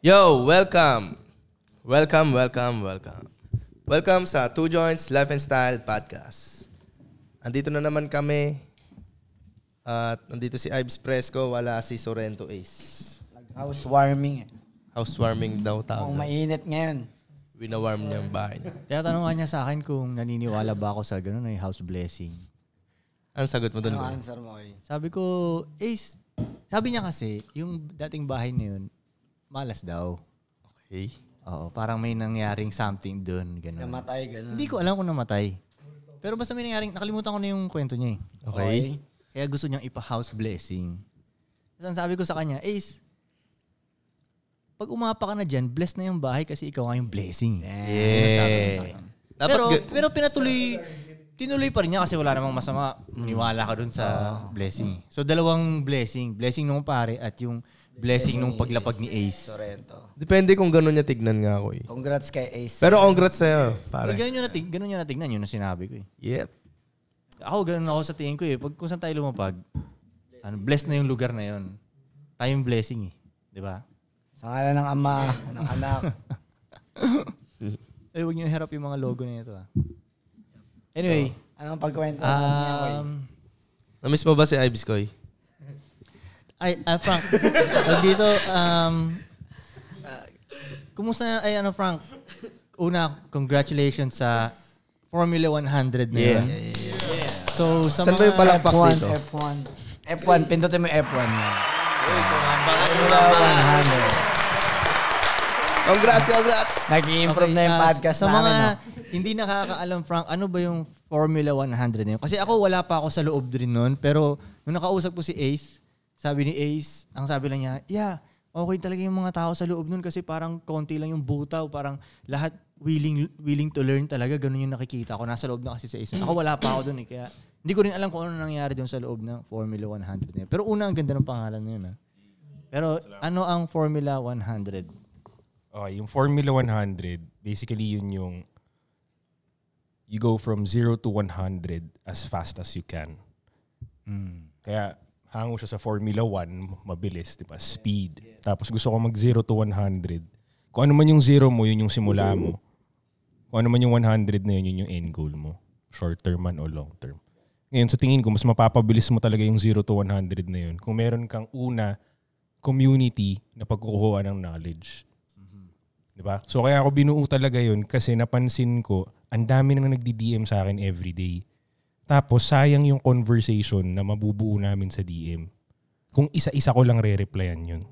Yo, welcome! Welcome, welcome, welcome. Welcome sa Two Joints Life and Style Podcast. Andito na naman kami. At andito si Ives Fresco, wala si Sorrento Ace. Housewarming eh. Housewarming daw Oh Kung tawag. mainit ngayon. Winawarm niya ang bahay niya. Tinatanong niya sa akin kung naniniwala ba ako sa ganun ay house blessing. Ang sagot mo Ano dun ba? answer mo eh? Sabi ko, Ace, sabi niya kasi, yung dating bahay na yun, malas daw. Okay. Oo, parang may nangyaring something doon. Ganun. Namatay, ganun. Hindi ko alam kung namatay. Pero basta may nangyaring, nakalimutan ko na yung kwento niya eh. Okay. Kaya gusto niyang ipa-house blessing. Tapos ang sabi ko sa kanya, Ace, pag umapa ka na dyan, bless na yung bahay kasi ikaw nga yung blessing. eh." Yun ang sabi niya sa akin. Dapat pero, ga- pero pinatuloy, tinuloy pa rin niya kasi wala namang masama. Mm. Niwala ka dun sa blessing. eh. So dalawang blessing. Blessing nung pare at yung blessing, nung paglapag ni Ace. Sorrento. Depende kung gano'n niya tignan nga ako eh. Congrats kay Ace. Pero congrats sa'yo, Pero pare. Eh, ganun yung, nating, ganun yung natignan, yun ang sinabi ko eh. Yep. Ako, ganun ako sa tingin ko eh. Pag kung saan tayo lumapag, ano, blessed na yung lugar na yun. Tayong blessing eh. Di ba? Sa ngalan ng ama, ng anak. Eh, huwag niyo iharap yung mga logo na ito ah. Anyway, Anong pagkwento Oh. Ah, niya? Koy? um, Namiss mo ba si Ives Koy? ay, ah, Frank, pag dito, um, ah, kumusta na, ay ano Frank, una, congratulations sa Formula 100 na yun. So, sa Saan ba mga... yung palakpak F1, dito? F1. F1, pindutin mo yung F1 niya. Wala 100. Congrats, congrats! Nag-i-improve Okay, na yung ah, podcast sa mga namin. no? hindi nakakaalam, Frank, ano ba yung Formula 100 na yun? Kasi ako, wala pa ako sa loob din nun. Pero nung nakausap ko si Ace, sabi ni Ace, ang sabi lang niya, yeah, okay talaga yung mga tao sa loob nun kasi parang konti lang yung butaw. Parang lahat willing willing to learn talaga. Ganun yung nakikita ko. Nasa loob na kasi si Ace. nun. Ako wala pa ako dun eh. Kaya hindi ko rin alam kung ano nangyari dun sa loob ng Formula 100 na yun. Pero una, ang ganda ng pangalan na yun. ah. Pero ano ang Formula 100? Okay, yung Formula 100, basically yun yung you go from 0 to 100 as fast as you can. Kaya hango siya sa Formula 1, mabilis, di ba? Speed. Tapos gusto ko mag 0 to 100. Kung ano man yung 0 mo, yun yung simula mo. Kung ano man yung 100 na yun, yun yung end goal mo. Short term man o long term. Ngayon, sa tingin ko, mas mapapabilis mo talaga yung 0 to 100 na yun. Kung meron kang una community na pagkukuha ng knowledge. Di ba? So kaya ako binuo talaga yun kasi napansin ko, ang dami nang nagdi-DM sa akin every day. Tapos sayang yung conversation na mabubuo namin sa DM. Kung isa-isa ko lang re-replyan yun.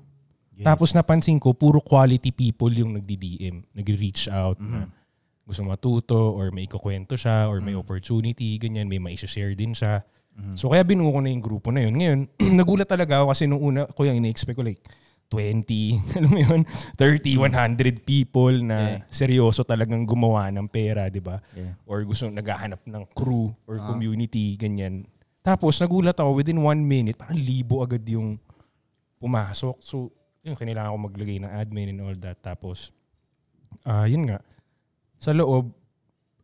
Tapos napansin ko, puro quality people yung nagdi-DM. Nag-reach out na gusto matuto or may ikukwento siya or may opportunity, ganyan, may maisha-share din siya. So kaya binuo ko na yung grupo na yun. Ngayon, nagulat talaga ako kasi nung una ko yung ini-expect ko like 20, alam mo yun, 30, 100 people na seryoso talagang gumawa ng pera, di ba? Yeah. Or gusto naghahanap ng crew or community, ganyan. Tapos nagulat ako within one minute, parang libo agad yung pumasok. So, yun, kailangan ko maglagay ng admin and all that. Tapos, ah yun nga, sa loob,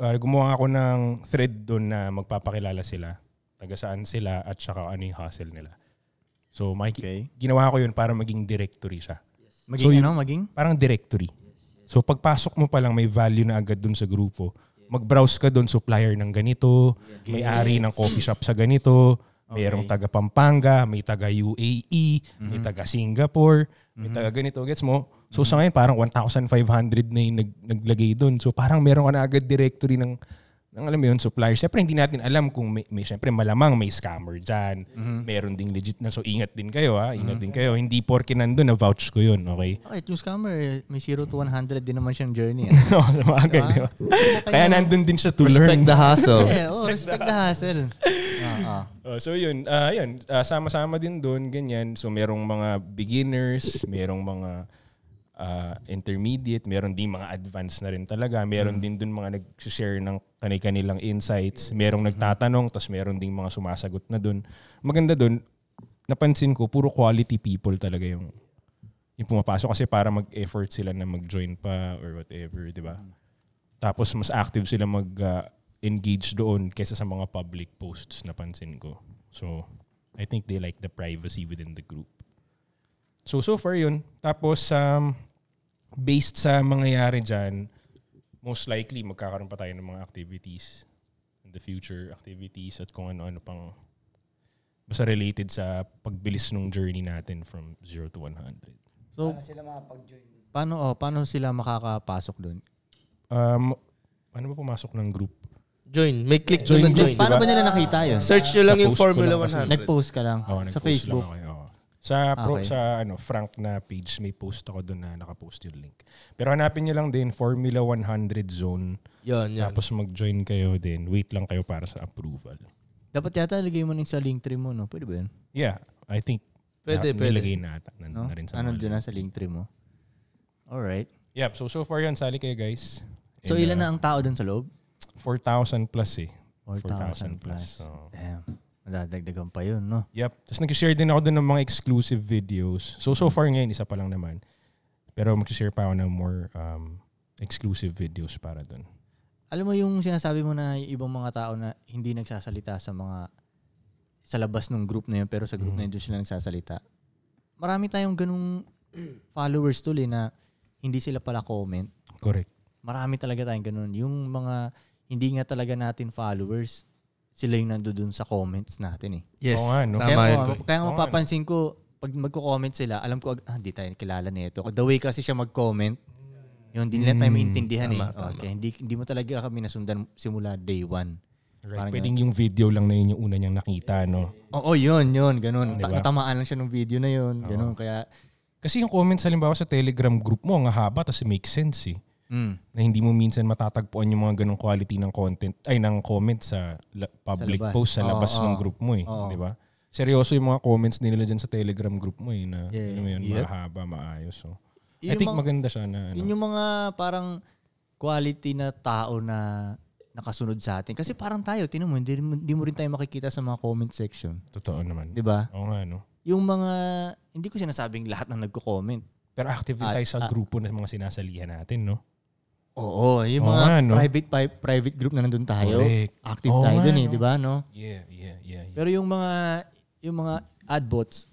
ah, gumawa ako ng thread doon na magpapakilala sila, taga saan sila, at saka ano yung hustle nila. So, Mike, ginawa ko yun para maging directory siya. Maging So, yun- ano? Maging? Parang directory. So, pagpasok mo pa lang, may value na agad doon sa grupo. Mag-browse ka doon, supplier ng ganito, may-ari ng coffee shop sa ganito, mayroong taga Pampanga, may taga UAE, may taga Singapore, may taga ganito, gets mo? So sa ngayon, parang 1,500 na yung nag- naglagay doon. So parang meron ka na agad directory ng, ng alam mo yun, supplier. Siyempre, hindi natin alam kung may, may siyempre, malamang may scammer dyan. Meron ding legit na. So ingat din kayo, ha? Ingat din kayo. Hindi porke nandun, na-vouch ko yun, okay? Bakit? Yung scammer, eh, may 0 to 100 din naman siyang journey. eh. Oo, Oh, sa bagay, di ba? Kaya nandun din siya to learn. Respect the hustle. Eh, oh, respect the hassle. Oh, so yun, ah, yun Ah, sama-sama din doon, ganyan. So merong mga beginners, merong mga ah, intermediate, meron din mga advanced na rin talaga. Meron din doon mga nag-share ng kanil-kanilang insights. Merong nagtatanong, tapos meron ding mga sumasagot na doon. Maganda doon, napansin ko, puro quality people talaga yung yung pumapasok kasi para mag-effort sila na mag-join pa or whatever, di ba? Tapos mas active sila mag-engage doon kaysa sa mga public posts napansin ko. So, I think they like the privacy within the group. So, so far yun. Tapos, um, based sa mangyayari dyan, most likely magkakaroon pa tayo ng mga activities in the future, activities at kung ano-ano pang basta related sa pagbilis ng journey natin from 0 to 100. So, sila makapag-join? paano, oh, paano sila makakapasok doon? Um, paano ba pumasok ng group? Join. May click doon na Join, join. join. Paano ba diba? nila nakita yun? Search nyo lang Sa yung post ko Formula lang kasi. 100. Nag-post ka lang Oo, sa Oh, nag-post Facebook. Lang ako, oo. Sa pro, Okay. sa ano, Frank na page may post ako doon na nakapost yung link. Pero hanapin niyo lang din Formula 100 Zone. Yun, yun. Tapos mag-join kayo din. Wait lang kayo para sa approval. Dapat yata lagay mo rin sa link tree mo, no? Pwede ba yun? Yeah, I think Pwede, na, pwede. nilagay na ata. Nandun No? na rin sa Ano mga- doon na sa link tree mo? Alright. Yep, so so far yan. Sali kayo guys. So, ilan na ang tao doon sa loob? 4,000 plus eh. 4,000 plus. Oo. Damn. Madadagdagan pa yun, no? Yep. Tapos nag-share din ako dun ng mga exclusive videos. So, so far ngayon, isa pa lang naman. Pero mag-share pa ako ng more um, exclusive videos para dun. Alam mo yung sinasabi mo na yung ibang mga tao na hindi nagsasalita sa mga sa labas ng group na yun pero sa group na yun doon sila nagsasalita. Marami tayong ganung followers tol eh na hindi sila pala comment. Correct. Marami talaga tayong ganun. Yung mga hindi nga talaga natin followers, sila yung nandoon sa comments natin eh. Yes. Oo nga, no? Tama Kaya, yun. ko, boy. kaya Oo, ano? mapapansin ko, pag magko-comment sila, alam ko, ag- ah, hindi tayo kilala nito. The way kasi siya mag-comment, yun, hindi nila tayo Hmm, maintindihan eh. Okay, hindi, hindi mo talaga kami nasundan simula day one. Right. Parang Pwedeng yung video lang na yun yung una niyang nakita, no? Oo, yun, yun, ganun. Ta- Diba? Natamaan lang siya ng video na yun, ganun. Kaya, Kasi yung comments, halimbawa sa Telegram group mo, ang haba, tapos make sense eh. mm, Na hindi mo minsan matatagpuan yung mga ganong quality ng content, ay, ng comments sa la- public labas. post, sa Oo, labas ng oo. group mo eh. Oo. Di ba? Seryoso yung mga comments nila dyan sa Telegram group mo eh, na Yeah. alam mo yun, Yep. mahaba, maayos. So. I Yun think yung mga- maganda siya na ano, yun yung mga parang quality na tao na nakasunod sa atin. Kasi parang tayo, tinan mo, hindi, mo- hindi mo rin tayo makikita sa mga comment section. Totoo naman. Di ba? Oo nga, no? Yung mga, hindi ko sinasabing lahat ng nagko-comment. Pero active din At- tayo ah. sa grupo ng mga sinasalihan natin, no? Oo, yung Oo mga nga, no? private pi- private group na nandun tayo. Correct. Active Oo tayo nga, dun eh, no? di ba, no? Yeah, yeah, yeah. Pero yung mga yung mga adbots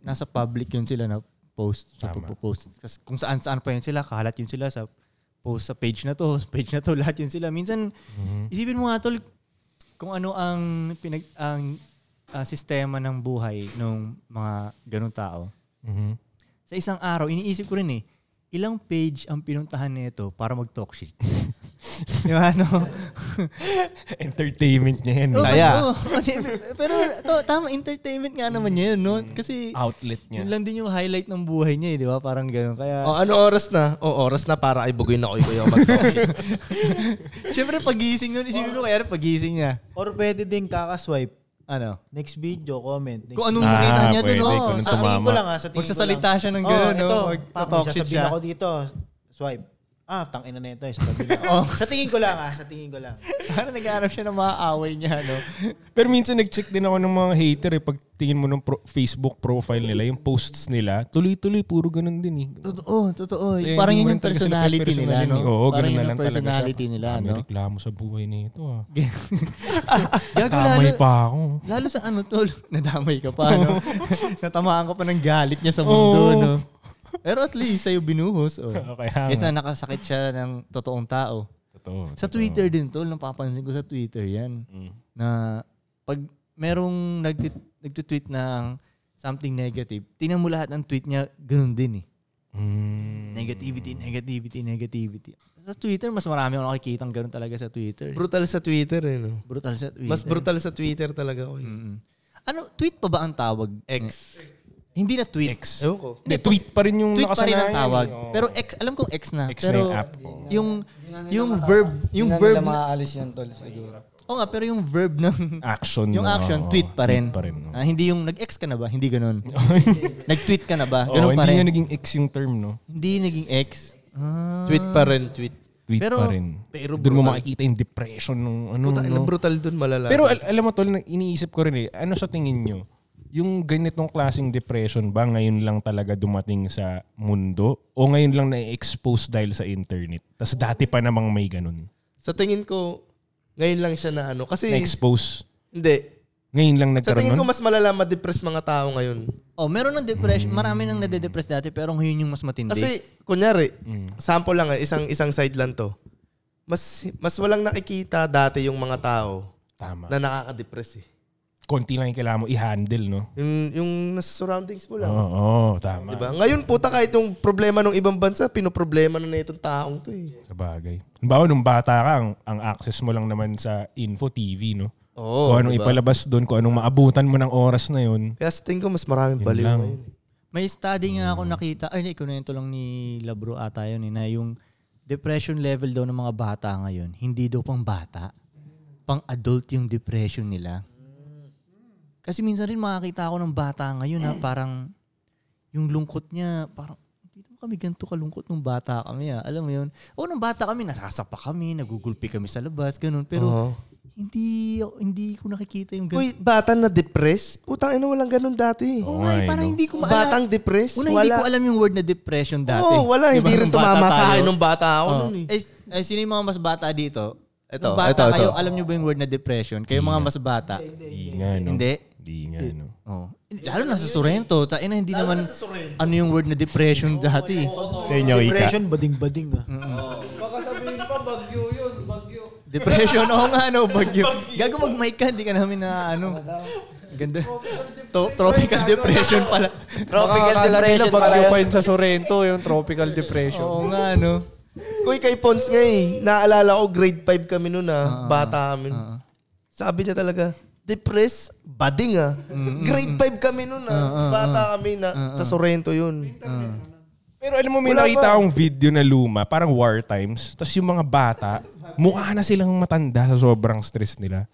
nasa public yun sila na post sa Tama. post kung saan saan pa yun sila kahalat yun sila sa post sa page na to sa page na to lahat yun sila minsan Mm-hmm. isipin mo nga tol kung ano ang pinag ang ah, sistema ng buhay ng mga ganun tao Mhm. sa isang araw iniisip ko rin eh ilang page ang pinuntahan nito para mag talk shit di ba no Entertainment niya yan. Oo, eh. Saya. oo. Pero to, tama, entertainment nga naman niya yun, no? Kasi Outlet Mm. niya. Oh. yun lang din yung highlight ng buhay niya, eh, di ba? Parang gano'n. Kaya, O, ano oras na? O, oras na para ay bugoy na ko yung mag syempre, pagising nun, isipin ko kaya rin pagising niya. Or pwede din kakaswipe. Ano? Next video, comment. Next Kung anong Ah, makita niya dun, pwede, no? kung Sa- anong Sa tingin ko Tumama. lang ha, sa tingin Magsasalita ko lang. siya ng Oh, gano'n, no? ito, Mag- pak, talk may shit sasabihin siya. ako dito, swipe. Ah, tangin na nito. eh, Sa kabila. Oh. Sa tingin ko lang ha, sa tingin ko lang. Parang nag-aarap siya ng mga away niya, no? Pero minsan nag-check din ako ng mga hater eh. Pag tingin mo ng pro- Facebook profile nila, yung posts nila, tuloy-tuloy puro ganun din eh. Totoo, totoo. Eh, Parang hindi yun yung mo rin talaga sila personality personal nila, yun no? eh. Oo, Parang ganun yun na ang lang talaga siya. personality nila, Dami no? reklamo sa buhay nito ah. Gago, Kamay lalo, pa ako. lalo sa ano, tol. Nadamay ka pa, no? Natamaan ka pa ng galit niya sa mundo, Oo. no? Pero at least sa'yo binuhos, oh. Okay, ha. Kesa nakasakit siya ng totoong tao. Totoo. Sa totoo. Twitter din tol, napapansin ko sa Twitter yan. Mm. Na pag merong nagtit- nagtitweet ng something negative, tingnan mo lahat ng tweet niya, ganun din eh. Mm. Negativity, negativity, negativity. Sa Twitter, mas marami akong nakikita ng ganun talaga sa Twitter. eh. brutal sa Twitter, eh, no? brutal sa Twitter. Mas brutal sa Twitter talaga ko. eh. Mm. Ano, tweet pa ba ang tawag? X. Hindi na tweet. X. Ewan ko. Hindi, tweet pa rin yung Tweet pa rin ang nakasanayan tawag. eh. Oo. Pero X, alam kong X na. X na pero yung app ko. yung, yung verb, yung verb, na na- maaalis yun, tol, siguro. oo nga, pero yung verb ng action. Yung na, action, oo, tweet pa rin. pa rin, oo. Ah, hindi yung nag-ex ka na ba? Hindi ganun. Nag-tweet ka na ba? Oo, Ganun pa hindi rin. niya naging X yung term, no? hindi naging ex. Ah. Tweet pa rin, tweet. Tweet Pero- pa rin. pero Doon mo brutal. makikita yung depression nung ano. Puta, no? ilang brutal dun malala. Pero al- alam mo, tol, na- iniisip ko rin eh, ano sa tingin nyo? Yung ganitong klaseng depression ba ngayon lang talaga dumating sa mundo? O ngayon lang na-expose dahil sa internet? Tapos dati pa namang may Eh. ganun. sa tingin ko, ngayon lang siya na ano. Kasi, Na-expose. hindi. Ngayon lang Sa nagkaroon tingin ko, nun? mas malala ma-depress mga tao ngayon. Oh, meron ng depression. Mm. Marami nang nade-depress dati pero yun yung mas matindi. Kasi kunyari, Mm. sample lang eh, isang isang side lang 'to. Mas mas walang nakikita dati yung mga tao Tama. na nakaka-depress eh. Konti lang yung kailangan mo i-handle, no? Yung yung nasa surroundings mo Diba? lang. Oo, oo, tama. Diba? Ngayon puta kahit yung problema ng ibang bansa, pinoproblema na na itong taong 'to eh. Sa bagay. Halimbawa, nung bata ka, ang, ang access mo lang naman sa info TV, no? Oo, diba? kung anong diba? ipalabas doon, kung anong maabutan mo ng oras na yun. Kaya sa tingin ko mas maraming baliw lang. ngayon. eh. May study nga ako nakita, ay hindi, kunento lang ni Labro ata yun eh, na yung depression level daw ng mga bata ngayon, hindi daw pang bata, pang adult yung depression nila. Kasi minsan rin makakita ako ng bata ngayon na parang yung lungkot niya, parang hindi naman kami ganito kalungkot nung bata kami ah. Alam mo yun? O nung bata kami, nasasapa kami, nagugulpi kami sa labas, ganun. Pero Oo. hindi hindi ko nakikita yung ganun. Uy, bata na depressed? Putang ina, walang ganun dati. eh. Oo nga eh, Ay, parang no. hindi ko maala- Batang depressed? Una, wala. hindi ko alam yung word na depression dati. Oo, wala. Di ba, Hindi rin nung bata tumama sa tayo? akin nung bata ako Oo. nun eh. Eh, eh, sino yung mga mas bata dito? Ito, Nung bata ito, ito. kayo, alam nyo ba yung word na depression? Kayo mga mas bata. Hindi nga, no? Hindi. Hindi nga, no? Oh. Lalo na sa Sorrento. Tain na hindi naman ano yung word na depression dati. Sa inyo, Depression, bading-bading ah. Depression, oo nga no, bagyo. Gago mag-mic ka, hindi ka namin na ano. Ganda. To- tropical depression pala. Tropical depression pala bagyo yun. pa yun sa Sorrento, yung tropical depression. oo nga no. Kuy, kay Pons nga eh. Naalala ko, grade 5 kami noon ah. bata kami. Sabi niya talaga, depressed, bading ah. Grade 5 kami noon ah. bata kami Ah, na sa Sorrento yun. Pero alam mo, may Wala nakita ba? akong video na luma, parang war times. Tapos yung mga bata, mukha na silang matanda sa sobrang stress nila.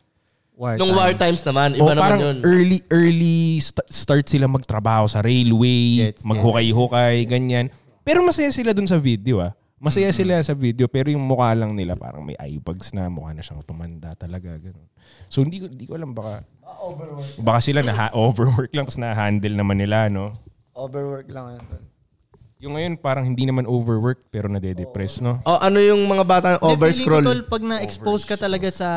War Nung war times naman, iba naman o Oh, parang yun. early, early st- start sila magtrabaho sa railway, Gets, maghukay-hukay, ganyan. Pero masaya sila dun sa video ah. Masaya sila sa video pero yung mukha lang nila parang may eye bags na, mukha na siyang tumanda talaga. Ganun. So hindi ko, hindi ko alam baka... Overwork. Baka sila na overwork lang tapos na-handle naman nila, no? Overwork lang yan. Yung ngayon parang hindi naman overwork pero nade-depress, no? O ano yung mga bata Hindi, overscroll? feeling ko, tol, pag na-expose ka talaga sa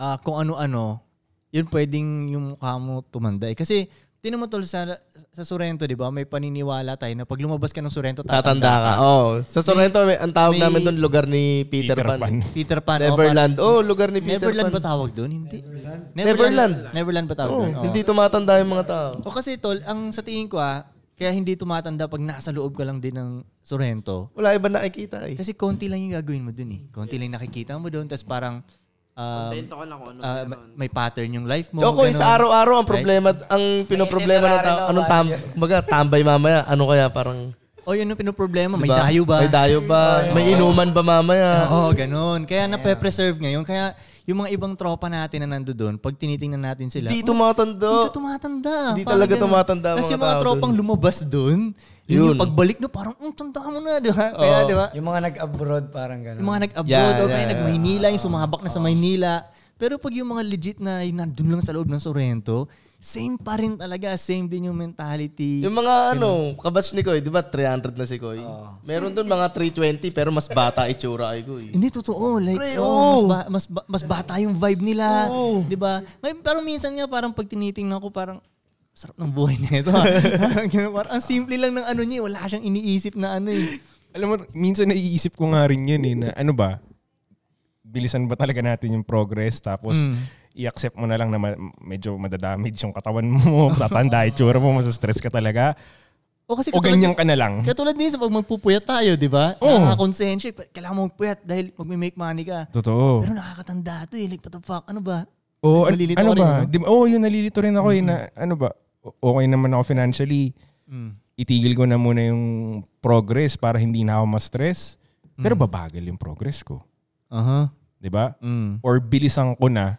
ah, kung ano-ano, yun pwedeng yung mukha mo tumanda. Eh. Kasi, tinan mo tol, sa, sa Sorrento, di ba, may paniniwala tayo na pag lumabas ka ng Sorrento, Tatanda tatanda. ka. Oh, sa Sorrento may, ang tawag may- namin doon lugar ni Peter, Peter Pan. Pan. Peter Pan. oh, Neverland. Oh, lugar ni pa- Peter Neverland ba Pan. tawag doon? Hindi. Neverland. Neverland. Neverland ba tawag Oh, doon? Oo. hindi tumatanda yung mga tao. O kasi tol, ang sa tingin ko ah, kaya hindi tumatanda pag nasa loob ka lang din ng Sorrento. Wala iba nakikita eh. Kasi konti lang yung gagawin mo dun eh. Konti lang nakikita mo dun, tapos parang um, Bento ko lang kung ano. ah, ma- may pattern yung life mo. Choco, is ganun. araw-araw ang problema, ang pinoproblema ng tao, anong tam, baga, tambay mamaya, ano kaya parang, O yun yung ano pinoproblema, may Diba? dayo ba? May dayo ba? May inuman ba mamaya? Oo, ganun. Kaya nape-preserve ngayon. Kaya yung mga ibang tropa natin na nando doon, pag tinitingnan natin sila, Di oh, Hindi tumatanda. ka tumatanda. Hindi Parang talaga ganun. tumatanda Tapos mga yung mga tao tropang lumabas doon, yun. yung pagbalik no, parang, um, tanda mo na, di ba? Kaya, di ba? Yung mga nag-abroad parang gano'n. Yung mga nag-abroad, Yeah, o kaya yeah, nag-Maynila, yung sumahabak na sa Maynila. Pero pag yung mga legit na yung nandun lang sa loob ng Sorrento, same pa rin talaga. Same din yung mentality. Yung mga ano, kabatch ni Koy, di ba 300 na si Koy? Meron dun mga 320 pero mas bata itsura kay Koy. Hindi totoo, like Pre, oh, oo. mas, ba, mas, ba- mas bata yung vibe nila, 'di ba? Ngayon pero minsan nga parang pag tinitingnan ko parang sarap ng buhay nito. ah." parang, ganun, parang ang simple lang ng ano niya, wala siyang iniisip na ano eh. Alam mo, minsan naiisip ko nga rin yun eh, na ano ba, bilisan ba talaga natin yung progress tapos i-accept mo na lang na ma- medyo madadamage yung katawan mo, tatanda itsura mo, masastress ka talaga. O kasi O ganyan ka na lang. Katulad din sa pag magpupuyat tayo, 'di ba? Oo. Nakakonsensya, eh, kailangan mo magpuyat dahil magme-make money ka. Totoo. Pero nakakatanda to eh, like what the fuck, ano ba? O an- Nalilito ano ka rin, ba? no? Di ba- Oo, yun nalilito rin ako eh na ano ba? o- Okay naman ako financially. Mm. Itigil ko na muna yung progress para hindi na ako ma-stress. Pero babagal yung progress ko. Mm. Aha. 'di ba? Mm. Or bilisan ko na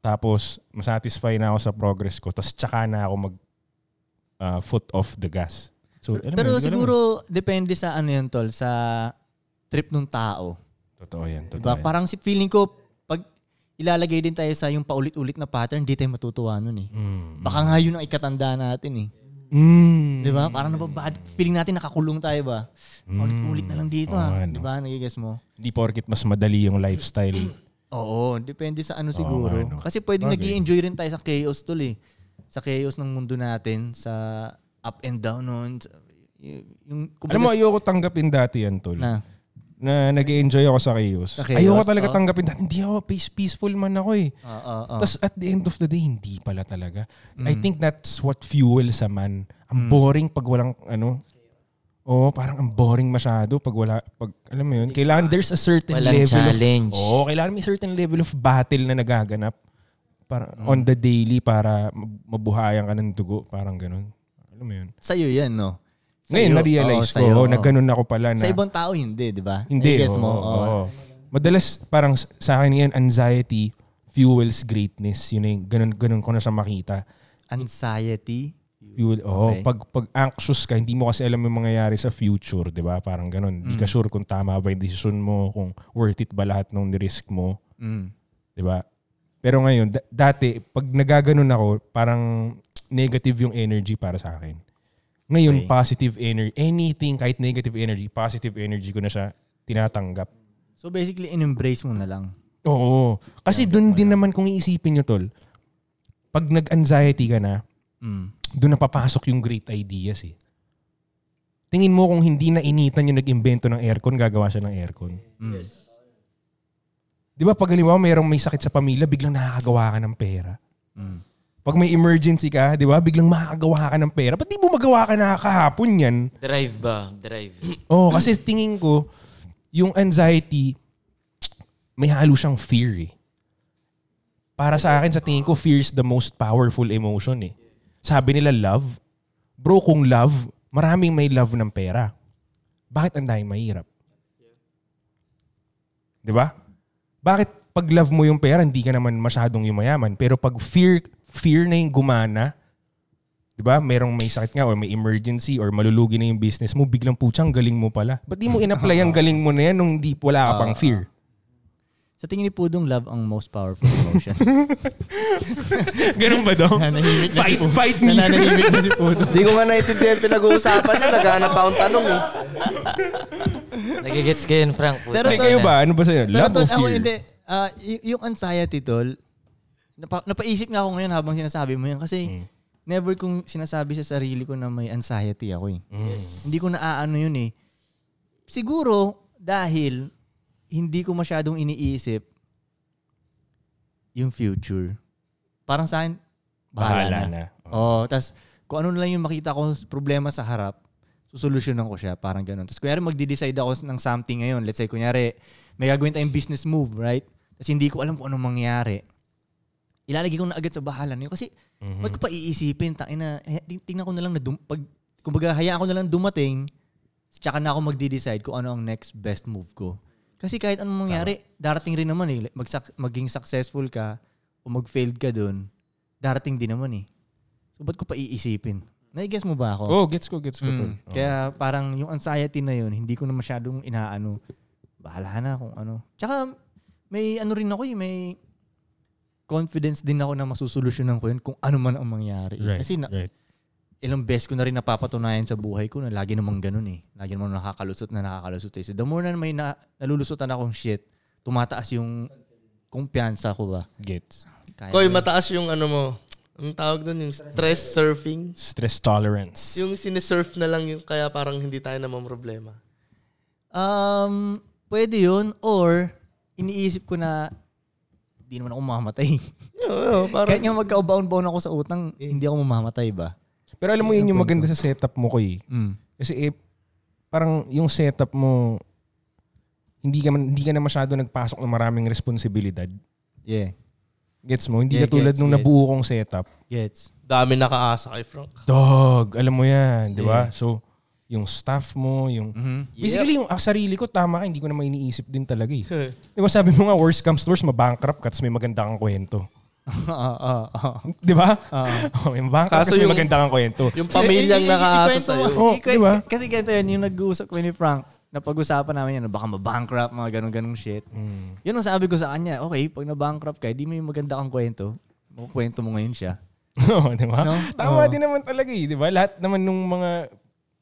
tapos masatisfy na ako sa progress ko tapos tsaka na ako mag ah, foot off the gas. So, Oh, alam mo, Pero hindi ko alam. siguro depende sa ano 'yon tol, sa trip nung tao. totoo 'yan, totoo. Diba? yan. Parang si feeling ko, pag ilalagay din tayo sa yung paulit-ulit na pattern, di tayo matutuwa nun eh. Mm. Baka nga yun ang ikatanda natin eh. Mm. Di ba? Parang nababad. Feeling natin nakakulong tayo ba? Paulit-ulit na lang dito Oo nga, ha. no. Di ba? Nagigess mo? Di porkit mas madali yung lifestyle. Oo. Depende sa ano siguro. nga, no. Kasi pwede nag enjoy rin tayo sa chaos tol eh. sa chaos ng mundo natin, sa up and down nun. sa- y- Yung, Alam mo, ayoko tanggapin dati yan, tol. Na, na, nag enjoy ako sa chaos. Sa chaos, ayoko talaga oh. tanggapin dati. Hindi ako, peace, peaceful man ako eh. oo, oo, oo. Tapos at the end of the day, hindi pala talaga. I think that's what fuels a man. Ang boring pag walang ano. Oo, parang ang boring masyado pag wala, pag, alam mo yun, kailangan there's a certain Walang level challenge. of, oo, kailangan may certain level of battle na nagaganap para, on the daily para mab- mabuhayan ka ng dugo, parang ganun. Alam mo yun. Sa'yo yan, no? Ngayon, Sa'yo, na-realize oo, ko, sa'yo, oo, oo. na ganun ako pala na, Sa ibang tao, hindi, di ba? hindi, I-guess oo, mo. oo. oo. Madalas, parang s- sa akin yan, anxiety fuels greatness. Yun na yung, ganun, ganun ko na siya makita. Anxiety. Fuel, oh, Okay. pag pag anxious ka, hindi mo kasi alam yung mangyayari sa future, 'di ba? Parang ganun. Hindi ka Mm. sure kung tama ba yung decision mo, kung worth it ba lahat ng risk mo, Mm. 'di ba? Pero ngayon, da- dati pag nagaganon ako, parang negative yung energy para sa akin. Ngayon, Okay. positive energy. Anything, kahit negative energy, positive energy ko na siya tinatanggap. So basically, in-embrace mo na lang. Oo. Kasi dun din naman kung iisipin nyo, tol, pag nag-anxiety ka na, Mm. doon na papasok yung great ideas eh. Tingin mo kung hindi na initan yung nag-imbento ng aircon, gagawa siya ng aircon. Mm. Di ba pag halimbawa mayroong may sakit sa pamilya, biglang nakakagawa ka ng pera. Mm. Pag may emergency ka, di ba, biglang makakagawa ka ng pera. Ba't di mo magawa ka na kahapon yan? Drive ba? Drive. Oo, kasi tingin ko, yung anxiety, may halo siyang fear eh. Para sa akin, sa tingin ko, fear is the most powerful emotion eh. Sabi nila love. Bro, kung love, maraming may love ng pera. Bakit ang dahil mahirap? Di ba? Bakit pag love mo yung pera, hindi ka naman masyadong yumayaman. Pero pag fear, fear na yung gumana, di ba? Merong may sakit nga or may emergency or malulugi na yung business mo, biglang putsang galing mo pala. Ba't di mo in-apply ang galing mo na yan nung hindi wala ka Ah. pang fear? Sa tingin ni Pudong, love ang most powerful emotion. Ganun ba daw? fight, fight me. Hindi ko nga naiintindihan yung pinag-uusapan niya. Naghahanap akong tanong eh. Nagigets ka yun, Frank. Pero Hindi kayo ba? Ano ba sa'yo? Love Pero, or tol, Ako, fear? hindi. Ah, y- yung anxiety, tol, napa- napaisip nga ako ngayon habang sinasabi mo yan Mm. kasi never kong sinasabi sa sarili ko na may anxiety ako eh. Mm. Hindi ko naaano yun eh. Siguro dahil hindi ko masyadong iniisip yung future. Parang sa akin, Bahala na. Oo. Oh, tas kung ano na lang yung makita ko problema sa harap, susolusyonan ko siya, parang ganun. Tapos kunyari magde-decide ako ng something ngayon. Let's say, kunyari, may gagawin tayong business move, right? Tapos hindi ko alam kung anong mangyari. Ilalagay ko na agad sa bahala na yun. Kasi, ba't ko pa iisipin? Tangina, eh, ting- tingnan ko na lang na dum- pag, kumbaga, hayaan ko na lang dumating, tsaka na ako magde-decide kung ano ang next best move ko. Kasi kahit anong mangyari, darating rin naman eh. Magsak- maging successful ka o mag-failed ka dun, darating din naman eh. So, ba't ko pa iisipin? Nai-guess mo ba ako? Oh, gets ko, gets ko. Mm. tol. Oo. Kaya parang yung anxiety na yun, hindi ko na masyadong inaano. Bahala na kung ano. Tsaka may ano rin ako eh, may confidence din ako na masusolusyonan ko yun kung ano man ang mangyari. Oh. Right, Kasi na, right. ilang beses ko na rin napapatunayan sa buhay ko na lagi namang ganun eh. Lagi namang nakakalusot na nakakalusot eh. So the more na may na, nalulusotan akong shit, tumataas yung kumpiyansa ko ba. Gets. Kaya Koy, ko yun. mataas yung ano mo. Ang tawag doon yung stress surfing. Stress tolerance. Yung sinisurf na lang yung kaya parang hindi tayo naman problema. Um, pwede yun. Or, iniisip ko na, hindi naman ako mamamatay. Oo, oo, parang Kahit nga magka-bound-bound ako sa utang, hindi ako mamamatay ba? Pero alam mo, yun yung maganda sa setup mo ko eh. Mm. Kasi eh, parang yung setup mo, hindi ka, man, hindi ka na masyado nagpasok ng maraming responsibilidad. Yeah. Gets mo? Hindi Yeah, ka tulad gets, nung gets. nabuo kong setup. Gets. dami nakaasa kay Frank. Dog, alam mo yan, di ba? So, yung staff mo, yung... Mm. Mm-hmm. Basically, yung ah, sarili ko, tama ka, hindi ko naman iniisip din talaga eh. di ba sabi mo nga, worst comes to worst, mabankrupt ka, tapos may maganda kang kwento. Oo, oo, oo. Di ba? Ah. Oh, may mabankrupt, Kaso tapos may yung- maganda kang kwento. Yung pamilyang nakaasa Ikwento sa'yo. mo. Oh, Ikwe- di ba? Kasi ganito yan, yung nag-uusap ko ni Frank, napag-usapan namin yan, na baka mabankrupt, mga ganun-ganung shit. Yun ang sabi ko sa kanya, okay, pag nabankrupt ka, di may maganda kang kwento. Makukwento mo ngayon siya. Oo, Oh, di ba? No? Tama Oo. din naman talaga eh, di ba? Lahat naman nung mga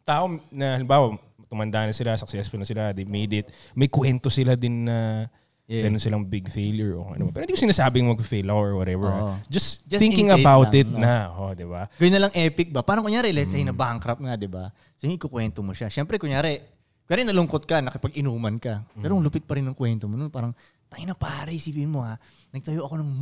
tao na, halimbawa, tumanda na sila, successful na sila, they made it. May kwento sila din na Yeah. Meron silang big failure o ano. Pero hindi ko sinasabing mag-fail ako or whatever. Oo. ah. Just, Just in thinking case about lang, it no? na. Oh, di ba? Gawin na lang epic ba? Parang kunyari, let's say na bankrupt nga, di ba? So yung ikukwento mo siya. Siyempre, kunyari, kunyari nalungkot ka, nakipag-inuman ka. Pero ang lupit pa rin ng kwento mo nun. Parang, tayo na pare, isipin mo ha. Nagtayo ako ng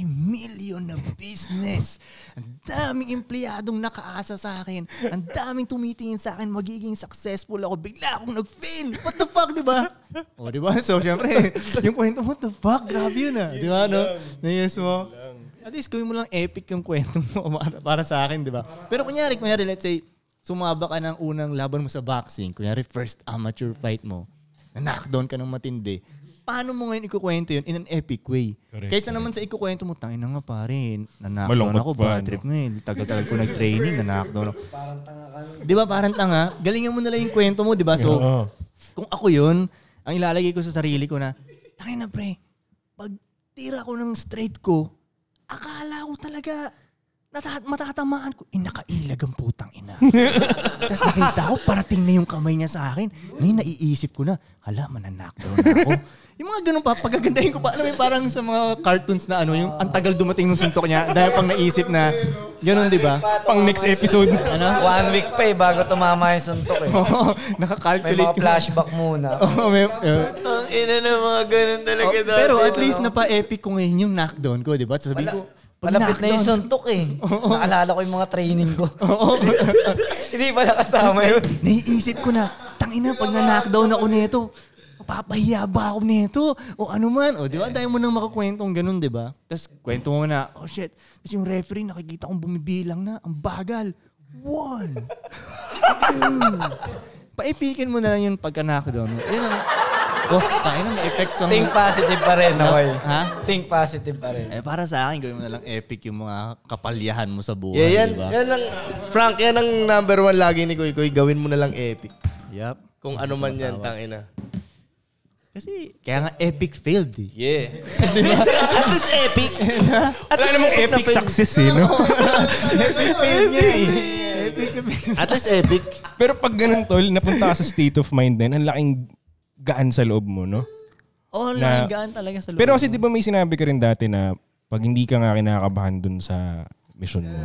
multi-million na business. Ang daming empleyadong nakaasa sa akin. Ang daming tumitingin sa akin, magiging successful ako. Bigla akong nag-fail. What the fuck, di ba? o, di ba? So, syempre, yung kwento, what the fuck? Grabe yun ah. Di ba, no? Nayos mo. At least gawin mo lang epic yung kwento mo para, para sa akin, di ba? Pero kunyari, kunyari, let's say, sumaba ka ng unang laban mo sa boxing, kunyari first amateur fight mo, na knockdown ka ng matindi, paano mo ngayon ikukwento yun in an epic way? Correct, Kaysa naman sa ikukwento mo, tangin na nga pare, na knockdown Malungkot ako, pa, bad no? trip na eh. Tagal-tagal ko nag-training, na knockdown ako. Di ba parang tanga? Galingan mo na lang yung kwento mo, di ba? So, Oo. kung ako yun, ang ilalagay ko sa sarili ko na, tangin na pre, pag tira ko ng straight ko, akala ko talaga, natat matatamaan ko, eh nakailag ang putang ina. Tapos nakita ko, parating na yung kamay niya sa akin. Ngayon naiisip ko na, hala, mananakdaw na ako. yung mga ganun pa, pagagandahin ko pa. Alam mo, yung parang sa mga cartoons na ano, yung ang tagal dumating nung suntok niya, dahil pang naisip na, ganun, di ba? Ano? Pang next episode. One week pa eh, bago tumama yung suntok eh. Oo, May nakakalculate. mga ko. flashback muna. Oo, may, eh, Ang ina na mga ganun talaga Oh, pero at least napa-epic ko ngayon yung knockdown ko, di ba? Sabi ko, pag Malapit na yung knockdown- suntok eh. Naalala ko yung mga training ko. Hindi pala Tapos kasama yun. nai- Naiisip ko na, tangina, pag na-knockdown ako nito, mapapahiya ba ako nito? O ano man. O, di ba? Dahil mo nang makakwentong ganun, di ba? Tapos kwento mo na, oh shit. Tapos yung referee, nakikita kong bumibilang na. Ang bagal. One. two. Paipikin mo na lang yung pagka-knockdown. mo. Yun ang... Oh, tayo na, may effects pang... Think positive pa rin, Noy. Ha? Think positive pa rin. Eh, para sa akin, gawin mo na lang epic yung mga kapalyahan mo sa buhay, diba? Yeah, yan, di ba? yan ang, Frank, yan ang number one lagi ni Kuy Kuy. Gawin mo na lang epic. Yup. Kung ano man yan, tangina. Kasi, kaya nga epic failed eh. Yeah. At least epic. At least epic, na Epic fail. success eh, no? At least epic. Pero pag ganun, tol, napunta ka sa state of mind din, ang laking gaan sa loob mo, no? All na, Na- gaan talaga sa loob. Pero kasi di ba may sinabi ka rin dati na pag hindi ka nga kinakabahan dun sa mission mo,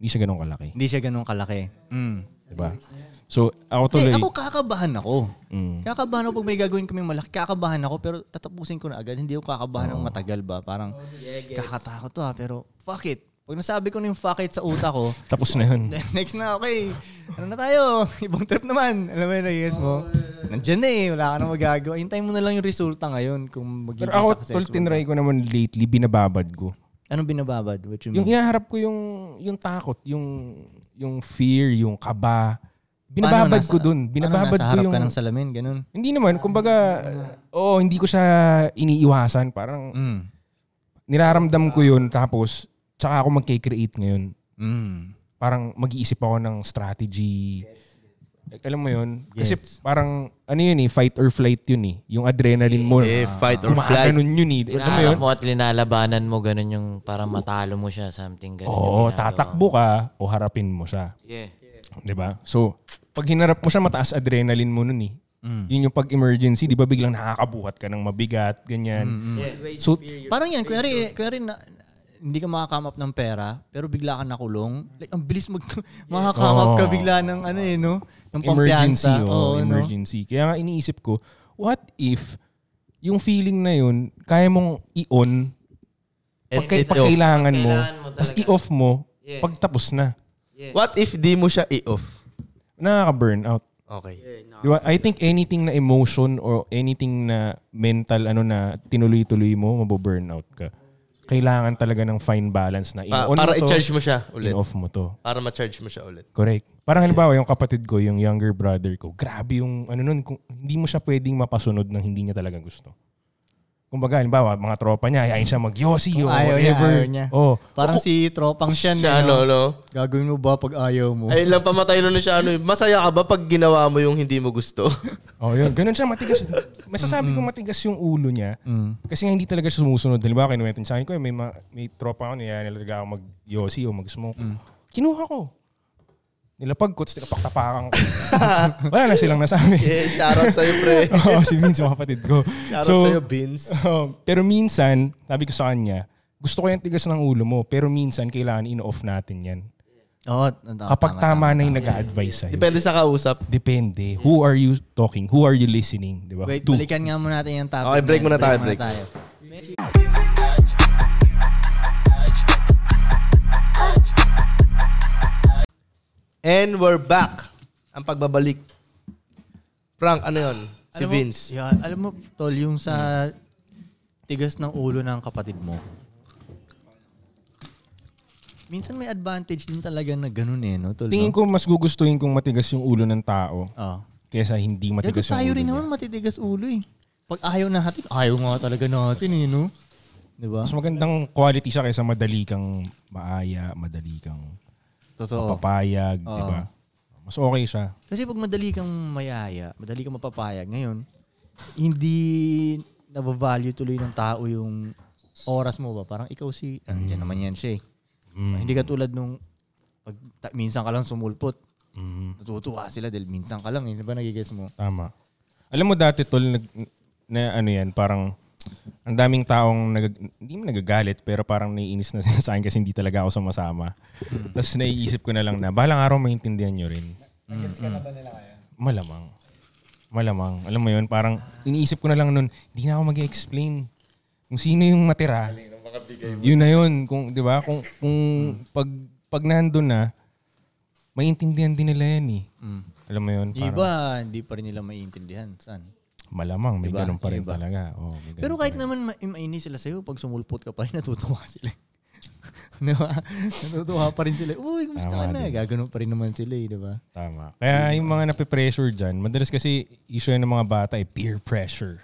hindi siya ganun kalaki. hindi siya ganun kalaki. Mm. Di ba? So, ako Hey, tuloy. ako kakabahan ako. Mm. Kakabahan ako pag may gagawin kaming malaki. Kakabahan ako pero tatapusin ko na agad. Hindi ako kakabahan ng matagal ba. Parang kakatakot to ha. Pero fuck it. Pag nasabi ko na yung fuck it sa utak ko, Tapos na yun. next na okay. Ano na tayo? Ibang trip naman. Alam mo yun, yes mo. Nandyan na eh. Wala ka na magagawa. Hintayin mo na lang yung resulta ngayon kung magiging Pero ako, successful. tol, tinry ko naman lately, binababad ko. Anong binababad? What you Yung mean? hinaharap ko yung yung takot, yung yung fear, yung kaba. Paano Binababad nasa- ko dun. paano Binababad nasa ko harap yung... ka ng salamin, ganun. Hindi naman, kumbaga, oo, hindi ko siya iniiwasan. Parang Mm. niraramdam ko yun tapos tsaka ako magke-create ngayon. Mm. Parang mag-iisip ako ng strategy. Alam mo yun? Kasi parang, ano yun eh, fight or flight yun eh. Yung adrenaline mo. Yeah, Eh, fight or flight. Gumagano'n yun eh. Alam mo yun? Hinahanap mo at linalabanan mo ganun yung para matalo mo siya something ganun. yung Oo, ginagawa. tatakbo ka o harapin mo siya. Yeah. 'Di ba? So, pag hinarap mo siya, mataas adrenaline mo nun eh. Yun yung pag-emergency, di ba biglang nakakabuhat ka ng mabigat, ganyan. So, Parang yan, kunyari, kunyari na, hindi ka makakam up ng pera, pero bigla ka nakulong. Like, ang bilis mag, makakam up ka Oo. bigla ng ano eh, no? Ng emergency, pampiyansa. oh, Oo, no? emergency. Kaya nga iniisip ko, what if yung feeling na yun, kaya mong i-on And it pag, Eh, pag off. kailangan mo, Kailangan mo tapos talaga. i-off mo, Yeah. pag tapos na. What if di mo siya i-off? Nakaka-burn out. Okay. Di ba? I think anything na emotion or anything na mental ano na tinuloy-tuloy mo, mabo-burnout ka. Kailangan talaga ng fine balance na Pa- in-on para mo to, i-charge mo siya ulit. in-off mo to. Para ma-charge mo siya ulit. Correct. Parang halimbawa yung kapatid ko, yung younger brother ko, grabe yung ano nun, kung, hindi mo siya pwedeng mapasunod ng hindi niya talaga gusto. Kumbaga, halimbawa, mga tropa niya, ayain siya mag-yossi Kung ayaw o niya, whatever. ayaw niya. Oh, Parang si Tropang Shan. Siya eh, ano, no? Gagawin mo ba pag ayaw mo? Ay lang pamatay nun na siya ano. eh. Masaya ka ba pag ginawa mo yung hindi mo gusto? Oh, yun. Ganun siya, matigas. Masasabi ko matigas yung ulo niya. Kasi nga hindi talaga siya sumusunod. Halimbawa, kinuwento niya sa akin ko, eh, may, ma- may tropa ako, niya talaga ako mag-yossi o mag-smoke. Kinuha ko. nilapag ko, tapos nilapaktapakan ko. Wala na silang nasabi. Yeah, shoutout sa'yo, pre. Oo, si Vince, mga kapatid ko. Shoutout So, sa'yo, Vince. Oo, pero minsan, sabi ko sa kanya, gusto ko yung tigas ng ulo mo, pero minsan kailangan in-off natin yan. Oo, Kapag tama, na yung nag-a-advise sa'yo. Depende sa kausap. Depende. Who are you talking? Who are you listening? Di ba? Wait, To. balikan nga muna natin yung topic. Okay, break na yan. muna tayo, break. muna tayo. And we're back. Ang pagbabalik. Frank, ano yun? Si Alam mo- Vince. yeah, alam mo, Tol, yung sa tigas ng ulo ng kapatid mo. Minsan may advantage din talaga na ganun eh, no, Tol? Tingin no? ko mas gugustuhin kong matigas yung ulo ng tao Oo. kaysa hindi Gago matigas yung tayo ulo rin niya. naman matitigas ulo eh. Pag ayaw natin, ayaw nga talaga natin eh, no? Di ba? Mas magandang quality siya kaysa madali kang maaya, madali kang Totoo. papayag, Oo. di ba? Mas okay siya. Kasi pag madali kang mayaya, madali kang mapapayag, ngayon, hindi nabavalue tuloy ng tao yung oras mo ba? Parang ikaw si, ah, Mm. dyan naman yan siya eh. Hindi ka tulad nung, pag, ta- minsan ka lang sumulpot, Mhm. natutuwa sila dahil minsan ka lang eh. Di ba nagigess mo? Tama. Alam mo dati tol nag, na ano yan, parang ang daming taong nag, hindi mo nagagalit pero parang naiinis na sila sa akin kasi hindi talaga ako sumasama. Tapos naiisip ko na lang na balang araw maintindihan nyo rin. Malamang. Malamang. Alam mo yun, parang iniisip ko na lang nun, hindi na ako mag explain kung sino yung matira. Yun na yun. Kung, di ba? Kung, kung pag, pag nandun na, maintindihan din nila yan eh. Alam mo yun? Yung iba, hindi pa rin nila maiintindihan. Saan? Malamang, may Diba? ganun pa rin Iba. talaga. Oo, may ganun Pero pa kahit rin. naman ma- mainis sila sa'yo, pag sumulpot ka pa rin, natutuwa sila. di ba? Natutuwa pa rin sila. Uy, kumusta ka Tama na? din. Gaganon pa rin naman sila eh, di ba? Tama. Kaya yung mga nape-pressure dyan, madalas kasi issue yan ng mga bata ay peer pressure.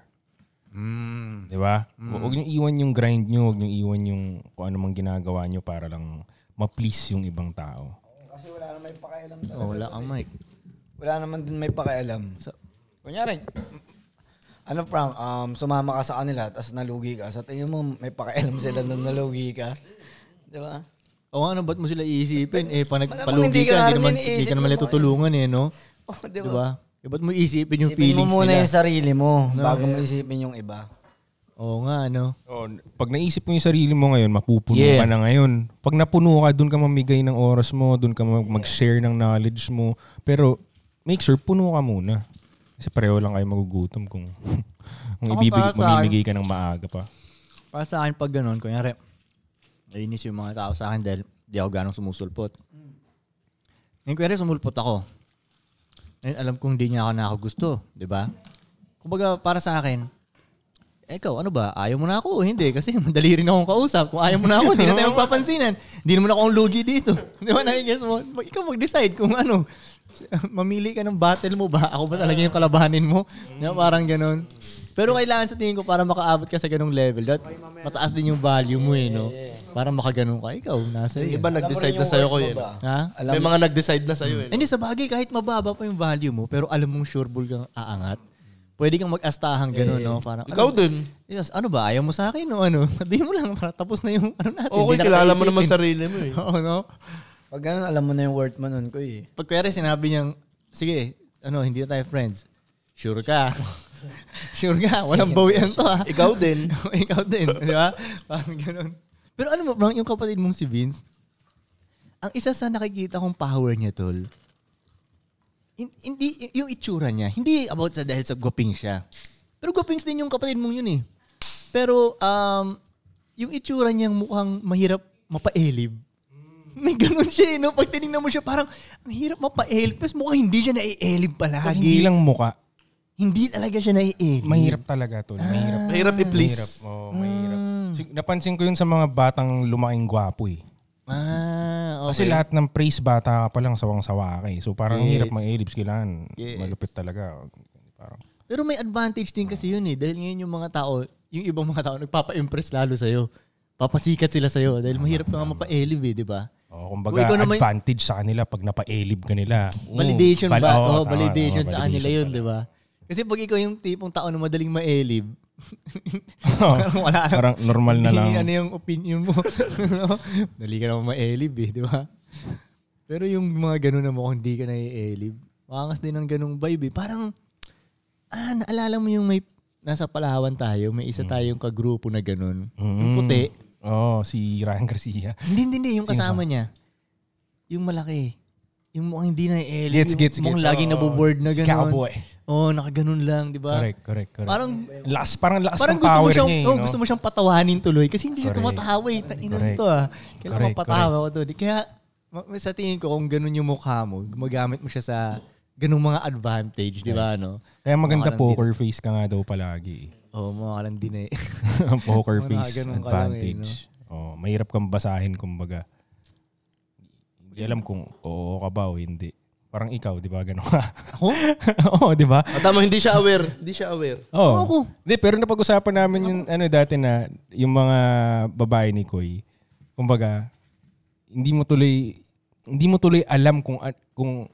Mm. Di ba? Hu- Huwag niyong iwan yung grind niyo, huwag niyong iwan yung kung ano mang ginagawa niyo para lang ma-please yung ibang tao. Kasi wala naman may pakialam talaga. Oh, wala kang mic. Wala naman din may pakialam. So, kunyari, ano Frank, um, sumama ka sa kanila tapos nalugi ka. Sa tingin mo, may pakialam sila nung nalugi ka. Di ba? O ano, ba't mo sila iisipin? Eh, pa Malamang nagpalugi hindi ka ka, nga hindi rin naman, iniisip hindi ka naman yung nila mga- tutulungan eh, no? Oh, di ba? Diba? Eh, ba't mo iisipin yung Isipin mo feelings muna nila? yung Ano sarili mo bago mo isipin yung iba. Oo nga, ano? So, pag naisip mo yung sarili mo ngayon, mapupuno Yeah. ka na ngayon. Pag napuno ka, doon ka mamigay ng oras mo, doon ka mag- mag-share ng knowledge mo. Pero make sure puno ka muna. Kasi pareho lang kayo magugutom kung, kung Ako ibibig, para sa akin- mamimigay ka ng maaga pa. Para sa akin, pag ganun, kunyari, nainis yung mga tao sa akin dahil di ako ganong sumusulpot. Ngayon, kunyari, sumulpot ako. Ngayon, alam kong di niya ako nakagusto, di ba? Kumbaga, para sa akin, eh, ikaw, ano ba? Ayaw mo na ako? o Hindi, kasi madali rin akong kausap. Kung ayaw mo na ako, hindi na tayo magpapansinan. Hindi naman ako ang lugi dito. Di ba, nai-guess mo? Mag- Ikaw mag-decide kung ano. Mamili ka ng battle mo ba? Ako ba talaga yung kalabanin mo? Di ba, parang ganun. Pero kailangan sa tingin ko para makaabot ka sa ganung level. Dapat mataas din yung value mo eh, no? Para makaganon ka. Ikaw, nasa Yung iyo. iba nag-decide na sa'yo ko yun. Ha? May mga nag-decide na sa'yo eh. yun. Hindi, sa bagay, kahit mababa pa yung value mo, pero alam mong sure bull kang aangat, pwede kang mag-astahang gano'n, no? Eh, Parang, Mm. Ikaw ano, dun. Yes, ano ba? Ayaw mo sa akin o ano? Sabihin mo lang, para tapos na yung ano natin. Okay, Hindi na kilala mo kakaisipin. naman sarili mo eh. Oo, no? Pag ganun, alam mo na yung worth mo nun ko eh. Pag kuwari, sinabi niyang, sige, ano, hindi na tayo friends. Sure ka. sure ka. Walang bawian to, ha? Ikaw din. Ikaw din, di ba? Parang ganun. Pero ano mo, Frank, yung kapatid mong si Vince, ang isa sa nakikita kong power niya, tol, hin- hindi, yung itsura niya, hindi about sa dahil sa gwaping siya. Pero gwaping din yung kapatid mong yun eh. Pero um, yung itsura niyang mukhang mahirap mapaelib. Hmm. May ganun siya eh, no? Pag tinignan mo siya, parang ang hirap mapaelib. Tapos mukhang hindi siya naielib Pag hindi palagi. lang muka, Hindi talaga siya naielib. mahirap talaga to. Mahirap. Mahirap i-please. Mahirap. Oo, mahirap. Sig- Napansin ko yun sa mga batang lumaking gwapo eh. Ah, okay. Kasi lahat ng praise bata ka pa lang sawang-sawa ka eh. So parang hirap mga ellipse kailangan. Malupit talaga. Parang, Pero may advantage din kasi yun eh. Dahil ngayon yung mga tao, yung ibang mga tao, nagpapa-impress lalo sa'yo. Papasikat sila sa'yo dahil mahirap ka nga mapa-elib eh, di ba? oh, Uy, kumbaga ikaw naman- advantage sa kanila pag napa-elib ka nila. Mm, Validation val- ba? oo, Oh, tama, validation tama, sa kanila validation yun, di ba? Kasi pag ikaw yung tipong tao na madaling maelib, Oo. parang wala lang. Parang normal na Hindi lang. ano yung opinion mo. Dali ka naman maelib eh, di ba? Pero yung mga ganun na mukhang di ka nai-elib, makangas din ng ganung vibe eh. Parang, ah, naalala mo yung may, nasa Palawan tayo, may Mm. isa tayong kagrupo na ganun. Yung puti. Oh, Mm-hmm. si Ryan Garcia. Hindi, hindi, hindi. Yung kasama niya. Yung malaki. Yung mukhang hindi nai-elib. Gets, gets, yung mukhang gets. laging Oo. naboboard na Si ganun. cowboy. Oo, oh, nakaganon lang, di ba? Correct, correct, correct. Parang, Parang last, parang last Parang ng gusto mo power siyang, niya. eh, oh, no? gusto mo siyang patawanin tuloy kasi hindi Correct. ka tumatawa eh. Tainan Correct. to ah. Kailangan Correct, mapatawa ko to. Di- Kaya ma- sa tingin ko kung ganun yung mukha mo, gumagamit mo siya sa ganung mga advantage, di ba? No? Kaya maganda Mukha ng poker face ka nga daw palagi. eh. Oo, oh, mukha lang din eh. Ang poker Mga face ganun ka lang eh, advantage. oh, mahirap kang basahin kumbaga. Hindi alam kung oo ka ba o hindi. Parang ikaw, di ba? Ganun ka. Ako? oo, di ba? At tama, hindi siya aware. Hindi siya aware. Oo. Hindi, pero napag-usapan namin yung ano dati na yung mga babae ni Koy, kumbaga, hindi mo tuloy hindi mo tuloy alam kung a- kung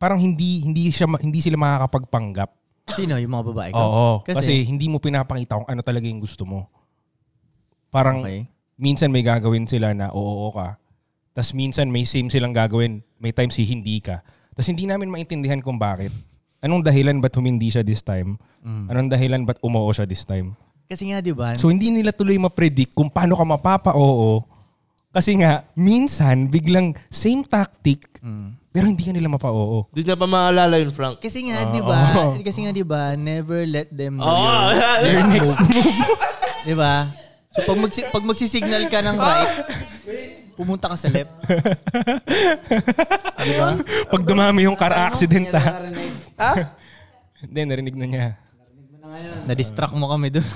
parang hindi hindi siya ma- hindi sila makakapagpanggap. Sino? Yung mga babae ko? Oo, kasi, Kasi- hindi mo pinapakita kung ano talaga yung gusto mo. Parang Okay. minsan may gagawin sila na oo, oo ka. Tapos minsan may same silang gagawin. May times si hindi ka. Tapos hindi namin maintindihan kung bakit. Anong dahilan ba't humindi siya this time? Anong dahilan ba't umoo siya this time? Kasi nga, di ba? So hindi nila tuloy ma-predict kung paano ka mapapa-oo. Kasi nga, minsan, biglang same tactic, pero hindi ka nila mapa-oo. Hindi niya pa maalala yun, Frank. kasi nga, di ba? Kasi nga, di ba? Never let them know Oh, your- their next move. di ba? So pag, magsi- pag magsisignal ka ng right, pumunta ka sa left. Di ba? Pag dumami yung car accident, ah. ha? Hindi, narinig na niya. Na-distract mo kami doon.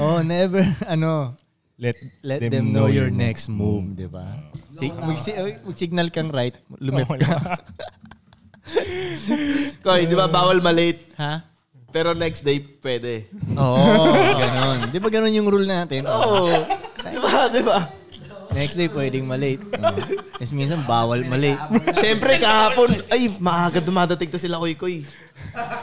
oh, never, ano, Let, let them, know, your next move, di ba? Sig- magsi- uh, mag-signal kang right, lumipat ka. Koy, eh, di ba bawal malate? ha? Pero next day, pwede. Oo, oh, ganun. Di ba ganun yung rule natin? Oo. Oh, di ba? Di ba? Next day, pwedeng malate. Oo. Kasi minsan, bawal malate. Siyempre, kahapon, ay, maaga dumadating to sila, Koy Koy.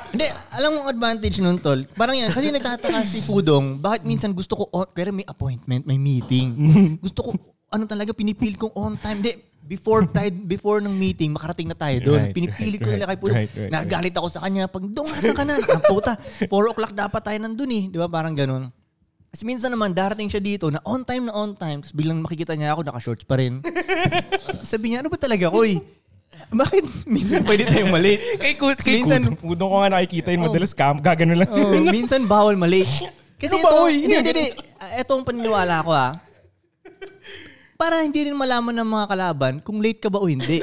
Hindi, alam mo ang advantage nun, tol. Parang yan, kasi nagtataka si Pudong, bakit minsan gusto ko, on, pero may appointment, may meeting. Gusto ko, ano talaga, pinipil kong on time. Hindi, before tayo, before ng meeting, makarating na tayo doon. Right, Pinipili right, ko nila right, kay Pudong. right, right, Nagalit ako sa kanya. Pag, dong, nasa ka na? Ang puta, 4 o'clock dapat tayo nandun eh. Di ba, parang ganun. Kasi minsan naman, darating siya dito na on time na on time. Tapos biglang makikita niya ako, naka-shorts pa rin. Sabi niya, ano ba talaga, koy? Bakit minsan pwede tayong malate? Kay, kay, kay minsan, Kudong- ko nga nakikita yun, madalas kam, gagano lang. Oo, Oh. minsan bawal mali. Kasi Ano ba, ito, oy? hindi, hindi, hindi. Ah, Ito ang paniniwala ko ah. Para hindi rin malaman ng mga kalaban kung late ka ba o hindi.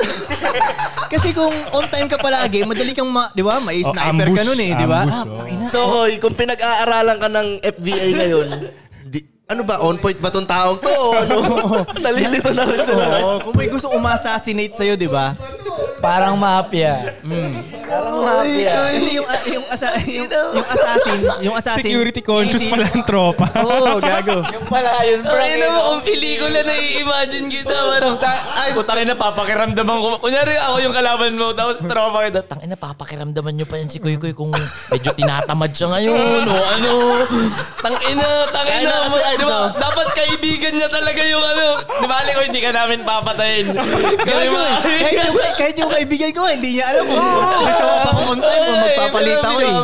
Kasi kung on time ka palagi, madali kang, ma, di ba, may sniper Oh, ambush, ka nun eh, di ba? ambush, Ah, oh. tangina. So, Koy, kung pinag-aaralan ka ng FBI ngayon, di, ano ba, on point ba tong taong to? O ano? Nalilito na rin sila. Oo, kung may gusto umassassinate sa'yo, di ba? Hmm. Parang mafia. Parang mafia. Kasi yung, ah, yung, asa, yung, yung assassin, yung assassin. Security conscious easy- pala ang tropa. Oo, gago. Pala yun, prank. Ay, mo, kung pelikula na i-imagine kita, ano? parang, putangin na papakiramdaman ko. Kunyari, ako yung kalaban mo, tapos tropa kita. Tangin na papakiramdaman nyo pa yan si Kuy Kuy kung medyo tinatamad siya ngayon, o ano. Tangin na, tangin Kaya na. na kasi, Ives, Di ba, oh. dapat kaibigan niya talaga yung ano. Di ba, Alikoy, hindi ka namin papatayin. Kasi Gago. mga- Kahit yung, kahit yung kaibigan ko, hindi niya alam kung show up ako on time kung magpapalit ako eh.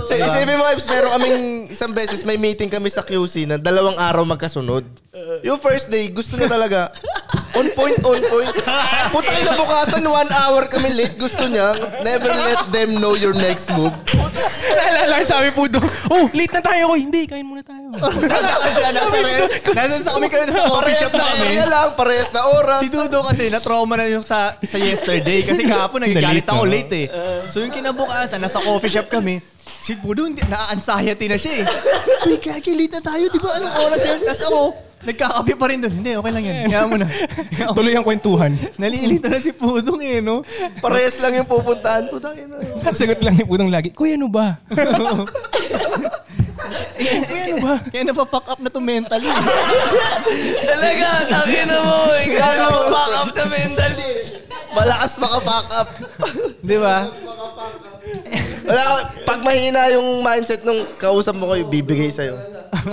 Sa, Diba? isipin mo, Ives, meron kaming isang beses may meeting kami sa QC na dalawang araw magkasunod. Yung first day, gusto niya talaga, on point, on point. Puta na bukasan, one hour kami late. Gusto niya, never let them know your next move. Naalala ko, sabi po doon, oh, late na tayo ko. Hindi, kain muna tayo. Tanda ka siya, nasa rin. Nasa sa kami kami sa coffee Parehas shop na namin. area lang, parehas na oras. Si Dudo kasi na-trauma na yung sa, sa yesterday kasi kahapon nagigalit Nalate, ako no? late eh. So yung kinabukasan, nasa coffee shop kami, si Dudo hindi- na-anxiety na siya eh. Uy, kaki late na tayo, di ba? Anong oras yun? Tapos ako, nagkakape pa rin doon. Hindi, okay lang yan. Kaya mo na. Tuloy ang kwentuhan. Nalilito na si Pudong eh, no? Parehas lang yung pupuntahan. Puta na. Ang sagot lang ni Pudong lagi, Kuya, ano ba? Kaya ano ba? Kaya napafuck up na to mentally. Talaga, tangin na mo. Ikaw na back up na mentally. Malakas makapack up. di ba? Wala, pag mahina yung mindset nung kausap mo ko, bibigay sa'yo.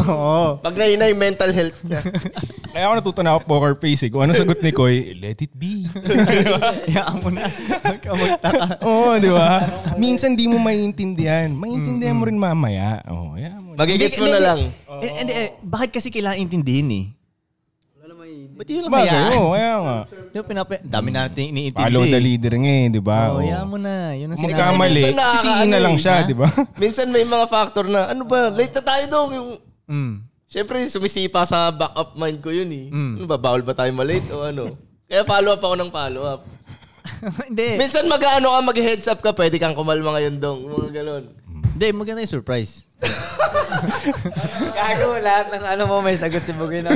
Oo. Pag nahina yung mental health niya. Kaya ako natuto na ako poker face eh. Kung ano sagot ni Koy, let it be. Hayaan mo na. Huwag ka magtaka. Oo, di ba? Minsan di mo maiintindihan. Maiintindihan mo rin mamaya. Oo, oh, mo. na. Magigits mo na lang. Eh, hindi, eh, bakit kasi kailangan intindihin eh? Ba't yun lang Bagay, hayaan? oo, kaya nga. Yung pinapa- dami natin iniintindi. Follow the leader nga eh, di ba? Oo, Oo. Oh, hayaan mo na. Yun ang Kung sinasabi. Kasi magkamali, minsan nakakaano sisihin na lang eh, siya, ha? di ba? Minsan may mga factor na, ano ba, late na tayo dong. Yung, Mm. Siyempre, sumisipa sa back up mind ko yun eh. Ano ba, bawal ba tayo malate o ano? Kaya follow up ako ng follow up. hindi. Minsan mag-ano ka, mag-heads up ka, pwede kang kumalma ngayon dong. Mga ganun. Hindi, maganda yung surprise. Gago, lahat ng ano mo may sagot si Bugoy na.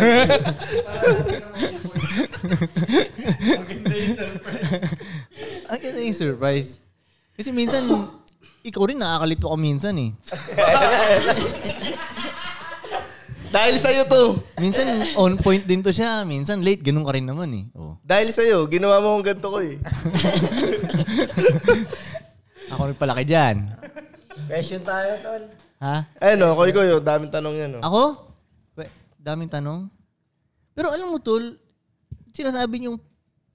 Ang ganda yung surprise. Kasi minsan, ikaw rin nakakalito ka minsan eh. Dahil sa'yo to. Minsan on point din to siya. Minsan late, ganun ka rin naman eh. Oo. Dahil sa'yo, ginawa mo akong ganito ko eh. Ako nagpalaki dyan. Question tayo, tol. Ha? Ano, koy koy, oh, daming tanong yan. Oh. Ako? We- Daming tanong. Pero alam mo, Tol, sinasabi niyong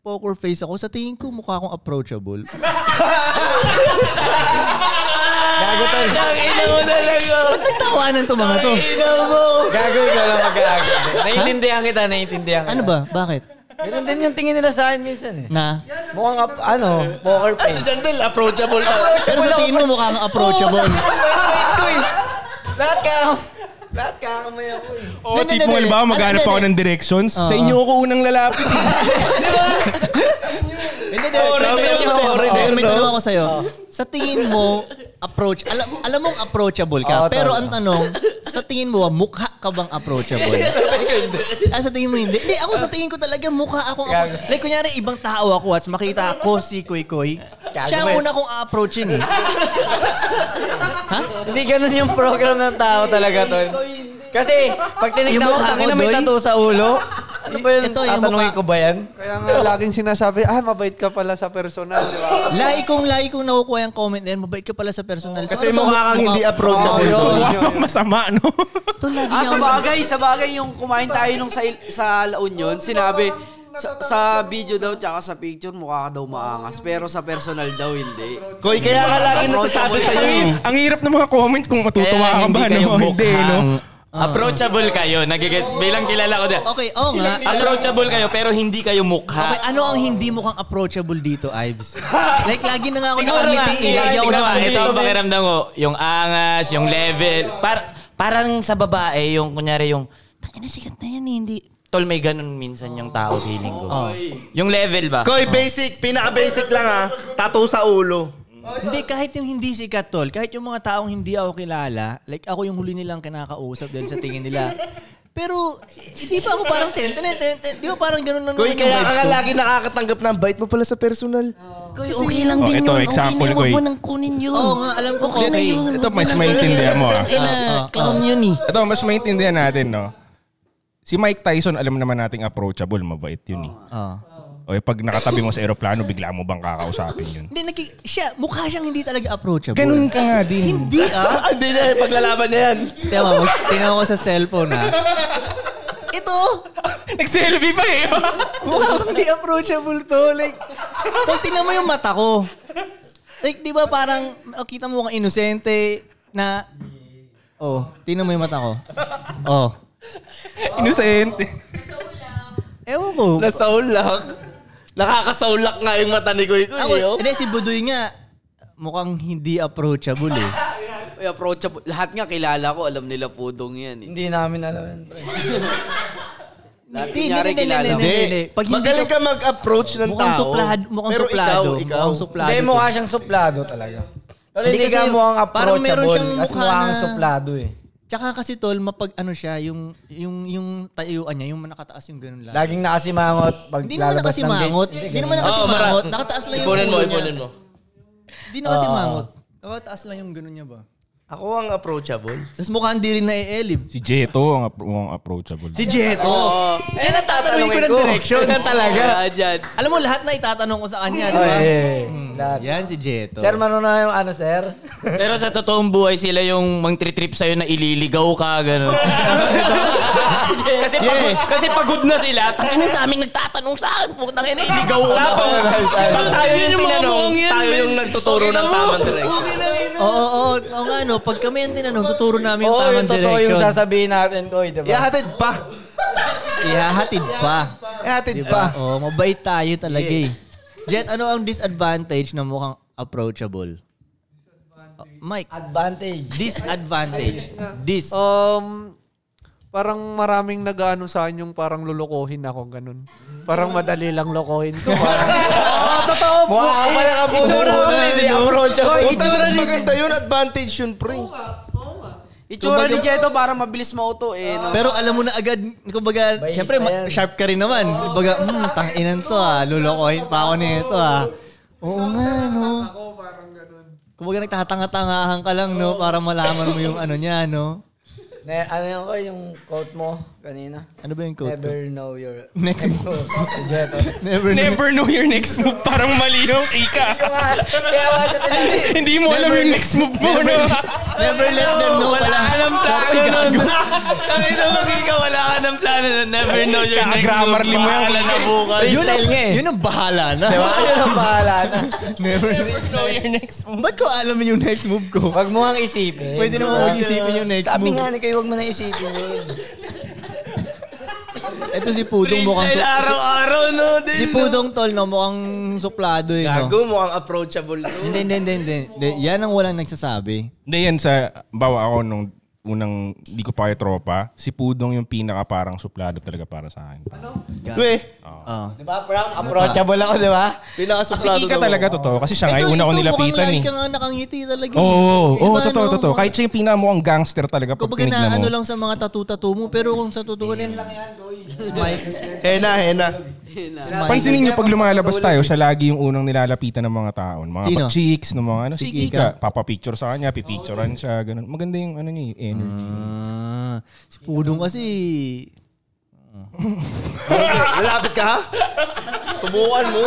poker face ako, sa tingin ko mukha akong approachable. Ah, Gago tayo. Ina mo na lang oh. Nagtawanan to mga to. Ina mo. Gago, ikaw lang mag-gago. Naiintindihan kita, naiintindihan kita. Ano ba? Bakit? Ganun din yung tingin nila sa akin minsan eh. Na? Mukhang up, ano, poker Ah, si face. Jandel, approachable pa. Pero sa tingin mo mukha kang approachable. Lahat ka, lahat ka kamay ako eh. Oo, Hindi, hindi, Oh, tipo, alam ba, hindi. maghanap Ano, ako hindi, ng directions. Sa Oo. inyo ako unang lalapit. eh. Hindi, hindi. Foreigner May tanong yun, ako. foreigner, Oo, May no? tanong ako sa'yo. Oh. Sa tingin mo, approach, alam, alam mong approachable ka, Oo, tama. pero ang tanong, sa tingin mo, mukha ka bang approachable? ah, sa tingin mo hindi? Hindi, ako sa tingin ko talaga mukha akong approachable. Like, kunyari, ibang tao ako at makita ako si Koy Koy. Siya ang ba? una kong approachin eh. Hindi ganun yung program ng tao talaga, tol. Kasi, pag Yung tinignan ko, mukha tangin ko, na may Doy. tattoo sa ulo. Ano ba yun? Ito, yung Tatanungin mukha. ko ba yan? Kaya nga laging sinasabi, ah, mabait ka pala sa personal, di ba? Lai kong lai kong nakukuha yung comment na yan, mabait ka pala sa personal. So, Kasi ano ba, mukha kang hindi approachable. Oo, so, yun. Wala pang masama, no? Ito, lagi Ah, niya sa ako- bagay, sa bagay yung kumain tayo nung sa, Il- sa La Union, sinabi, sa, sa video daw tsaka sa picture mukha ka daw maangas pero sa personal daw hindi. Koy, kaya ka lagi nasasabi sa'yo eh. Ang hirap ng mga comment kung matutuwa Kaya ka hindi ba, kayo no? Hindi, no? mukhang Ah. approachable kayo. Nagiget bilang kilala ko din. Okay, oo nga. Approachable kayo pero hindi kayo Okay, mukha. ano ang hindi mukhang approachable dito, Ives? like, lagi na nga ako Siguro nga, nakamiti. eh. Lagi ako tingnan mo, ito ang nakamiti. pakiramdam ko. Yung angas, yung level. Par parang sa babae, yung kunyari yung, tangina sikat na yan, eh, hindi. Tol, may ganun minsan yung tao feeling ko. Yung level ba? Koy, basic, pinaka-basic lang ah. Tattoo sa ulo. Hindi, kahit yung hindi sikat, tol. Kahit yung mga taong hindi ako kilala, like ako yung huli nilang kinakausap dahil sa tingin nila. Pero, hindi pa ako parang ten, ten, ten, ten. Di ba parang ganun na Koy, naman yung kaya vibes ka ko? lagi nakakatanggap ng bite mo pala sa personal. Koy, okay lang Oh, din ito, yun. example okay na, ko huwag eh. mo nang kunin yun. Oo nga, alam ko, Okay na okay. ah. yun. Ito, mas maintindihan mo, ah. Ina, clown yun eh. Ito, mas maintindihan natin, no? Si Mike Tyson, alam naman nating approachable, mabait yun eh. Oo. O eh, pag nakatabi mo sa eroplano, bigla mo bang kakausapin yun? Hindi, naki, siya, mukha siyang hindi talaga approachable. Ganun ka nga din. Hindi ah. Ah, hindi na eh, paglalaban niya yan. Tama, mag- tinaw ko sa cellphone ah. Ito, Nag-selfie pa eh. mukha akong hindi approachable to. Like, tol, tingnan mo yung mata ko. Like, di ba parang, oh, kita mo kang inosente na, oh, tingnan mo yung mata ko. Oh. Innocent. Ewan ko. Nasaulak. Nakakasaulak nga yung mata ni Koy Koy. Ako, eh, oh. hindi, si Budoy nga, mukhang hindi approachable eh. Ay, approachable. Lahat nga kilala ko, alam nila pudong yan eh. Hindi namin alam yan. pre. Lahat Hindi, kunyari hindi, hindi, kilala ko. hindi, hindi. Pag hindi Magaling ka- ka mag-approach ng Mukhang tao. suplado, mukhang pero suplado, ikaw, ikaw. mukhang suplado. Hindi, to. mukha siyang suplado talaga. Tol, Hindi hindi kasi ka mukhang parang meron approachable. siyang Kasi mukha mukha kang na- suplado eh. Tsaka kasi tol, mapag ano siya, yung, yung, yung tayuan niya, yung nakataas yung ganun lang. Laging nakasimangot pag Hindi naman lalabas ng gate. nakasimangot. Hindi naman nakasimangot. Nakataas lang yung Ipunin mo, ulo niya. ipunin mo. Hindi nakasimangot. Nakataas lang yung ganun niya ba? Ako ang approachable. Tapos mukhang hindi rin naielib. Si Jeto ang, appro- ang approachable. Si Jeto. Oo. Yan ang tatanungin ko ng directions. Yan talaga. Yan, yan. Alam mo, lahat na itatanong ko sa kanya, Diba? di ba? Eh, Lahat. Yan si Jeto. Sir, mano na Hmm. yung ano, sir? Pero sa totoong buhay, sila yung mangtritrip sa'yo na ililigaw ka, gano'n. kasi, pagod, kasi pagod na sila. Tangin ang daming nagtatanong sa akin. Putang ina, iligaw ko na to. Pag tayo yung tinanong, tayo yung nagtuturo ng tamang direction. Oo, oo, oo. Oo nga, no. Pag kami ang tinanong, tuturo namin yung Oo, tamang yung totoo yung direction. sasabihin natin, diba? Koy, di ba? Ihahatid pa. Ihahatid pa. Ihahatid Diba? pa. Oo, mabait tayo talaga eh. Jet, ano ang disadvantage na mukhang approachable? Oh, Mike, Advantage. disadvantage. Dis. Um, parang maraming nag-ano sa akin yung parang lulukohin ako, ganun. Parang madali lang lokohin ko. Parang, Mukha ka pala kabuhura mo na hindi approachable. Huwag tayo mas maganda yun. Advantage yun, pre. Itsura ni Jeto para mabilis mauto eh. No? Pero alam mo na agad, kumbaga, Bais syempre, na ma- yan. sharp ka rin naman. Kumbaga, hmm, tanginan to ah, lulokohin pa ako nito ah. Oo nga, no. Kumbaga, nagtatanga-tangahan ka lang, no, para malaman mo yung ano niya, no. Ne, ano yung, Koy, yung quote mo kanina? Ano ba yung code? Never know your... Next mo. Si Jeto. Never, never, Never know your next move. Parang mali yung ika. Kaya wala siya tinanong. Hindi mo alam yung next move mo. No? never let them know pala. alam plano nun. Tangin na magigaw, wala ka ng plano nun. Never know your next Grammarly mo yan. na bukas. Yun ang, yun ang bahala na. Diba? Yun ang bahala na. eh. Never, know your next move. Ba't ko alam yung next move ko? Huwag mo ang isipin. Diba? Pwede naman huwag isipin yung next Sabi move. nga ni kayo, huwag mo na isipin yun. Ito si Pudong mukhang... Freestyle su- araw-araw, no? Din, Si Pudong tol, no? Mukhang suplado eh, no? Gago, mukhang approachable to. Hindi, hindi, hindi, hindi. Hindi, Yan ang walang nagsasabi. Hindi yan sa, bawa ako nung unang di ko pa kayo tropa, si Pudong yung pinaka parang suplado talaga para sa akin. Oh. Di ba, Frank? Approachable ako, di ba? Ah, Si Ika talaga totoo kasi siya nga yung una ko nilapitan eh. Ikaw nga nakangiti talaga. Oo, oo, Iba, oo, totoo, no? totoo. Kahit siya yung pinamukhang gangster talaga pag Kumbaga na tinignan ano mo. lang sa mga tattoo-tattoo mo, pero kung sa tutuunin... Smile. Hena, hena. ano Pansinin niyo pag lumalabas tayo, siya lagi yung unang nilalapitan ng mga taon. Mga Sino? pag-cheeks, ng mga ano. Si Si Kika. Papapicture sa kanya, pipicturean siya, ganun. Maganda yung ano niya, eh, energy. Ah, si Pudong kasi... Malapit ka, ha? Subukan mo.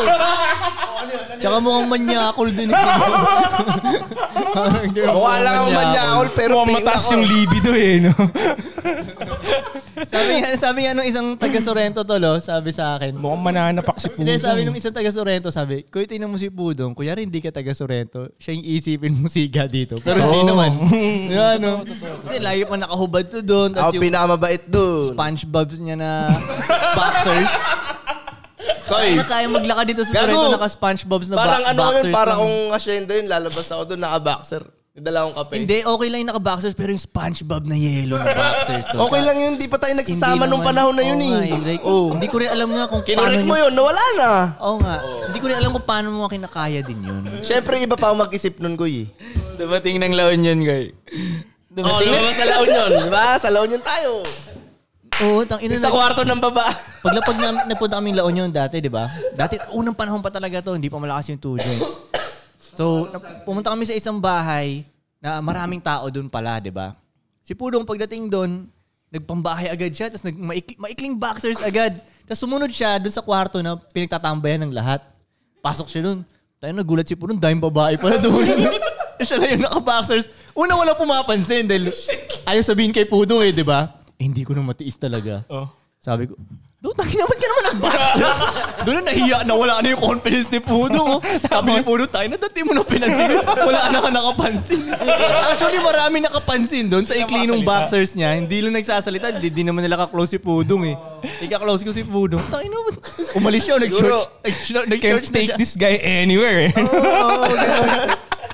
Tsaka mukhang manyakol din. eh. Parang ganun, Mukha mukhang lang ang manyakol, pero Mukhang pink mataas ako. yung libido eh, no? Sabi nga, sabi nga nung isang taga Sorrento to, lo, sabi sa akin. Mukhang mananapak si Pudong. Hindi, sabi nung isang taga Sorrento, sabi, kuya, tingnan mo si Pudong, kuya rin hindi ka taga Sorrento, siya yung iisipin mo siga dito. Pero hindi naman. Yan, ano? Hindi, lagi pa nakahubad to doon. Ako Tapos yung pinakamabait dun. SpongeBob's niya na boxers. Koy, Ano kaya maglakad dito sa Gago. Sorrento, naka SpongeBob's na parang ba- ano yun, boxers. para lang. kung asyenda yun, lalabas ako dun, naka-boxer. Yung dalawang kape. Hindi, okay lang yung naka-boxers, pero yung SpongeBob na yellow na boxers to. Okay lang yun, di pa tayo nagsasama nung naman- panahon na yun Oo nga, eh. like, Oh. Hindi ko rin alam nga kung Kinurek mo yun, nawala na. Oo nga. Hindi ko rin alam kung paano mo nga kinakaya din yun. Siyempre, iba pa ako mag-isip nun, Kuy. eh. Dumating ng laon yun, guy. Diba? Oo, Dumating lumabas sa La Union. Di ba? Diba? Sa La Union tayo. Oo, tang ina Sa na. kwarto ng baba. Paglapag na, napunta kaming La Union dati, di ba? Dati, unang panahon pa talaga to, hindi pa malakas yung two joints. So, na- pumunta kami sa isang bahay na maraming tao doon pala, di ba? Si Pudong pagdating doon, nagpambahay agad siya, tapos nag, maikli- maikling boxers agad. Tapos sumunod siya doon sa kwarto na pinagtatambayan ng lahat. Pasok siya doon. Tayo nagulat si Pudong, dahil babae pala doon. siya lang yung naka-boxers. Una wala pumapansin dahil ayaw sabihin kay Pudong eh, di ba? Eh, hindi ko na matiis talaga. Sabi ko, doon, tangin naman ka naman nag-boxers. doon na nahiya, nawala na yung confidence ni Pudo. Sabi ni Pudo, tayo na dati mo na pinansin. Wala na ka nakapansin. Actually, marami nakapansin doon sa ikli nung boxers niya. Hindi lang nagsasalita, di, di naman nila ka-close si Pudong eh. Ika-close ko si Pudong. Tayo na, umalis siya, nag-church. nag-church- Can't Nag-church na take siya. this guy anywhere.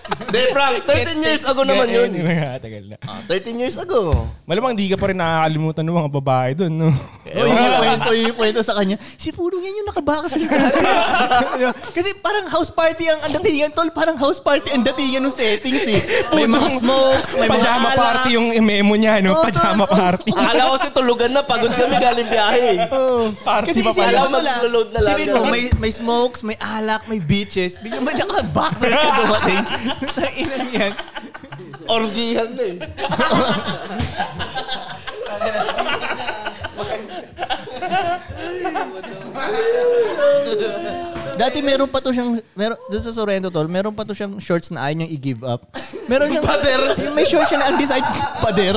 Hindi, Frank. 13 years ago naman yun. Anywhere, ha, tagal na. 13 years ago. Malamang di ka pa rin nakakalimutan ng mga babae doon, no? Oh, yun yung kwento, yun yung kwento sa kanya. Si Pudong yan yung nakaboxers dati. Ano, Kasi parang house party ang, ang datingan, tol. Parang house party ang datingan ng settings eh. May mga smokes, may mga Pajama alak. party yung memo niya, no? Oo, Pajama tol. party. Akala ko si tulugan na. Pagod kami galing biyahe. eh. Oo. Party Kasi pa pala. isipin mo lang, Mag-load na lang isipin mo, yan. may, may smokes, may alak, may beaches. Bigyan mo naka-boxers ka dumating. Tainan yan. Orgihan na eh. Dati meron pa to siyang, meron, doon sa Sorrento tol, meron pa to siyang shorts na ayaw niyang i-give up. Meron siyang, Pader. Yung may shorts siya na ang design pader.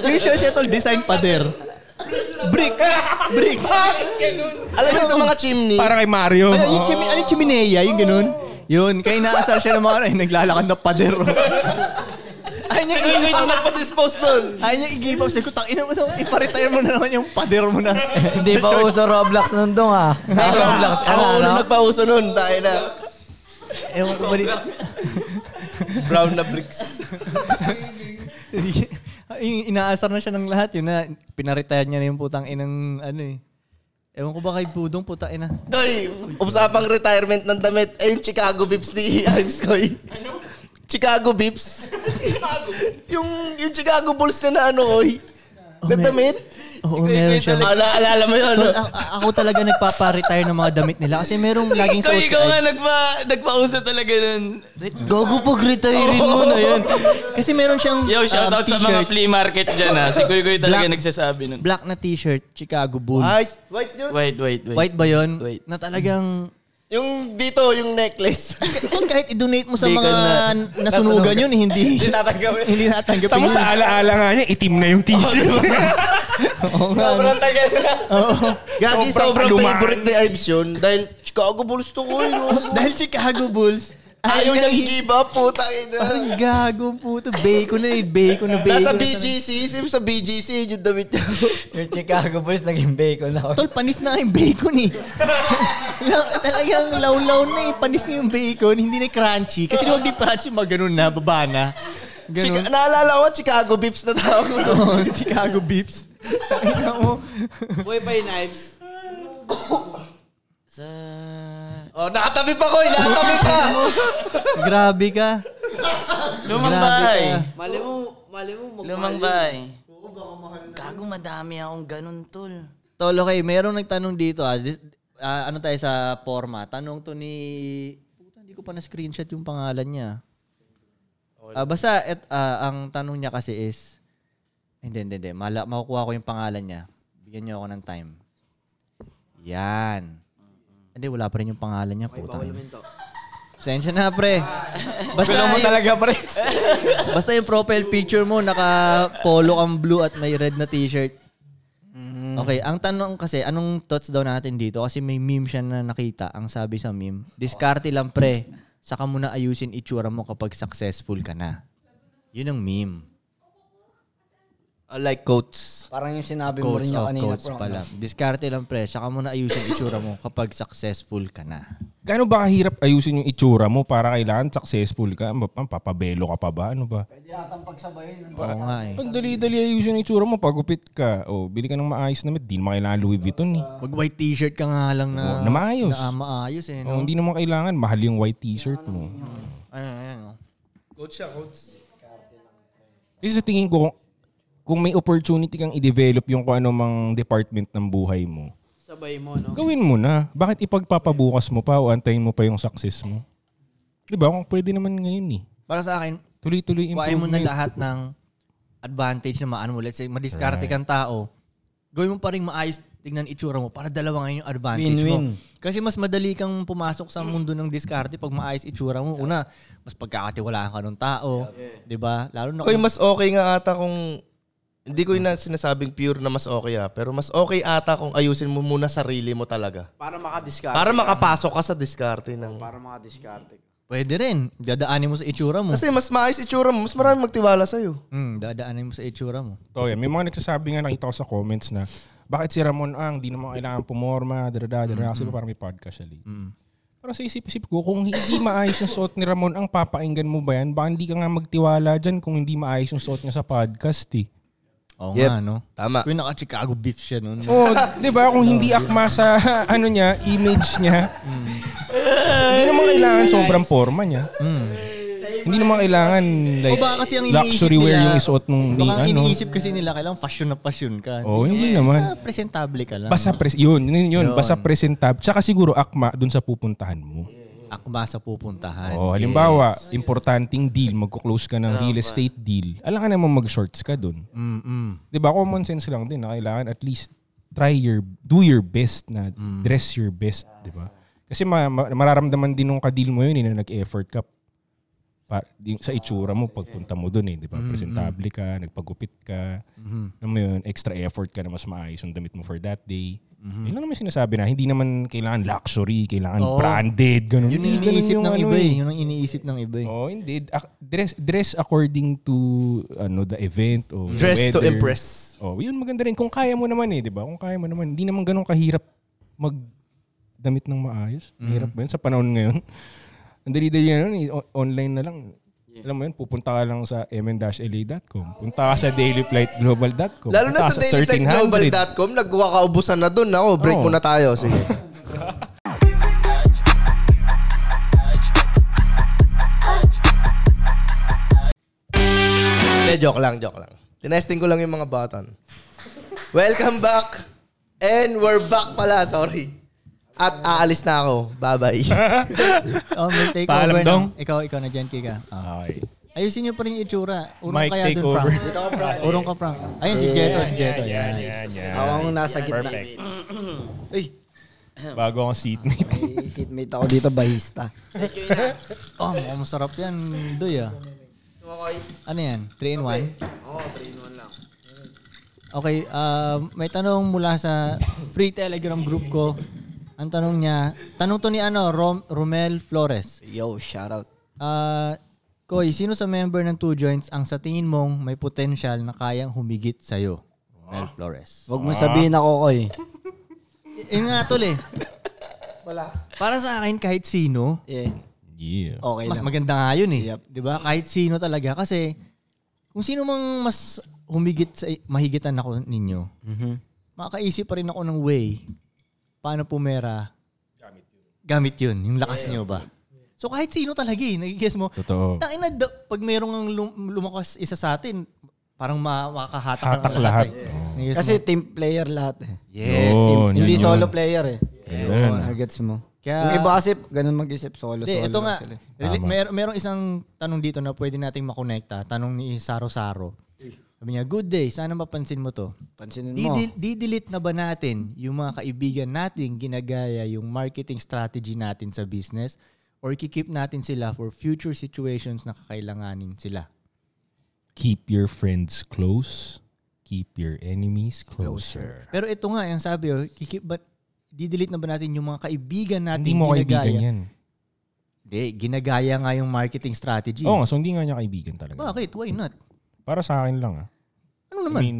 Yung shorts niya tol, design pader. Brick. Brick. Alam mo sa mga chimney, Para kay Mario. Ano Oh. yung, chimi, ano yung chiminea, yung ganun. Yun, kaya inaasar siya ng mga ano, eh, naglalakad na pader. Ayaw niya hindi i-give ito up. nagpa-dispose doon. Ayaw niya i-give up. Sabi ko, tangina mo, sa- iparetire mo na naman yung pader mo na. Hindi pa uso Roblox nandun ah. Roblox ano, ka Ako na, ulo no? nagpauso nun, tayo na. Ewan ko ba dito. Brown na bricks. yung inaasar na siya ng lahat yun na pinaretire niya na yung putang inang ano eh. Ewan ko ba kay Budong putang ina. Doy, usapang retirement ng damit. Eh, yung Chicago Bips ni Ives Koy. Ano? Chicago Bips. yung, yung Chicago Bulls na na ano, oy. na may- damit. Oo, meron siya. Ah, naalala mo yun, no? Tol, a- a- ako talaga nagpapa-retire ng mga damit nila kasi merong laging Ikaw, suit si ikaw nga Ives. nagpa, nagpausa talaga nun. Gogo pag retirein mo na yan. Kasi meron siyang Yo, um, shoutout sa mga t-shirt. flea market dyan ha. Si Kuy Kuy talaga Black- nagsasabi nun. black na t-shirt, Chicago Bulls. White. White yun. Wait, wait, wait. White ba yun? Wait. Na talagang... Yung dito, yung necklace. Tol, kahit i-donate mo sa Bacon mga nasunugan yun, hindi Hindi tatanggapin. hindi natanggapin Tapos yun. sa alaala nga niya, itim na yung t-shirt. Oo nga. Sobrang tagal na. Oo. Gagi, Sobrang sobrang kalumaan. favorite ni Ives yun. Dahil Chicago Bulls to ko yun. Dahil Chicago Bulls, Ayaw niyang niyang- i-give up, puta ina. Ang gagong puto. Bacon na eh. Bacon na bacon. Nasa na BGC, sino sa BGC yun yung damit niya. Yung Chicago Bulls naging bacon ako. talaga. Tol, panis na nga yung bacon eh. La- talagang law-law na eh. Panis na yung bacon. Hindi na crunchy. Kasi huwag di crunchy, mag ganun na, baba na. Chica- Ganun. naalala ko, Chicago Bips na tawag ko. Oo, Chicago beefs. Tangina mo. Boy pa yung knives. Sa... Oh, nakatabi pa ko, nakatabi pa. Grabe ka. Lumang Grabe bahay. ka. Mali mo, mali mo. magmahal Lumang yun. bahay. Oo, baka mahal Gago, madami akong ganun, tol. Tol, okay. Mayroong nagtanong dito. Ah. This- ah, ano tayo sa forma? Tanong to ni... Puta, hindi ko pa na-screenshot yung pangalan niya. Ah, basta, et, ah, ang tanong niya kasi is... Hindi, hindi, hindi. Mala, makukuha ko yung pangalan niya. Bigyan niyo ako ng time. Yan. Hindi, wala pa rin yung pangalan niya. Puta. Sensya na, pre. Basta, mo talaga, pre. basta yung profile picture mo, naka-polo kang blue at may red na t-shirt. Okay, ang tanong kasi, anong thoughts daw natin dito? Kasi may meme siya na nakita. Ang sabi sa meme, diskarte lang pre. Saka mo na ayusin itsura mo kapag successful ka na. Yun ang meme. I like coats. Parang yung sinabi mo Coach rin yung of kanina. coach pala. Diskarte lang pre. Saka mo na ayusin itsura mo kapag successful ka na. Gaano ba kahirap ayusin yung itsura mo para kailangan successful ka? Ma- ma- Papabelo ka pa ba? Ano ba? Oo nga eh. Ang dali-dali ayusin yung itsura mo, pagupit ka. O, bili ka ng maayos na damit. Di naman kailangan Louis Vuitton eh. Mag white t-shirt ka nga lang na, Oo, na maayos. na, ah, maayos eh. O, No? Oh, hindi naman kailangan. Mahal yung white t-shirt mo. Ayan, ayan. oh. Kasi sa tingin ko, kung may opportunity kang i-develop yung kung ano mang department ng buhay mo, Sabay mo, no? gawin mo na. Bakit ipagpapabukas mo pa o antayin mo pa yung success mo? Di ba? Kung pwede naman ngayon eh. Para sa akin, Tuloy-tuloy Kuhain mo na improvement. lahat ng advantage na maano mo. Let's say, madiskarte kang tao. Gawin mo pa rin maayos tignan itsura mo para dalawa ngayon yung advantage mo. Kasi mas madali kang pumasok sa mundo ng diskarte pag maayos itsura mo. Una, mas pagkakatiwalaan ka ng tao. Di ba? Lalo na Koy, kung... mas okay nga ata kung... Hindi ko na sinasabing pure na mas okay ah. Pero mas okay ata kung ayusin mo muna sarili mo talaga. Para makadiskarte. Para makapasok ka sa diskarte ng... para makadiskarte. Pwede rin. Dadaanin mo sa itsura mo. Kasi mas maayos itsura mo, mas marami magtiwala sa'yo. Hmm, dadaanin mo sa itsura mo. Toya, may mga nagsasabi nga nakita ko sa comments na bakit si Ramon Ang di naman kailangan pumorma, darada, darada, kasi parang may podcast siya late. Parang sa isip-isip ko, kung hindi maayos yung suot ni Ramon Ang, papainggan mo ba yan? Baka hindi ka nga magtiwala dyan kung hindi maayos yung suot niya sa podcast eh. Oo Yep. nga, no? Tama. Kung naka-Chicago beef siya nun. Oh, 'di ba? Kung hindi akma sa ano niya, image niya. hindi naman kailangan sobrang forma niya. Hindi naman kailangan like o baka kasi ang iniisip luxury wear nila, yung isuot nung ni baka ang ano. iniisip kasi nila, kailangan fashion na fashion ka. Oh, hindi ka- naman. Basta presentable ka lang. Basta pres yun, yun, yun, basta presentab. Tsaka siguro akma dun sa pupuntahan mo. akma sa pupuntahan. Oh, halimbawa, importanteng deal, magko-close ka ng real estate deal. Alam ka naman mag-shorts ka dun. Mm-mm. 'Di ba? Common sense lang din na kailangan at least try your do your best na Mm. dress your best, 'di ba? Kasi ma- ma- mararamdaman din nung kadil mo 'yun eh, na nag-effort ka pa, di- sa itsura mo pagpunta mo doon eh, 'di ba? Presentable ka, nagpagupit ka. Mm-hmm. Alam mo 'yun, extra effort ka na mas maayos ang damit mo for that day. Yun lang naman sinasabi na hindi naman kailangan luxury, kailangan Mm-hmm. Oo. branded, ganun. Yun ang Hindi ganun iniisip yung ng ano iba eh. eh. Yun ang iniisip ng iba eh. Oh, indeed. Ac- dress dress according to ano the event o the Dress to weather. impress. Oh, yun maganda rin kung kaya mo naman eh, 'di ba? Kung kaya mo naman, hindi naman ganoon kahirap magdamit ng maayos. Hirap ba yun sa panahon ngayon? Ang dali-dali na nun, eh, o- online na lang. Alam mo yun, pupunta ka lang sa mn-la.com. Punta ka sa dailyflightglobal.com. Lalo na sa punta ka 1300. dailyflightglobal.com, nagkakaubusan na dun. Ako, break Oo. muna tayo. Sige. Hindi, joke lang, joke lang. Tinesting ko lang yung mga button. Welcome back! And we're back pala, sorry. At aalis na ako. Bye-bye. Oh, may take Paalam, over Dong. na. Ikaw, ikaw na dyan, Kika. Ah. Okay. Ayusin niyo pa rin yung itsura. Urong Mic kaya dun, takeover. Frank. Urong ka, Frank. Ayun, si Jeto, si Jeto. Yan, Yan, yan. Ako ang nasa gitna. Perfect. Bago akong seatmate. May seatmate ako dito, bahista. Oh, mukhang masarap yan, Doy ah. Ano yan? 3 in 1? Oo, 3 in 1 lang. Okay, ah, may tanong mula sa free telegram group ko. Ang tanong niya, tanong to ni ano, Rom, Romel Flores. Yo, shout out. Ah, Koy, sino sa member ng Two Joints ang sa tingin mong may potensyal na kayang humigit sa'yo? Romel Ah. Flores. Huwag Ah. mo sabihin ako, Koy. Y- Yun nga tol eh. Wala. Para sa akin kahit sino, Yeah. Yeah. Okay mas lang. maganda nga yun eh. Yep. 'Di ba? Kahit sino talaga kasi kung sino mang mas humigit sa mahigitan ako ninyo. Mm-hmm. Makakaisip pa rin ako ng way paano pumera gamit yun. Yung lakas niyo ba? So kahit sino talaga eh, nagigess mo. Totoo. Tangina, da- pag merong ang lum- lumakas isa sa atin, parang ma- makakahatak ka ng Hatak lahat. eh. Nagigets Kasi mo. team player lahat eh. yes. Yun, Hindi yun, solo yun. player eh. Ayun. Oh, gets mo. Kaya- Yung iba kasi, ganun mag-isip solo-solo. Hindi, ito nga. sila. Rel- Tama. mer- merong isang tanong dito na pwede nating makonekta. Tanong ni Saro Saro. Sabi niya, good day, sana mapansin mo to. Pansinin mo. Didi- Didelete na ba natin yung mga kaibigan natin ginagaya yung marketing strategy natin sa business or kikip natin sila for future situations na kakailanganin sila? Keep your friends close. Keep your enemies closer. Pero ito nga, yung sabi, oh, kikip ba, didelete na ba natin yung mga kaibigan natin Hindi mo ginagaya? kaibigan yan. Hindi, ginagaya nga yung marketing strategy. Oo nga, so hindi nga niya kaibigan talaga. Bakit? Why not? Para sa akin lang ah. Ano I naman? mean,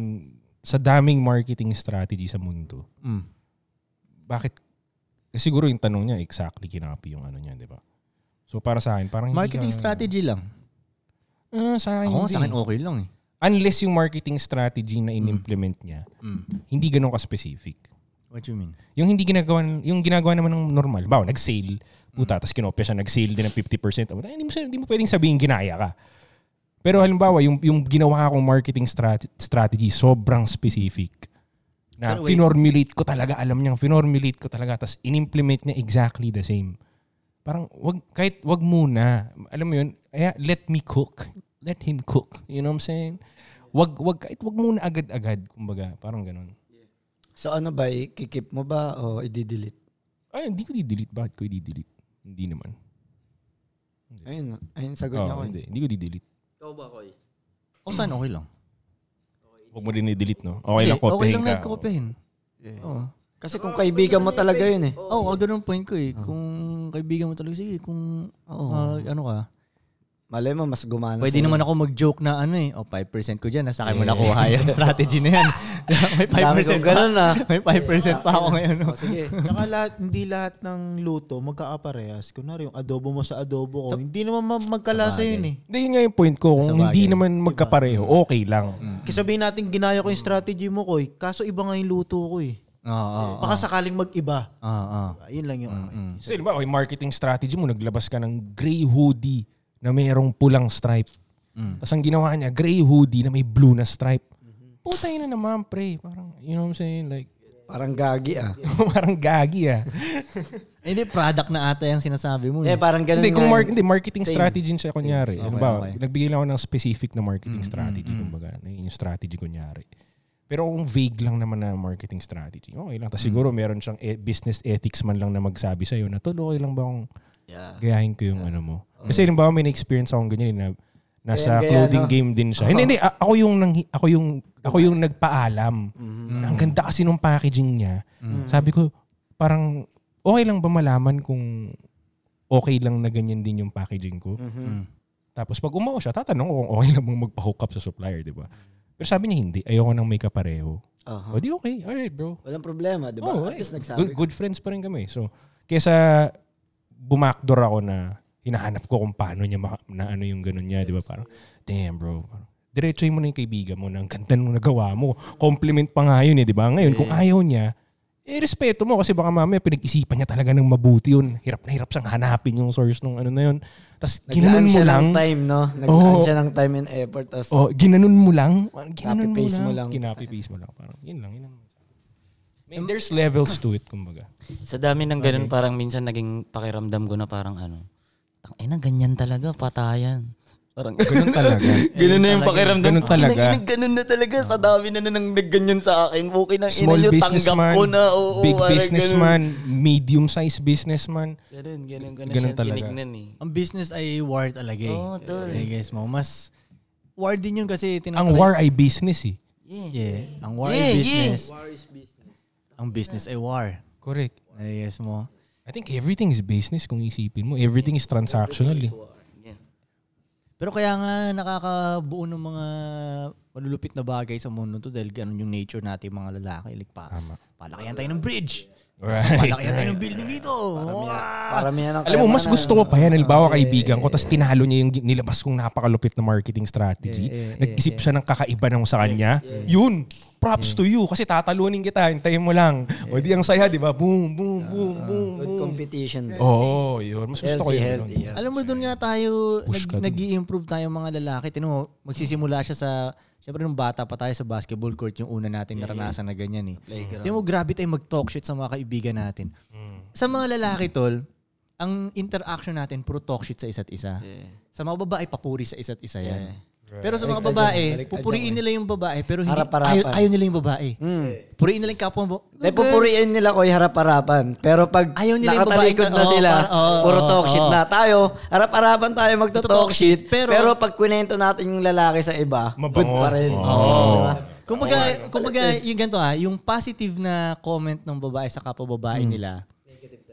sa daming marketing strategy sa mundo, Mm. bakit? Kasi siguro yung tanong niya, exactly kinapi yung ano niya, di ba? So para sa akin, parang hindi Marketing ka- strategy lang. Ah, sa akin, Ako, hindi. sa akin okay lang eh. Unless yung marketing strategy na in-implement niya, Mm. hindi ganun ka-specific. What you mean? Yung hindi ginagawa, yung ginagawa naman ng normal. Bawa, nag-sale. Puta, Mm. tas kinopya siya, nag-sale din ng 50%. Ay, hindi, mo, siya- hindi mo pwedeng sabihin ginaya ka. Pero halimbawa, yung, yung ginawa akong marketing strat- strategy, sobrang specific. Na Pero wait. finormulate ko talaga, alam niya, finormulate ko talaga, tas inimplement niya exactly the same. Parang, wag, kahit wag muna, alam mo yun, kaya let me cook. Let him cook. You know what I'm saying? Wag, wag, kahit wag muna agad-agad. Kumbaga, parang ganun. So ano ba, ikikip mo ba o i-delete? Ay, hindi ko di-delete. Bakit ko i-delete? Hindi naman. Ayun, ayun sagot niya Oo, ko. Oh, eh. hindi. Hindi ko di-delete. Ikaw ba, Koy? O saan Oh, okay lang? Huwag mo rin i-delete, no? Okay lang, Hindi, kopyahin okay lang ka. na kopyahin. Oo. Kasi kung kaibigan mo talaga yun eh. Oh, oh, ganun point ko eh. Kung kaibigan mo talaga, sige, kung ah, ano ka. Malay mo, mas gumana sa'yo. Pwede naman ako mag-joke na ano eh. O, oh, 5% ko dyan. Nasa akin mo nakuha yung strategy na yan. May 5% kong pa. ganun, ah. May 5% pa ako ngayon. no? Oh, sige. Tsaka lahat, hindi lahat ng luto magkaaparehas. Kunwari yung adobo mo sa adobo ko, hindi naman ma- magkalasa yun eh. Hindi, yun nga yung point ko. Kung Sabagay. hindi naman magkapareho, Diba? okay lang. Mm. Kasi sabihin natin, ginaya ko yung strategy mo ko eh. Kaso iba nga yung luto ko eh. Ah, Oo, oo, Baka sakaling mag-iba. oo, oo. Ah, Yun lang yung Mm, akin. So, di ba, okay, marketing strategy mo, naglabas ka ng gray hoodie na mayroong pulang stripe. Mm. Tapos ang ginawa niya, Mm-hmm. gray hoodie na may blue na stripe. Putay na naman, pre. Parang, you know what I'm saying? Like, Parang gagi ah. parang gagi ah. Hindi, product na ata yung sinasabi mo. Eh, Eh, parang ganun hindi, kung nga. mar- hindi, marketing Same. strategy siya kunyari. Same. ano Okay, ba? okay. Mm, Nagbigay lang ako ng specific na marketing strategy. Kumbaga, ano yung strategy kunyari. Pero kung vague lang naman na marketing strategy, okay lang. Tapos Mm. siguro meron siyang e- business ethics man lang na magsabi sa'yo na, tol, okay lang ba kung gayahin ko yung ano mo? Kasi halimbawa may na-experience akong ganyan eh, na nasa Gaya-gaya, clothing no? game din siya. Hindi, hindi. a- Ako yung, nang, ako yung, ako yung nagpaalam. Na Ang ganda kasi nung packaging niya. Sabi ko, parang okay lang ba malaman kung okay lang na ganyan din yung packaging ko? Tapos pag umuo siya, tatanong ko kung okay lang bang magpa-hook up sa supplier, di ba? Pero sabi niya hindi, ayoko nang may kapareho. Aha. O di okay, alright bro. Walang problema, di ba? Oo, Diba? At least eh. nagsabi. good, good friends pa rin kami. So, kesa bumakdor ako na hinahanap ko kung paano niya ma- na ano yung ganun niya, di ba? Parang, damn bro. Parang, Diretsoy mo na yung kaibigan mo na ang ganda nung nagawa mo. Compliment pa nga yun eh, di ba? Ngayon, kung ayaw niya, eh, respeto mo kasi baka mamaya pinag-isipan niya talaga ng mabuti yun. Hirap na hirap siyang hanapin yung source nung ano na yun. Tapos ginanon Naglaan mo siya lang. ng time, no? Naglaan Oo. siya ng time and effort. Tapos, Oh, ginanon mo lang. Parang Ginanon Copy-paste mo mo lang. lang. Kinapi-paste mo lang. Parang, yun lang, yun lang. May- There's levels to it, kumbaga. Sa dami ng ganun, parang minsan naging pakiramdam ko na parang ano, tang ina, ganyan talaga, patayan. Parang Ganun talaga. Ganun na yung pakiramdam. Ganun talaga. Ganun, ganun na talaga. Sa dami na na nang nagganyan sa akin. Okay na, ina Small nyo, tanggap businessman, ko na. Oo, big parang businessman, medium-sized businessman. Ganun, ganun, ganun, ganun, Ganun siya talaga. tinignan eh. ang business ay war talaga eh. Oo, Oh, tol. Eh, guys mo. Mas war din yun kasi tinatry. Ang war ay business eh. Yeah. Ang war Yeah, yeah. ay business. Ang business ay war. Correct. Eh, guys mo. I think everything is business kung isipin mo. Everything is transactional eh. Pero kaya nga nakakabuo ng mga malulupit na bagay sa mundo to dahil ganun yung nature natin mga lalaki. Like, pa, palakihan tayo ng bridge. Right. Palakihan tayo ng building dito. paramihan ng Alam mo, kaya mas na- gusto ko pa yan. Halimbawa, kaibigan ko, tapos tinalo niya yung nilabas kong napakalupit na marketing strategy. Nag-isip siya ng kakaiba ng sa kanya. Yun! Props to you kasi tatalunin kita, hintayin mo lang. O di ang saya, di ba? Boom, boom, boom, boom, Ah, Good boom. competition. bro. Oo, yun. Mas gusto ko Healthy, yun. healthy. yeah. Alam mo, doon nga tayo, Push ka dun. nag, i improve tayo mga lalaki. Tinan mo, magsisimula siya sa, syempre nung bata pa tayo sa basketball court, yung una natin naranasan na ganyan eh. Tinan mo, grabe tayo mag-talk shit sa mga kaibigan natin. Mm. Sa mga lalaki, tol, ang interaction natin, puro talk shit sa isa't isa. Sa mga babae, papuri sa isa't isa yan. Pero sa mga babae, pupuriin nila yung babae, pero hindi, Harap-harapan. ayaw, ayaw nila yung babae. Mm. Puriin nila yung kapwa mo. Dahil pupuriin nila ko yung harap-harapan. Pero pag Ayaw nila yung nakatalikod babaeng- na oo, sila, para- oo, puro oo, talk shit oo. na. Tayo, harap-harapan tayo magto-talk Magto-talk shit. shit, pero- Pero, pag kwento natin yung lalaki sa iba, good Mabango. pa rin. Oo. Diba? Kumbaga, kumbaga yung ganito ha, yung positive na comment ng babae sa kapwa babae nila,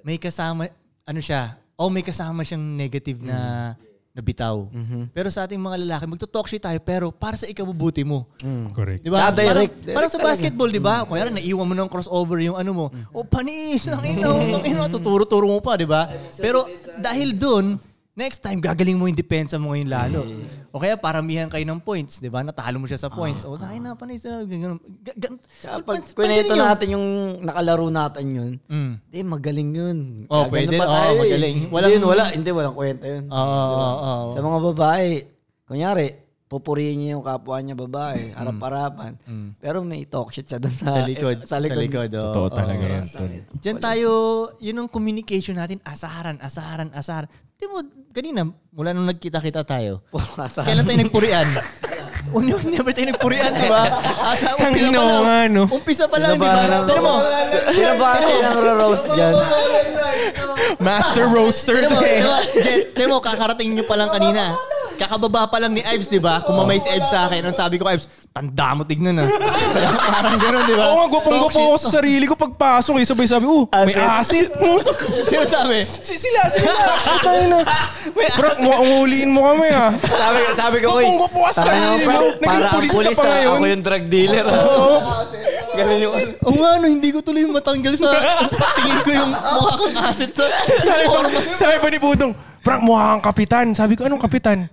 may kasama, ano siya, o may kasama siyang negative na na bitaw. Pero sa ating mga lalaki, magto-talk shit tayo pero para sa ikabubuti mo. Correct. Di Ah, ba? direct. Mm. Parang, parang sa basketball, di ba? Kaya naiwan mo ng crossover yung ano mo. O panis, ang Mm. ina, ang ina, tuturo-turo mo pa, di ba? Pero dahil dun, next time, gagaling mo yung depensa mo ngayon lalo. Mm. O kaya paramihan kayo ng points, di ba? Natalo mo siya sa points. O, dahil na, panis na. ganun. Ga- gan- Ah. Tsaka pag Pans- kwento pansinin nyo. natin yung nakalaro natin yun, Mm. Hindi, magaling yun. Oh, Gagano pwede. pa Oo, tayo eh. magaling. Walang- Hindi, yun, wala. Hindi, walang kwenta yun. Oo, oo, oo. Sa mga babae, kunyari, pupurihin niya yung kapwa niya babae, harap-harapan. Pero may talk shit siya doon Mm. Sa likod. sa likod. oo, Totoo oo. talaga yan. tol. Diyan tayo, yun ang communication natin, asaran, asaran, asaran. Di mo, kanina, mula nung nagkita-kita tayo, Puro nasa- Kailan tayo nagpurian? Unyo, never tayo nagpurian, di ba? Asa, umpisa pa Tangina lang. ko nga, no? Umpisa pa lang, di ba? Sinabahan ng- Pero mo, Sinabahan sila ng rose dyan. Master roaster. pero mo, din. pero mo, Jet, pero mo, kakarating nyo pa lang kanina. Kakababa pa lang ni Ives, di ba? Kumamay si Ives sa akin. Ang sabi ko, Ives, tanda mo, tignan na. Parang gano'n, di ba? Oh, Oo nga, gwapang-gwapo ako sa sarili ko pagpasok. Eh, sabay-sabi, oh, may acid. Sino sabi? sila, sila. Tayo na. eh. Bro, umuuliin mo kami ah. sabi, sabi ko, uy, Gwapang-gwapo ka sa tara na, pa- sarili mo. Naging para ang pulis ka pulis pa ah, ngayon. Ako yung drug dealer. Ganun yung ano. Oo nga, no, hindi ko tuloy matanggal sa tingin ko yung mukha kong asset sa... Sabi pa, sabi pa ni Budong, Frank, mukha kang kapitan. Sabi ko, anong kapitan?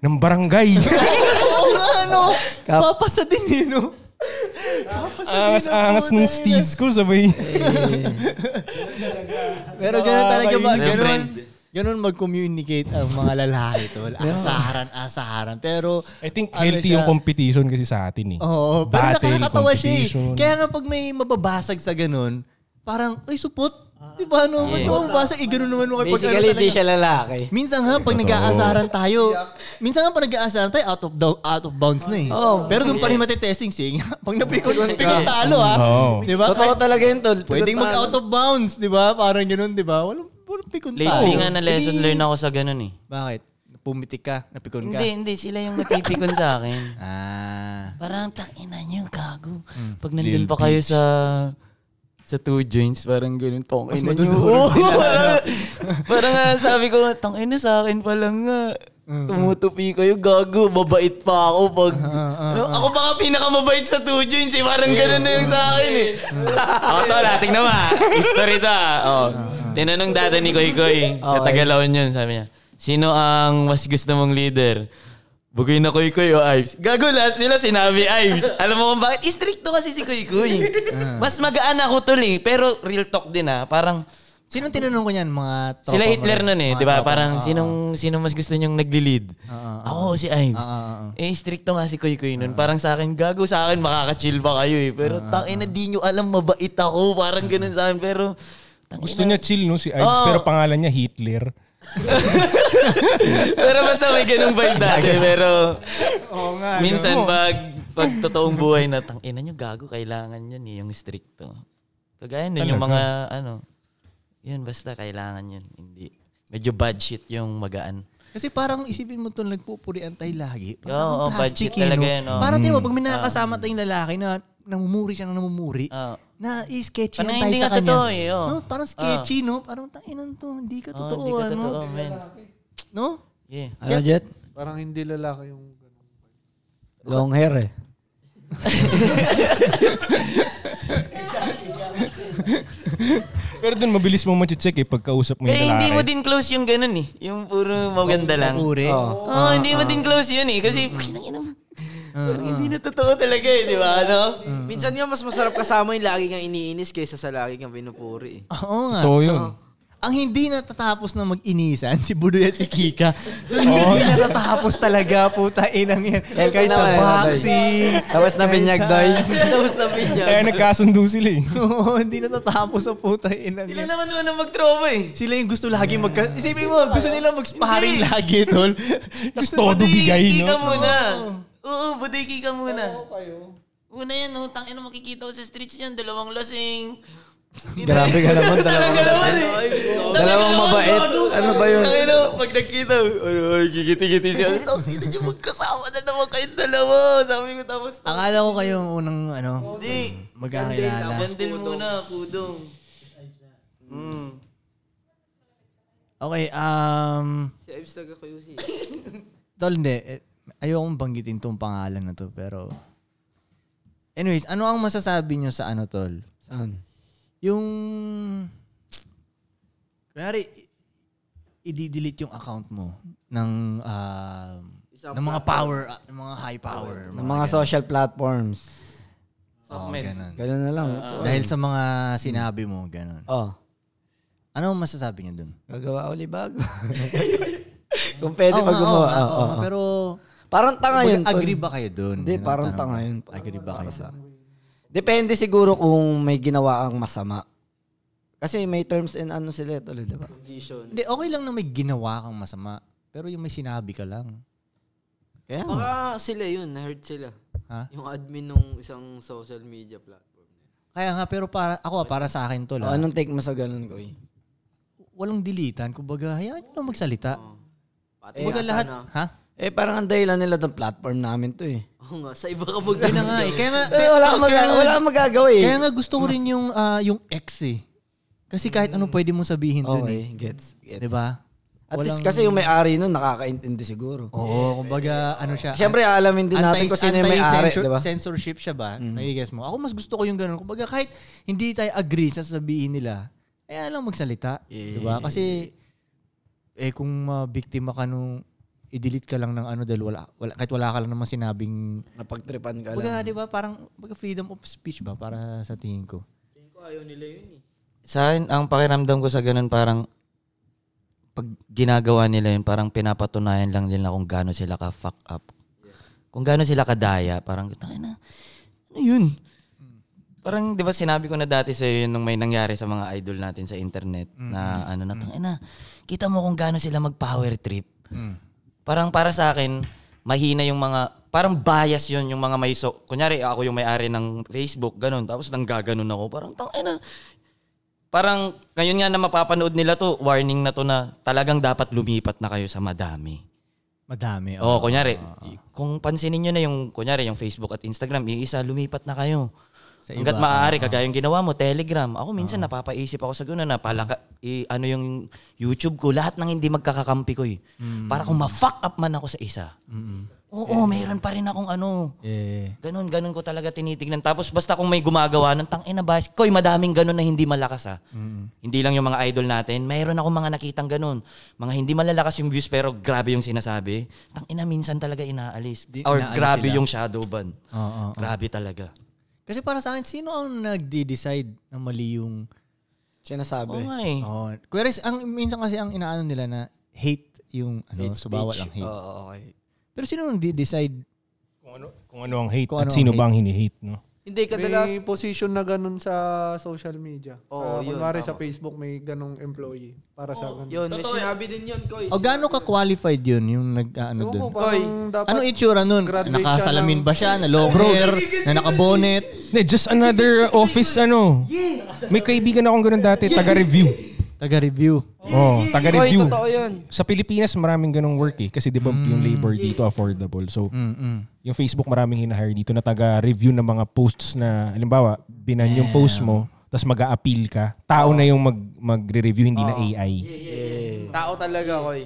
Ng barangay. Oo nga, no. Papasa din, eh, no? Angas-angas ng steez ko, sabay. Pero ganun talaga ba? Ganun, Ganun. friend. ganun mag-communicate ang mga lalaki, tol. Asaharan, asaharan. Pero, I think ano healthy siya- yung competition kasi sa atin eh. Oo, pero Battle, nakakatawa siya eh. competition. Kaya nga pag may mababasag sa ganun, parang, ay, supot. Di ba, ano? Ba't ka mababasag? Eh, ganun naman mo kayo. Pag ano Basically, talaga. di siya lalaki. Minsan nga, pag nag-aasaran tayo, minsan nga pag nag-aasaran tayo, out of, dou- out of bounds na eh. Pero doon pa rin matitesting, sige nga. Pag napikon, napikon talo ha. Oo. Di ba? Totoo Kahit- talaga yun, tol. Pwedeng mag-out of bounds, di ba? Parang ganun, di ba? Walang, walang pikon talo. Lately nga na lesson Hindi. learn ako sa ganun eh. Bakit? Pumitik ka, napikon ka. Hindi, hindi. Sila yung natipikon sa akin. Ah. Parang tangina nyo, gago. Hmm. Pag nandun pa kayo sa sa two joints, parang ganun, tangina nyo. Oo, parang, parang nga sabi ko, tangina sa akin pa lang nga. Mm-hmm. Tumutupi kayo, gago. Mabait pa ako pag... Ano, ako pa nga pinakamabait sa two joints eh. Parang ganun na yung sa akin eh. Ako to, lating na ba? History to ah. Oh. Tinanong data ni Koy Koy sa Tagalaon yun, sabi niya. Sino ang mas gusto mong leader? Bugoy na Kuy Kuy o Ives. Gago lahat sila sinabi Ives. Alam mo kung bakit? Istrikto kasi si Kuy Kuy. Ah. Mas magaan ako tol eh. Pero real talk din ah. Parang Sinong tinanong ko niyan? Mga tropa sila mo Hitler rin? nun eh. Mga Di ba? tropa mo. Parang Ah, sinong, sino mas gusto niyong nagli-lead? Ako si Ives. ah, Eh, stricto nga si Kuy Kuy nun. Parang sa akin, gago sa akin, makaka-chill ba kayo eh. Ah, Pero tangin na di nyo alam, mabait ako. Parang ganun sa akin. Pero, tangina. Gusto niya chill no si Ives Oo. pero pangalan niya Hitler. pero basta may ganung vibe dati. Pero, minsan pag, pag totoong buhay na, tang ina nyo, gago, kailangan yun eh, yung stricto. Kagaya nun, yung mga, ano, yun, basta kailangan yun. Hindi. Medyo bad shit yung magaan. Kasi parang isipin mo ito, nagpupurian tayo lagi. Oo, oo, Parang plastic budget eh, talaga no? yan, oo. Parang tinan mo, pag um, may nakakasama tayong lalaki na namumuri siya ng namumuri, Oo. na i-sketchy Ah. Parang lang tayo sa hindi nga kanya. totoo eh, oo. no, parang sketchy, no? Parang tanginan to, hindi ka Oo, totoo, hindi ka ano? totoo, man. No? Yeah. Ano, Jet? Parang hindi lalaki yung ganun. Long hair eh. Pero dun mabilis mo ma-check eh pagkausap mo yung Kaya lalaki. hindi mo din close yung ganun eh. Yung puro maganda lang. Puri. Oo, hindi mo din close yun eh. Kasi, "Pukinang ina mo." Parang hindi na totoo talaga eh, di ba? Ano? Mm. Minsan nga mas masarap kasama yung lagi kang iniinis kaysa sa lagi kang pinupuri. eh. Oo nga. Totoo yun. Ang hindi natatapos na mag-inisan, si Budoy at si Kika. Yung hindi natatapos talaga, puta inang yan. Kahit sa naman, eh, Budoy. boxing. Tapos na kahit binyag, sa- Doy. Tapos na binyag. Kaya nagkasundo sila eh. Oo, hindi natatapos ang puta inang Sila yan. naman naman mag-trauma eh. Sila yung gusto lagi magka... Isipin mo, gusto nila mag-sparring Hindi. lagi, tol. Tapos todo Buti, bigay, Kika no? muna. Oo, buti kika muna. Una yan, oh, tangin na makikita ko sa streets yan, dalawang lasing. Grabe ka naman Dalawang talaga. galawan eh. Dalawang mabait. Ano ba yun? Tangin na, pag nakita, ay, ay, kikiti-kiti siya. Tangin na yung magkasama na naman kayong dalawa. Sabi ko tapos, tangin. Akala ko kayong unang, ano, Hindi. magkakilala. Bandil muna, pudong. Mm. Okay, um... Si Ives taga kayo si. Tol, hindi. Eh, Ayokong banggitin tong pangalan na to, pero... Anyways, ano ang masasabi nyo sa ano, Tol? Saan? Yung... Kunyari, i- i-delete yung account mo ng, ah, ng mga power, ah, ng mga high power. Ng mga social platforms. Oh, ganun. Ganun na lang. Dahil sa mga sinabi mo, ganun. Oh, Ano ang masasabi nyo dun? gagawa uli bago. Kung pwede Oo pag nga, gumawa. oo nga, oo, oo oo. nga, Pero, Parang tanga yun. tol. agree ba kayo dun? Hindi, Yun ang parang tanong tanga ko. yun. Agree ba kayo? Para sa- Depende siguro kung may ginawa ang masama. Kasi may terms and ano sila ito, di ba? Condition. Hindi, okay lang na may ginawa kang masama. Pero yung may sinabi ka lang. Kaya nga. Baka sila yun, na-hurt sila. Ha? Yung admin nung isang social media platform. Kaya nga, pero para, ako ah, para sa akin to Oh, lang. anong take mo sa ganun, Koy? Walang dilitan. Kumbaga, hayaan nyo lang magsalita. Pati Kumbaga nga lahat, sana. ha? Eh, parang ang dahilan nila ng platform namin to eh. Oo nga, sa iba Yun ka na magdala. nga eh. Kaya nga, Eh, kaya, wala kang kaya maga- nga- wala kang magagawa eh. kaya nga gusto ko rin yung, ah, yung ex eh. Kasi kahit ano pwede mong sabihin Mm. dun Okay, eh. gets. gets. Diba? At least kasi yung may-ari nun nakakaintindi siguro. Oo, kumbaga, ano siya. Siyempre, alamin din natin anti- kung sino yung may-ari, diba? anti-censor- di ba? Mm. Censorship siya ba? Nagigets mo? Ako mas gusto ko yung ganun. Kumbaga kahit hindi tayo agree sa sabihin nila, eh alam magsalita. Di ba? Kasi eh kung mabiktima ka nung i-delete ka lang ng ano dahil wala, wala kahit wala ka lang namang sinabing Napagtripan ka lang. Kumbaga, di ba parang kumbaga freedom of speech ba para sa tingin ko. Sa akin, ang pakiramdam ko sa ganun parang pag ginagawa nila yun, parang pinapatunayan lang nila kung gaano sila ka-fuck up. Kung gaano sila kadaya, parang, "Tangina, ano yun? Parang, di ba sinabi ko na dati sa'yo yun nung may nangyari sa mga idol natin sa internet na ano na, tangina, kita mo kung gaano sila mag-power trip. Parang para sa akin, mahina yung mga, parang bias yun yung mga may, so, kunyari ako yung may-ari ng Facebook, ganun, tapos nang gaganon ako, parang tangina. Parang ngayon nga na mapapanood nila to, warning na to na talagang dapat lumipat na kayo sa madami. Madami. Oo, kunyari, kung pansinin nyo na yung, kunyari, yung Facebook at Instagram, iisa, lumipat na kayo. Sa Hanggat iba, Ah. maaari, oo. kagayong ginawa mo, Telegram. Ako minsan napapaisip ako sa gano'n na palaka, i- ano yung YouTube ko, lahat ng hindi magkakakampi ko eh. Mm. Para kung ma-fuck up man ako sa isa. Oo, mayroon pa rin akong ano. Yeah. Ganun, ganun ko talaga tinitignan. Tapos basta kung may gumagawa ng tang ina ba, koy, madaming ganun na hindi malakas ah. Hindi lang yung mga idol natin. Mayroon ako mga nakitang ganun. Mga hindi malalakas yung views pero grabe yung sinasabi. Tang ina minsan talaga inaalis. Or inaalis grabe sila. yung shadow ban. Oo, oo, oo. Grabe talaga. Kasi para sa akin, sino ang nagde-decide na mali yung... Sinasabi. Oo nga eh. Oo. Whereas, Oh. ang, minsan kasi ang inaano nila na hate yung ano, Hate so bawal speech. ang hate. Oo, okay. Pero sino ang decide Kung ano, kung ano ang hate Kung ano at ang sino hate. ba ang hini-hate, no? Hindi, May kadalas- position na ganun sa social media. Oo, Ah, yun, Kunwari tama. sa Facebook, may ganung employee para sa ganun. Yun, may sinabi din yun, Koy. O gaano ka-qualified yun yung nag-ano Ewan dun? ko, parang ano dapat Anong itsura nun? graduate Nakasalamin siya ng- ba siya? Na long hair? na nakabonet? Nee, just another office ano. May kaibigan akong ganun dati, taga-review. Taga-review. Oh, taga-review. Koy, totoo yun. Sa Pilipinas, maraming ganung work eh. Kasi di ba yung labor dito affordable. So, yung Facebook maraming hinahire dito na taga-review ng mga posts na, halimbawa, binan yung post mo, tapos mag appeal ka. Tao na yung mag, magre-review, hindi na AI. Tao talaga, Koy.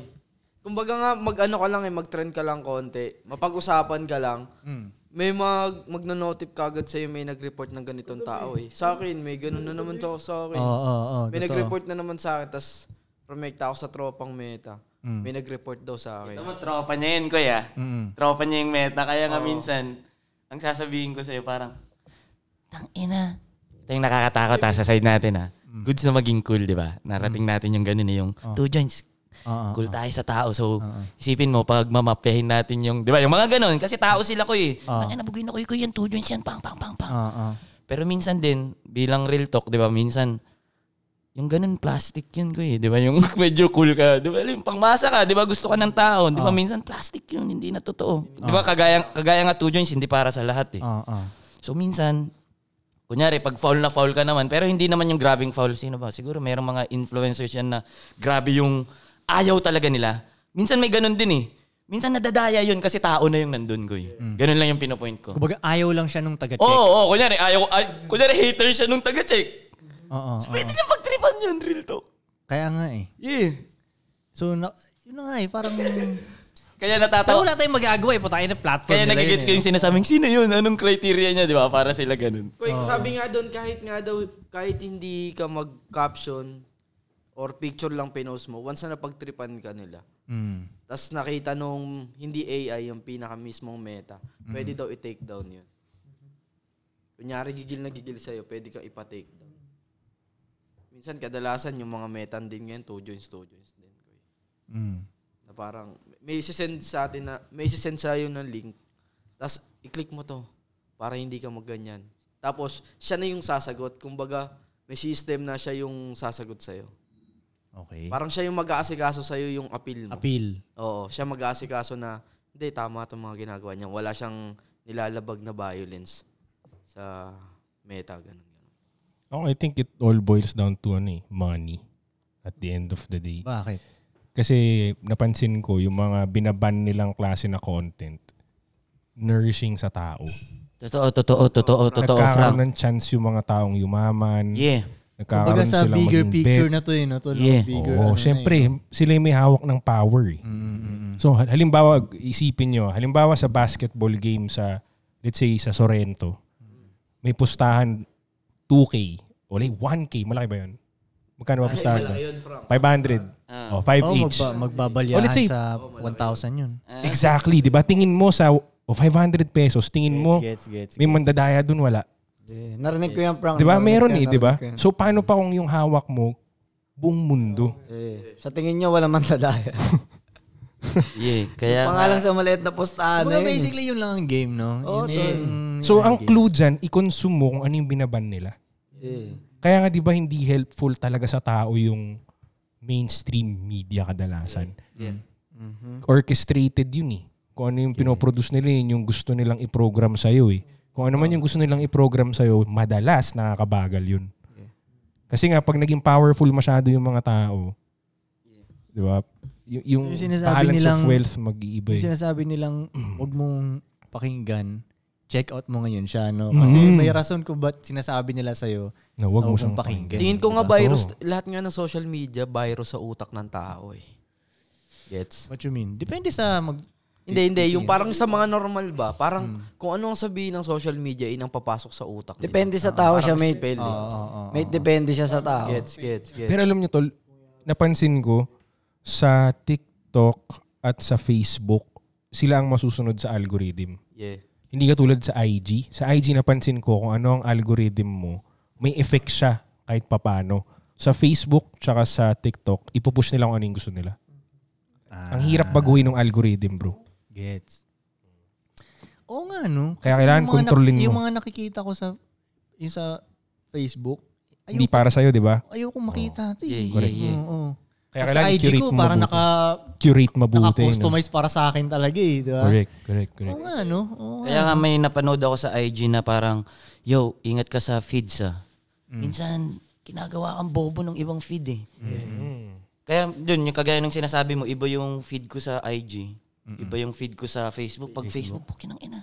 Kumbaga nga, mag-ano ka lang eh, mag-trend ka lang konti. Mapag-usapan ka lang. Hmm. May mag magno-notif kagad sa'yo may nag-report ng ganitong tao eh. Sa akin, may ganun na naman to sa akin. Oo, oo, oo, may totoo. nag-report na naman sa akin, tas promekta ako sa tropang meta. Mm. May nag-report daw sa akin. Tama, tropa niya yun, kuya. Mm. Tropa niya yung meta. Kaya nga Oo. minsan, ang sasabihin ko sa'yo parang, Tang ina. Ito yung nakakatakot ha, sa side natin ha. Mm. Goods na maging cool, di ba? Narating natin yung ganun eh, yung two joints. Oo, cool tayo sa tao. So, isipin mo, pag mamapehin natin yung, di ba, yung mga ganun. Kasi tao sila ko eh. Oo. Tang ina, bugoy na ko yung two joints yan, pang, pang, pang, pang. Oo, oo. Pero minsan din, bilang real talk, di ba, minsan, yung ganun plastic yun ko eh. Di ba? Yung medyo cool ka. Di ba? Yung pangmasa ka. Di ba? Gusto ka ng tao. Di Ah. ba? Minsan plastic yun. Hindi na totoo. Di ba? Kagaya, kagaya nga two joints, hindi para sa lahat eh. Oo, oo. So minsan, kunyari, pag foul na foul ka naman, pero hindi naman yung grabing foul. Sino ba? Siguro mayroong mga influencers yan na grabe yung ayaw talaga nila. Minsan may ganun din eh. Minsan nadadaya yun kasi tao na yung nandun ko eh. Ganun lang yung pinopoint ko. Kumbaga, ayaw lang siya nung taga-check. Oo, oh, kunyari, ayaw, ay, kunyari hater siya nung taga-check. Oo, oo. Pwede niya pagtripan yun, real talk. Kaya nga eh. Yeah. So, na, yun na nga eh, parang... Kaya Pero natatawa. wala tayong magagawa eh, putangin na platform Kaya nila nagigets yun ko eh. yung sinasabing, sino yun? Anong criteria niya, di ba? Para sila ganun. Koy, sabi nga doon, kahit nga daw, kahit hindi ka mag-caption or picture lang pinost mo, once na napagtripan ka nila, Mm. Tapos nakita nung hindi AI yung pinaka mismong meta, pwede daw i-take down yun. Kunyari gigil na gigil sa'yo, pwede kang ipa-take down. Minsan kadalasan yung mga meta din ngayon, two joints, two joints din. Mm. Na parang may sisend sa atin na, may sisend sa'yo ng link, tapos i-click mo to para hindi ka magganyan. Tapos siya na yung sasagot. Kumbaga, may system na siya yung sasagot sa'yo. Okay. Parang siya yung mag-aasikaso sa'yo yung appeal mo. Appeal. Oo, siya mag-aasikaso na, hindi, tama itong mga ginagawa niya. Wala siyang nilalabag na violence sa meta. Ganun. Oh, I think it all boils down to ano eh, money at the end of the day. Bakit? Kasi napansin ko yung mga binaban nilang klase na content nourishing sa tao. Totoo, totoo, totoo, totoo, Nagkakaroon Frank. ng chance yung mga taong yumaman. Yeah. Nagkakaroon Kumbaga sa silang bigger maging picture bet. na to eh, no? To, no? Yeah. Bigger, Oo, ano na syempre, eh. sila yung may hawak ng power. eh. So hal- halimbawa, isipin nyo, halimbawa sa basketball game sa, let's say, sa Sorrento, may pustahan 2K, o like 1K, malaki ba yun? Magkano ba Ay, pustahan? malaki doon? yun, Frank. 500. Ah. Oh, 5 Oo, each. magba, Oh, magbabalyahan let's say- sa 1,000 yun. Exactly, di ba? Tingin mo sa oh, 500 pesos, tingin mo Gets, gets, gets. may mandadaya dun wala. Narinig ko yung prank. Di Narinig ba? Diba? Meron ko yan, eh, di ba? narinig ko yan. So paano pa kung yung hawak mo Buong mundo. Eh, sa tingin nyo, wala man nadaya. Yeah, Kaya kaya Pangalang sa maliit na postahan na Kumbaga yun. basically yun lang ang game, no? Oo, Yun tol. yung- So ang clue dyan, i-consume mo kung ano yung binaban nila. Eh. Kaya nga 'di ba hindi helpful talaga sa tao yung mainstream media kadalasan. Yeah. Orchestrated yun eh. Kung ano yung pinoproduce nila, yun yung gusto nilang i-program sa'yo eh. Kung ano man yung gusto nilang i-program sa'yo, madalas nakakabagal yun. Kasi nga, pag naging powerful masyado yung mga tao, di ba? Y- yung, Yung sinasabi balance nilang, of wealth mag-iiba eh. Yung sinasabi nilang, huwag mong pakinggan, check out mo ngayon siya, no? Kasi Mm. may rason kung ba't sinasabi nila sa'yo Na wag mo mong Diba? siyang pakinggan. Tingin Tingin ko nga virus, lahat nga ng social media, virus sa utak ng tao eh. Gets? What you mean? Depende sa mag... Hindi, hindi. Yung parang sa mga normal ba? Parang kung anong sabihin ng social media, inang papasok sa utak nila. Depende sa tao siya, Parang mate. spell eh. Mate, depende siya sa tao. Gets, gets, gets. Pero alam niyo tol, napansin ko sa TikTok at sa Facebook, sila ang masusunod sa algorithm. Yeah. Hindi katulad sa IG. Sa IG napansin ko kung ano ang algorithm mo, may effect siya kahit papano. Sa Facebook tsaka sa TikTok, ipupush nila kung ano yung gusto nila. Ah. Ang hirap baguhin ng algorithm, bro. Gets. Oo nga, no? Kaya kailangan yung mga nak- kontrolin mo. Yung mga nakikita ko sa, yung sa Facebook, Hindi para sa'yo, di ba? ayoko makita. ito eh. Yeah, Correct. yeah, yeah. Oo, oo. Kaya Pag kailangan sa IG i-curate ko, mo parang mabuti. naka, Curate mabuti. no? naka-customize para sa akin talaga eh, di ba? Correct, correct, correct. Ano Oo nga, no? Oo Kaya nga may napanood ako sa IG na parang, yo, ingat ka sa feeds ah. Minsan, ginagawa kang bobo ng ibang feed eh. Kaya dun, yung kagaya ng sinasabi mo, iba yung feed ko sa IG. Iba yung feed ko sa Facebook. Pag Facebook, pukin ang ina.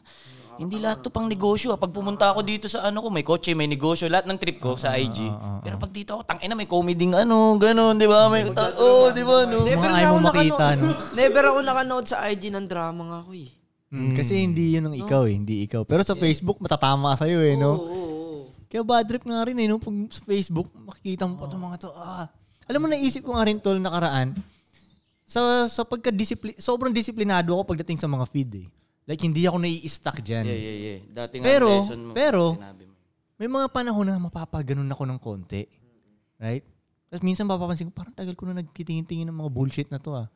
Hindi lahat to pang negosyo. ah. Pag pumunta ako dito sa ano ko, may kotse, may negosyo, lahat ng trip ko sa IG. Pero pag dito ako, tangina, may comedy ng ano, ganun, di ba? May, ta- oh, di ba? No? Mga na ayaw mo ako makita, no? nakano- Never ako nakanood sa IG ng drama nga ako eh. Hmm. Mm, Kasi hindi yun ang ikaw eh, hindi ikaw. Pero sa Facebook, matatama sa'yo eh, no? Oo, oo, oo. Kaya bad trip nga rin eh, no? Pag sa Facebook, makikita mo pa itong mga to. Ah. Alam mo, naisip ko nga rin tol nakaraan, sa, sa pagka-discipline, sobrang disiplinado ako pagdating sa mga feed eh. Like, hindi ako nai-stuck dyan. Yeah, yeah, yeah. Dati nga Pero- lesson mo, pero- sinabi mo. May mga panahon na mapapaganon ako ng konti. Right? Tapos minsan papapansin ko, parang tagal ko na nagtitingin-tingin ng mga bullshit na to ah.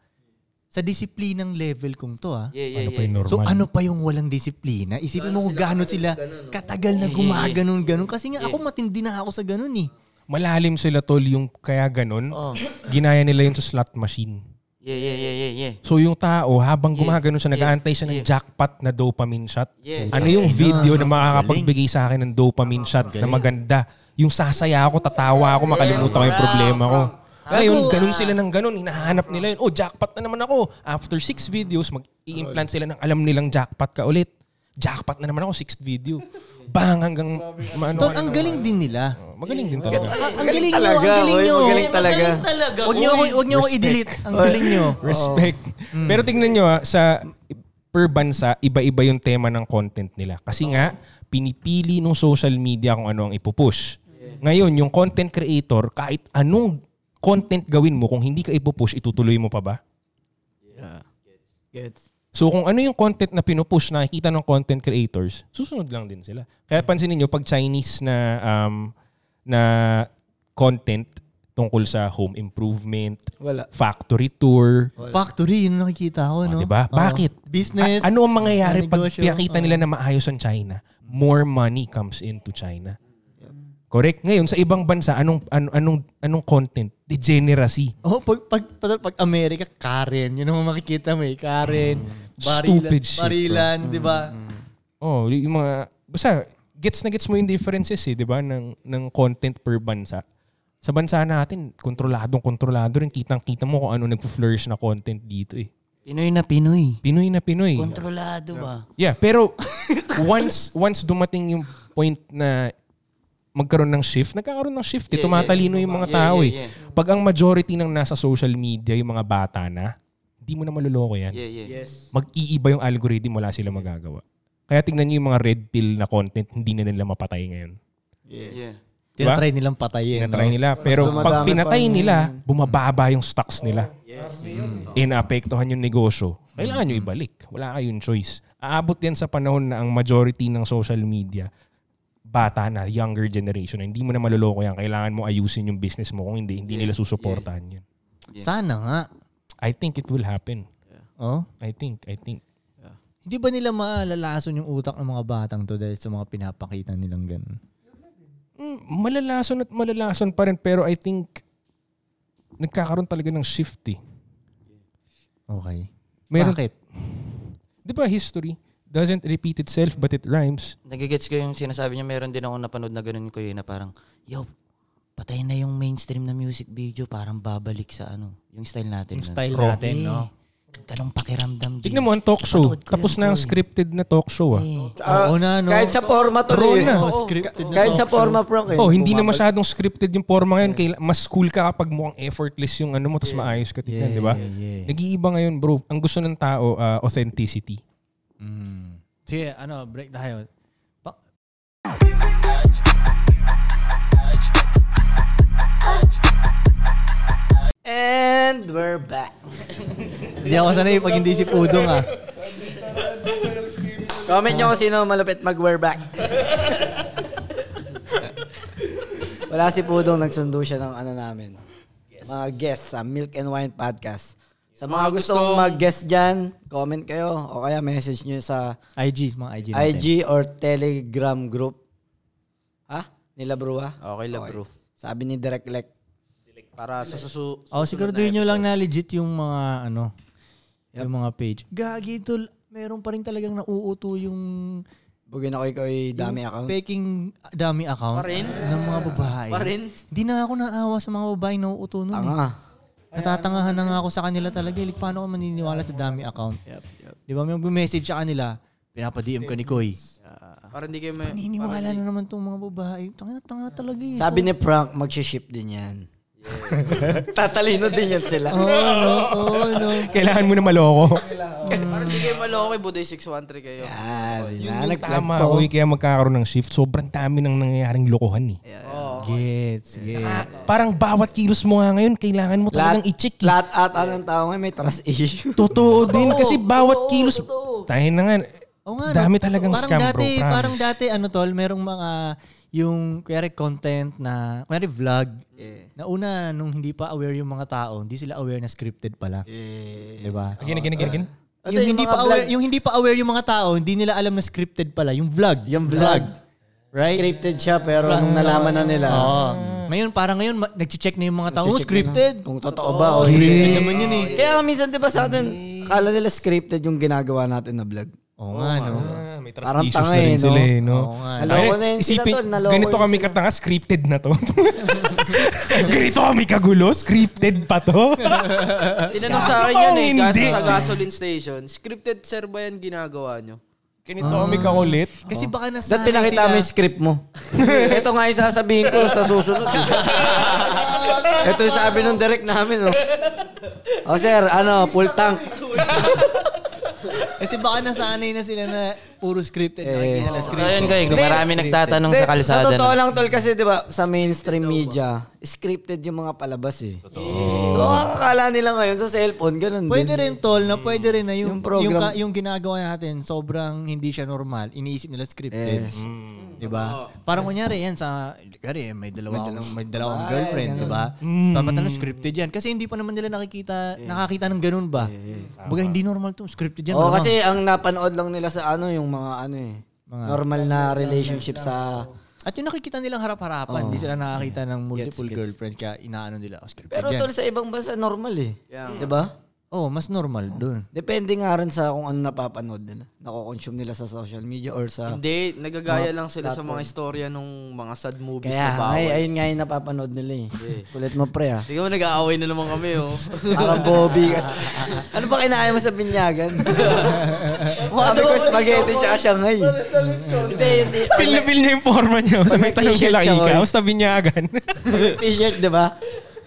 Sa disiplinang level kong to ah. Ano Yeah, yeah, pa yeah. yung normal? So ano pa yung walang disiplina? Isipin mo kung gaano sila katagal na gumaganon ganon kasi nga ako matindi na ako sa ganon eh. Malalim sila tol yung kaya ganun. Ginaya nila yun sa slot machine. Oh. Yeah, yeah, yeah, yeah, yeah. So yung tao habang gumagano siya nag-aantay siya ng jackpot na dopamine shot. Yeah. Ano yung video na makakapagbigay sa akin ng dopamine shot na maganda? Yung sasaya ako, tatawa ako, makalimutan ko yung problema ko. Ngayon, ganun sila ng ganun. Hinahanap nila yun. Oh, jackpot na naman ako. After six videos, mag-i-implant sila ng alam nilang jackpot ka ulit. Jackpot na naman ako, sixth video. Bang, hanggang... Maano, Tol, ang galing din nila. magaling din talaga. Ang, ang galing nyo, ang galing nyo. Magaling talaga. Talaga, Huwag nyo, ako- huwag nyo ako Respect. Oh. i-delete. Ang galing nyo. Respect. Pero tingnan nyo ah, sa per bansa, iba-iba yung tema ng content nila. Kasi nga, pinipili ng social media kung ano ang ipupush. Ngayon, yung content creator, kahit anong content gawin mo, kung hindi ka ipupush, itutuloy mo pa ba? Gets. So kung ano yung content na pinupush na nakikita ng content creators, susunod lang din sila. Kaya pansinin nyo, pag Chinese na, um, na content tungkol sa home improvement, Wala. factory tour, Oh. Factory, yun ang nakikita ko, no? Oh, diba? Oo. Bakit? Business. A- ano ang mangyayari pag negosyo, pinakita oo. nila na maayos ang China? More money comes into China. Correct. Ngayon sa ibang bansa anong anong anong, anong content? Degeneracy. Oh, pag, pag, pag, pag Amerika, Karen. Yun ang makikita mo eh. Karen. Mm. Stupid shit, bro. Barilan, diba? di ba? Oh, y- yung mga basta gets na gets mo yung differences eh, 'di ba, ng ng content per bansa. Sa bansa natin, kontroladong kontrolado rin kitang-kita mo kung ano nagpo-flourish na content dito eh. Pinoy na Pinoy. Pinoy na Pinoy. Kontrolado ba? Yeah, pero once once dumating yung point na magkaroon ng shift, nagkakaroon ng shift. Eh. Yeah, Tumatalino yeah. yung mga Yeah, tao yeah, eh. Pag ang majority ng nasa social media, yung mga bata na, hindi mo na maluloko yan. Yeah, yeah. Yes. Mag-iiba yung algorithm, wala sila magagawa. Kaya tingnan nyo yung mga red pill na content, hindi na nila mapatay ngayon. Yeah. yeah. Tinatry nilang patayin. Tinatry nila. Pero pag pinatay nila, bumababa yung stocks nila. Inaapektuhan yung negosyo. Kailangan nyo ibalik. Wala kayong choice. Aabot yan sa panahon na ang majority ng social media bata na, younger generation na, hindi mo na maloloko yan. Kailangan mo ayusin yung business mo. Kung hindi, hindi nila susuportahan yan. Sana nga. I think it will happen. Oh? I think, I think. Hindi ba nila maalalason yung utak ng mga batang to dahil sa mga pinapakita nilang ganun? Mm, malalason at malalason pa rin pero I think nagkakaroon talaga ng shift eh. Okay. Bakit? Di ba history doesn't repeat itself but it rhymes? Nagigets ko yung sinasabi niya. Meron din ako napanood na ganun ko eh, na parang, yo, patay na yung mainstream na music video. Parang babalik sa ano, yung style natin. Yung nun. style Oh. natin, Eh, no? Ganong pakiramdam. G. Tignan mo, ang talk show. Panood ko Tapos yun, na ang tol. scripted na talk show ah. eh? Ah, Oo na, no? kahit sa format Raw ulit eh. na. Oo, scripted na Kahit talk sa show. format, Frank, eh. Oh, hindi na Bumabalik. masyadong scripted yung forma ngayon. Kaila- mas cool ka kapag mukhang effortless yung ano mo tapos maayos ka tignan, Yeah, di ba? yeah. Nag-iiba ngayon, bro. Ang gusto ng tao, ah, authenticity. Sige, ano, break tayo. Pa- And we're back. Hindi ako sanay pag hindi si Pudong ah. Comment nyo kung sino malapit mag-wear back. Wala si Pudong, nagsundo siya ng ano namin. Mga guests sa Milk and Wine Podcast. Sa mga, gustong, mag-guest dyan, comment kayo o kaya message nyo sa IG, mga IG natin. IG or Telegram group. Ha? Nila bro ha? Okay, la bro. Sabi ni Direct Lek. Para sa susu... Oh, siguraduhin nyo lang na legit yung mga ano, yung mga page. Gagi tol, meron pa rin talagang nauuto yung Bugin ako ikaw ay dami yung account. Peking dami account. Pa rin? Ng mga babae. Pa rin? Hindi na ako naawa sa mga babae na uuto nun Tanga. eh. Natatangahan na nga ako sa kanila talaga. eh. Like, paano ako maniniwala sa dami account? Di ba? May message sa kanila, pinapa-DM ka ni Koy. Para hindi kayo may... Naniniwala na naman tong mga babae. Tanga na tanga talaga eh. Sabi ni Frank, mag-ship din yan. Tatalino din yan sila. Oo, no? Oo, no? Kailangan mo na maloko. Para hindi kayo maloko kay Buday 613 kayo. Yan. Yung tama, Oh. uy, kaya magkakaroon ng shift. Sobrang dami ng nangyayaring lokohan eh. Gets, Ah, parang bawat kilos mo nga ngayon, kailangan mo Lahat, talagang i-check. eh. lahat at anong tao ngayon may trust issue. Totoo din kasi bawat kilos. Tayo na nga. Oo nga, no? dami talagang parang scam dati, bro. Parang Parang dati, ano tol, merong mga, yung, kunyari content na, kunyari vlog, na una, nung hindi pa aware yung mga tao, hindi sila aware na scripted pala. Di ba? Again, again, again, again. Yung, Ate, yung hindi mga pa aware, vlog. yung hindi pa aware yung mga tao, hindi nila alam na scripted pala. Yung vlog. Yung vlog. Right? Scripted siya pero nung nalaman na nila. Oo. Ngayon, parang ngayon, ma- nag-check Mm. na yung mga tao. Oh, Nagche-check na scripted. Kung totoo ba o Scripted hindi. naman yun eh. Oh. Kaya minsan 'di ba sa atin, akala nila scripted yung ginagawa natin na vlog. Oo nga, no? Ah, may trust Parang issues tanga na rin eh, sila no? eh, no? Oo nga. Naloko Ayun, na yun sila tol, naloko ganito yun kami sila. katanga, scripted na to. ganito kami kagulo, scripted pa to. Tinanong sa akin yun eh, Ang gas hindi. sa gasoline station. Scripted sir ba yan ginagawa nyo? ganito Ah. kami kakulit. Kasi baka nasanay Dapat pinakita sila. mo yung script mo. Ito nga yung sasabihin ko sa susunod. Ito yung sabi nung direct namin. Oh. oh sir, ano, full tank. Kasi baka nasanay na sila na puro scripted. nakikita nila scripted. Ayun kayo, marami nagtatanong Hindi, sa kalsada. Eh. Sa totoo nun. lang, tol, kasi di ba sa mainstream media, scripted yung mga palabas eh. So, ang akala nila ngayon sa cellphone, ganun Pwede din. rin tol na pwede rin na yung Yung program. yung, ka- yung ginagawa natin sobrang hindi siya normal. Iniisip nila scripted. 'Di ba? Mm. Parang kunyari yan sa kunyari may dalawa akong- may dalawang Mm. girlfriend, 'di ba? Papatanong scripted yan kasi hindi pa naman nila nakikita nakakita ng ganun ba? Baga hindi normal 'to, scripted yan. Oo, malamang. kasi ang napanood lang nila sa ano, yung mga ano eh. Mga- normal na relationship sa... at yung nakikita nilang harap-harapan, hindi sila nakakita ng multiple girlfriends kaya inaano nila, oh, scripted Pero yan. tol, sa ibang bansa, normal eh. Di ba? oh, mas normal doon. Depende nga rin sa kung ano napapanood nila. Nakoconsume nila sa social media or sa... Hindi, nagagaya lang sila sa mga istorya nung mga sad movies na Kaya, bawal. ay, ayun nga yung napapanood nila eh. Kulit mo pre ah. Tingnan mo, nag-aaway na naman kami, oh. Parang Bobby. ka. ano ba kinaya mo sa binyagan? Sabi ko spaghetti tsaka siyangay. Hindi, hindi. Feel na feel niya yung forma niya. Sa Pag may may tanong t-shirt kila siya, Kika, oy. basta binyagan. T-shirt, di ba?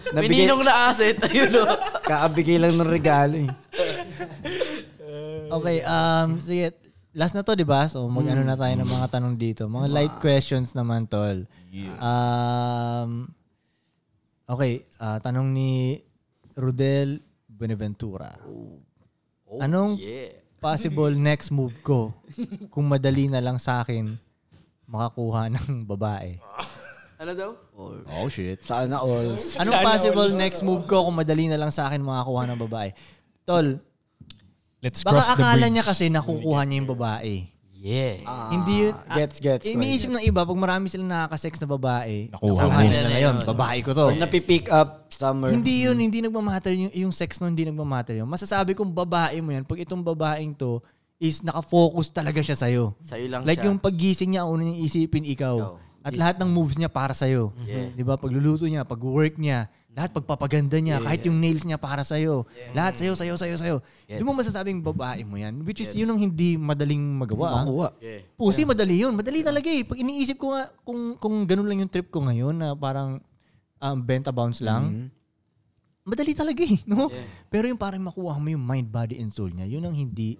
May Nabigay, ninong na asset, ayun, oh. kaabigay lang ng regalo eh. Okay, um, sige. Last na to, di ba? So, mag-ano na tayo ng mga tanong dito. Mga light questions naman, tol. Um, okay, ah, tanong ni Rudel Buenaventura. Oh, Anong possible next move ko kung madali na lang sa akin makakuha ng babae. Ano daw? Oh shit. Sana alls. Anong Sana possible alls. next move ko kung madali na lang sa akin makakuha ng babae? Tol, Let's baka cross the akala bridge. niya kasi nakukuha niya yung babae. Yeah. Hindi yun. ah, gets, gets ko, Iniisip ng iba, pag marami silang nakakasex na babae, Nakuha nakuha mo. nila na yun. Babae ko to. Pag napipick up summer. Hindi yun, hindi nagmamatter yung, yung sex nun, hindi nagmamatter yun. Masasabi kong babae mo yan, pag itong babaeng to, is nakafocus talaga siya sa'yo. Sa'yo lang like siya. yung paggising niya, una niyang isipin ikaw. At lahat ng moves niya para sa'yo. Yeah. Di ba? Pagluluto niya, pag-work niya, lahat pagpapaganda niya, Yeah, kahit yeah. yung nails niya para sa'yo. Lahat sa'yo, sa'yo, sa'yo, sa'yo. Yes. Doon mo masasabing babae mo yan. Which is yun ang hindi madaling magawa. ah. Yeah. Pusi, madali yun. Madali talaga eh. Pag iniisip ko nga, kung, kung ganun lang yung trip ko ngayon, na parang um, benta bounce lang, Mm-hmm. madali talaga eh. No? Pero yung parang makuha mo yung mind, body, and soul niya, yun ang hindi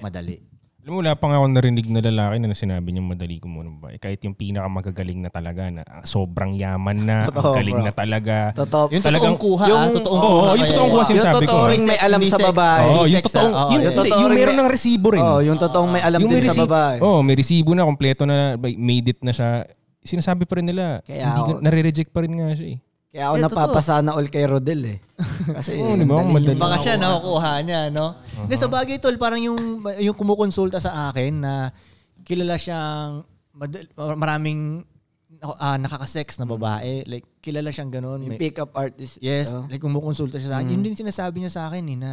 madali. Alam mo, wala pa nga akong narinig na lalaki na sinabi niya madali kumuha ng babae. Kahit yung pinakamagagaling na talaga, na ah, sobrang yaman na, ang Totoo, galing bro. na talaga. Totoo. Yung Talagang- totoong kuha, yung- ah, totoong Oo, kuha. yung kaya totoong yun. kuha sinasabi ko. ah. totoong may alam sa Unisex. babae. Oo, yung unisex, totoong, ah, oo, yung yung, hindi, yung totoong- meron ng resibo rin. Oh, yung totoong may alam din sa resi- babae. Oo, may resibo na, kompleto na, may- made it na siya. Sinasabi pa rin nila, Kaya hindi, ako- nare-reject pa rin nga siya eh. Kaya ako Yeah, totoo. napapasana all kay Rodel eh. Kasi Oo, di ba? Ang dali madali. Baka siya nakukuha niya, no? Hindi, sa bagay, tol, parang yung, yung kumukonsulta sa akin na kilala siyang madal- maraming ah, nakakasex na babae. Like, kilala siyang ganun. Hmm. yung Hmm. May- pick up artist. Yes, Oh. like kumukonsulta siya sa akin. Yun din sinasabi niya sa akin eh, na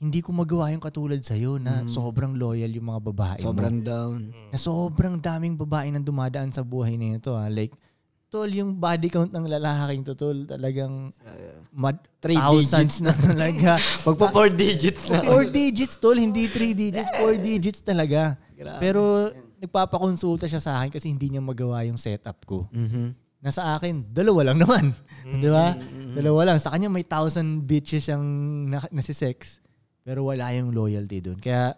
hindi ko magawa yung katulad sa'yo na sobrang loyal yung mga babae mo. Hmm. Sobrang down. Na sobrang daming babae na dumadaan sa buhay na ito. Ha? Like, tol, yung body count ng lalaking to, tol, talagang mad- Three thousands na talaga. Magpo four digits na. four digits, tol. Hindi three digits, four digits talaga. Pero nagpapakonsulta siya sa akin kasi hindi niya magawa yung setup ko. Na sa akin, dalawa lang naman. Di ba? Dalawa lang. Sa kanya may thousand bitches siyang na, nasisex. Pero wala yung loyalty doon. Kaya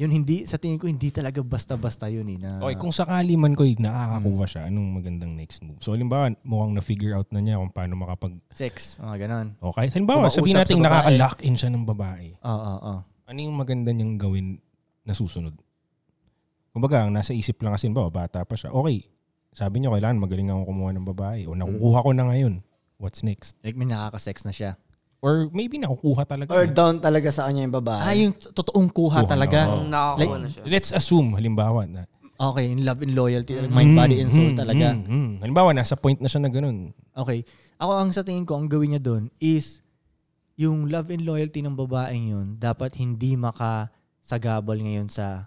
yun hindi, sa tingin ko, hindi talaga basta-basta yun eh. Ah. Na, Okay, kung sakali man ko nakakakuha Hmm. siya, anong magandang next move? So, halimbawa, mukhang na-figure out na niya kung paano makapag... Sex, mga ganon. Okay, halimbawa, sabihin Kumausap sa natin babae. nakaka-lock in siya ng babae. Oo, oo, oo. Ano yung maganda niyang gawin na susunod? Kumbaga, ang nasa isip lang kasi, ba, bata pa siya. Okay, sabi niya, kailangan magaling akong kumuha ng babae. O nakukuha ko na ngayon. What's next? Like may nakaka-sex na siya. Or maybe nakukuha talaga. Or na. down talaga sa kanya yung babae. Ah, yung to- totoong kuha Kuha, talaga. oo. Nakakuha na siya. Let's assume, halimbawa, na Okay, in love and loyalty. Like mind, body, and soul Mm, talaga. mm, mm. Halimbawa, nasa point na siya na ganun. Okay. Ako ang sa tingin ko, ang gawin niya doon is yung love and loyalty ng babaeng yun dapat hindi makasagabal ngayon sa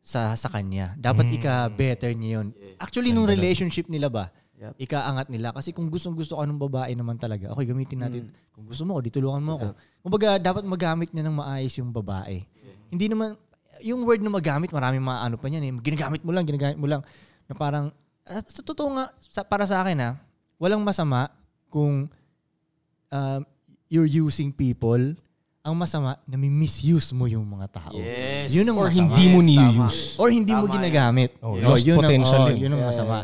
sa sa kanya. Dapat Hmm. ika-better niya yun. Actually, nung relationship nila ba, ikaangat nila. Kasi kung gustong gusto ka ng babae naman talaga, okay, gamitin natin. Kung gusto mo, di tulungan mo ako. Kumbaga, dapat magamit niya ng maayos yung babae. Hindi naman, yung word na magamit, maraming mga ano pa niyan eh. Ginagamit mo lang, ginagamit mo lang. Na parang, ah, sa totoo nga, sa, para sa akin ha, walang masama kung um, you're using people. Ang masama, nami-misuse mo yung mga tao. Yes. Yun ang Or masama. hindi mo Yes, tama. ni-use. Or hindi mo Tama ginagamit. Oh, Oh, lost yun ang, potential oh, yun. yun ang masama.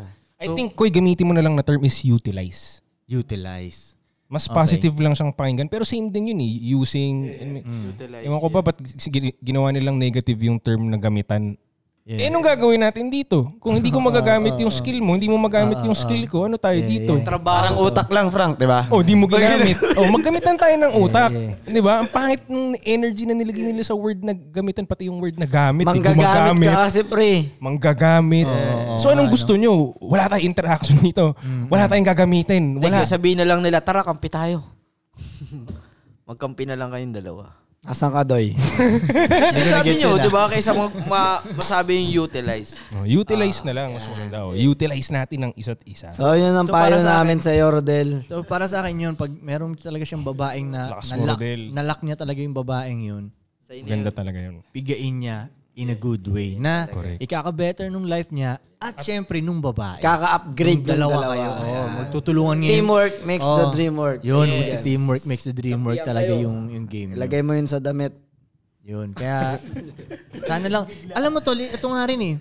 I So- think, koy, gamitin mo na lang na term is utilize. Utilize. Mas Okay. positive lang siyang pakinggan. Pero same din yun eh. Using, Utilize. ewan ko ba, ba't gi- ginawa nilang negative yung term na gamitan? Eh, anong gagawin natin dito? Kung hindi ko Ah, magagamit yung skill mo, hindi mo magamit yung skill ko, ano tayo dito? Parang utak lang, Frank, di ba? Oh, di mo ginamit. oh, maggamitan tayo ng utak. Di ba? Ang pangit ng energy na nilagay nila sa word na gamitan, pati yung word na gamit. di Manggagamit gumagamit. ka kasi pre. manggagamit. so anong gusto nyo? Wala tayong interaction dito. Wala tayong gagamitin. Wala. Wala. sabihin na lang nila, tara, kampi tayo. Magkampi na lang kayong dalawa. Asan ka doy? Sinasabi nyo, di ba? Kaysa mag, ma, masabi yung utilize. Oh, utilize na lang. Mas maganda. Oh, utilize natin ang isa't isa. So yun ang So, payo para sa namin sa iyo Rodel. So para sa akin yun, pag meron talaga siyang babaeng na Lakas mo, nalak, Rodel. nalak niya talaga yung babaeng yun, Sa inyo Maganda yun. talaga yun. pigain niya in a good way na Correct. ikaka-better nung life niya at, syempre nung babae. Kaka-upgrade Yung yung dalawa. kayo. Oo, magtutulungan ngayon. Teamwork makes the Oo. dream work. Yun, teamwork makes the dream work talaga yung, yung game. yun. Ilagay mo yun sa damit. Yun. Kaya, sana lang. Alam mo, Tol, ito nga rin eh.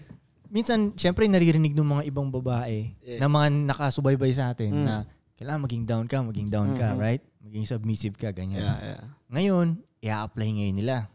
Minsan, syempre, naririnig ng mga ibang babae na mga nakasubaybay sa atin Mm. na kailangan maging down ka, maging down ka, Mm-hmm. Mm-hmm. right? Maging submissive ka, ganyan. Ngayon, i-apply ngayon nila.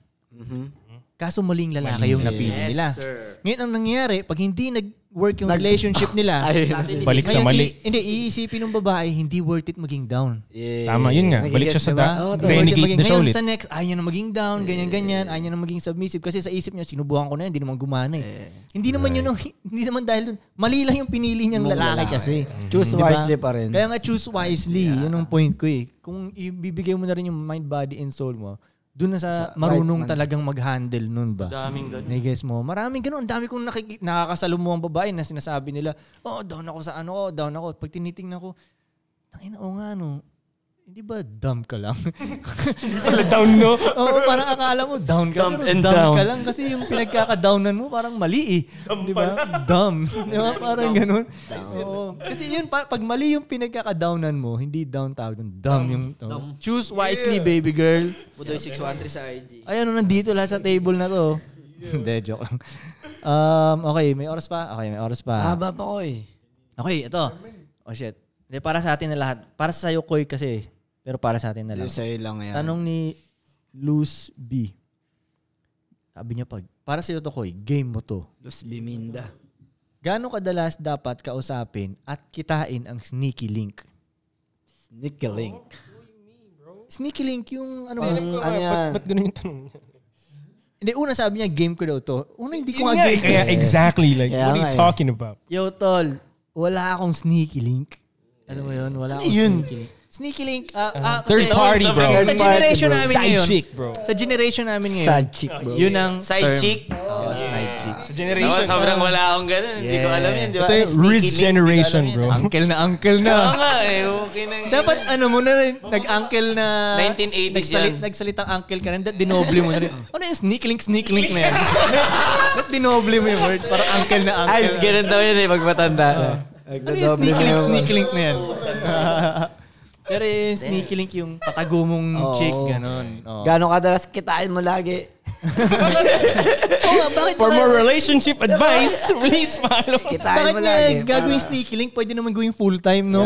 Kaso maling lalaki Maling yung napili lalaki. Yes, nila. sir. Ngayon ang nangyari, pag hindi nag-work yung relationship nila, Ayun. Balik sa ngayon, mali. i- hindi, iisipin ng babae, hindi worth it maging down. Tama, yun nga. Balik siya sa Diba? da- Diba? renegade na siya ulit. Sa next, ayaw niya na maging down, ganyan-ganyan, ayaw niya na maging submissive. Kasi sa isip niya, sinubukan ko na yan, hindi naman gumana eh. Hindi naman yun, ang- hindi naman dahil dun. Mali lang yung pinili niyang Mong lalaki lalaki. kasi. Choose Di ba? wisely pa rin. Kaya nga choose wisely, yun ang point ko eh. Kung ibibigay mo na rin yung mind, body, and soul mo, doon na sa marunong right man. talagang mag-handle nun ba? Daming ganun. Nai-guess mo. Maraming ganun. Ang dami kong nakik- nakakasalamuang babae na sinasabi nila, oh, down ako sa ano, oh, down ako. Pag tinitingnan ko, tangina, oh nga no, hindi ba dumb ka lang? Pala down, no? Oo, parang akala mo down ka. Dumb pero and dumb down. ka lang kasi yung pinagkakadownan mo parang mali eh. Di ba? Dumb. Di ba? Parang Dumb. ganun. Dumb. Oo. Kasi yun, pa- pag mali yung pinagkakadownan mo, hindi down tawag nun. Dumb yung... Dumb. Choose wisely, baby girl. Budoy 613 sa IG. Ay, ano nandito lahat sa table na to. Hindi, joke lang. Um, okay, may oras pa? Okay, may oras pa. Haba pa ko eh. Okay, ito. Oh shit. Hindi, para sa atin na lahat. Para sa sa'yo, Koy, kasi. Pero para sa atin na lang. Hindi, sa'yo lang yan. Tanong ni Luz B. Sabi niya pag, para sa'yo to, Koy, game mo to. Los Biminda. Gano'ng kadalas dapat kausapin at kitain ang sneaky link? Sneaky link? Sneaky link yung ano Hindi, alam ko, mo? ah, ba't- ba't ganun yung tanong niya? Hindi, una sabi niya, game ko daw to. Una, hindi ko Yun nga nga game. eh, kaya exactly, like, what are you talking about? Yo, tol, wala akong sneaky link. Alam mo yun, Ano wala akong yun? sneaky link. Sneaky link, ah, ah, kasi- Third party, sa- bro. Sa generation namin Side ngayon. chick, bro. Sa generation namin ngayon. Side chick, bro. Yun ang Side term. chick? Oh, side chick. Sa generation. Naman, sobrang wala akong ganun. Hindi ko alam yun, di ba? Ito yung Sneaky Riz link, generation, hindi ko bro. alam yun. Uncle na uncle na. Oo nga eh, okay na yun. Dapat ano mo na rin, nag-uncle na... 1980s nagsali- yan. Nagsalitang uncle ka na, that dinoble mo na rin. Ano yung sneak link, sneak link na yan? that dinoble mo yung word, parang uncle na uncle. Ayos, ganun daw yun eh, pagmatanda. Ano yung sneaky link, sneaky link na yan? Pero yung sneaky link yung patago mong Oh. chick, Oh. ganun. Oo. Gano'ng kadalas kitain mo lagi? Oo nga, bakit For ba- more relationship advice, please follow. Kitain Bakit mo niya lagi. gagawin para- sneaky link? Pwede naman gawing full time, no?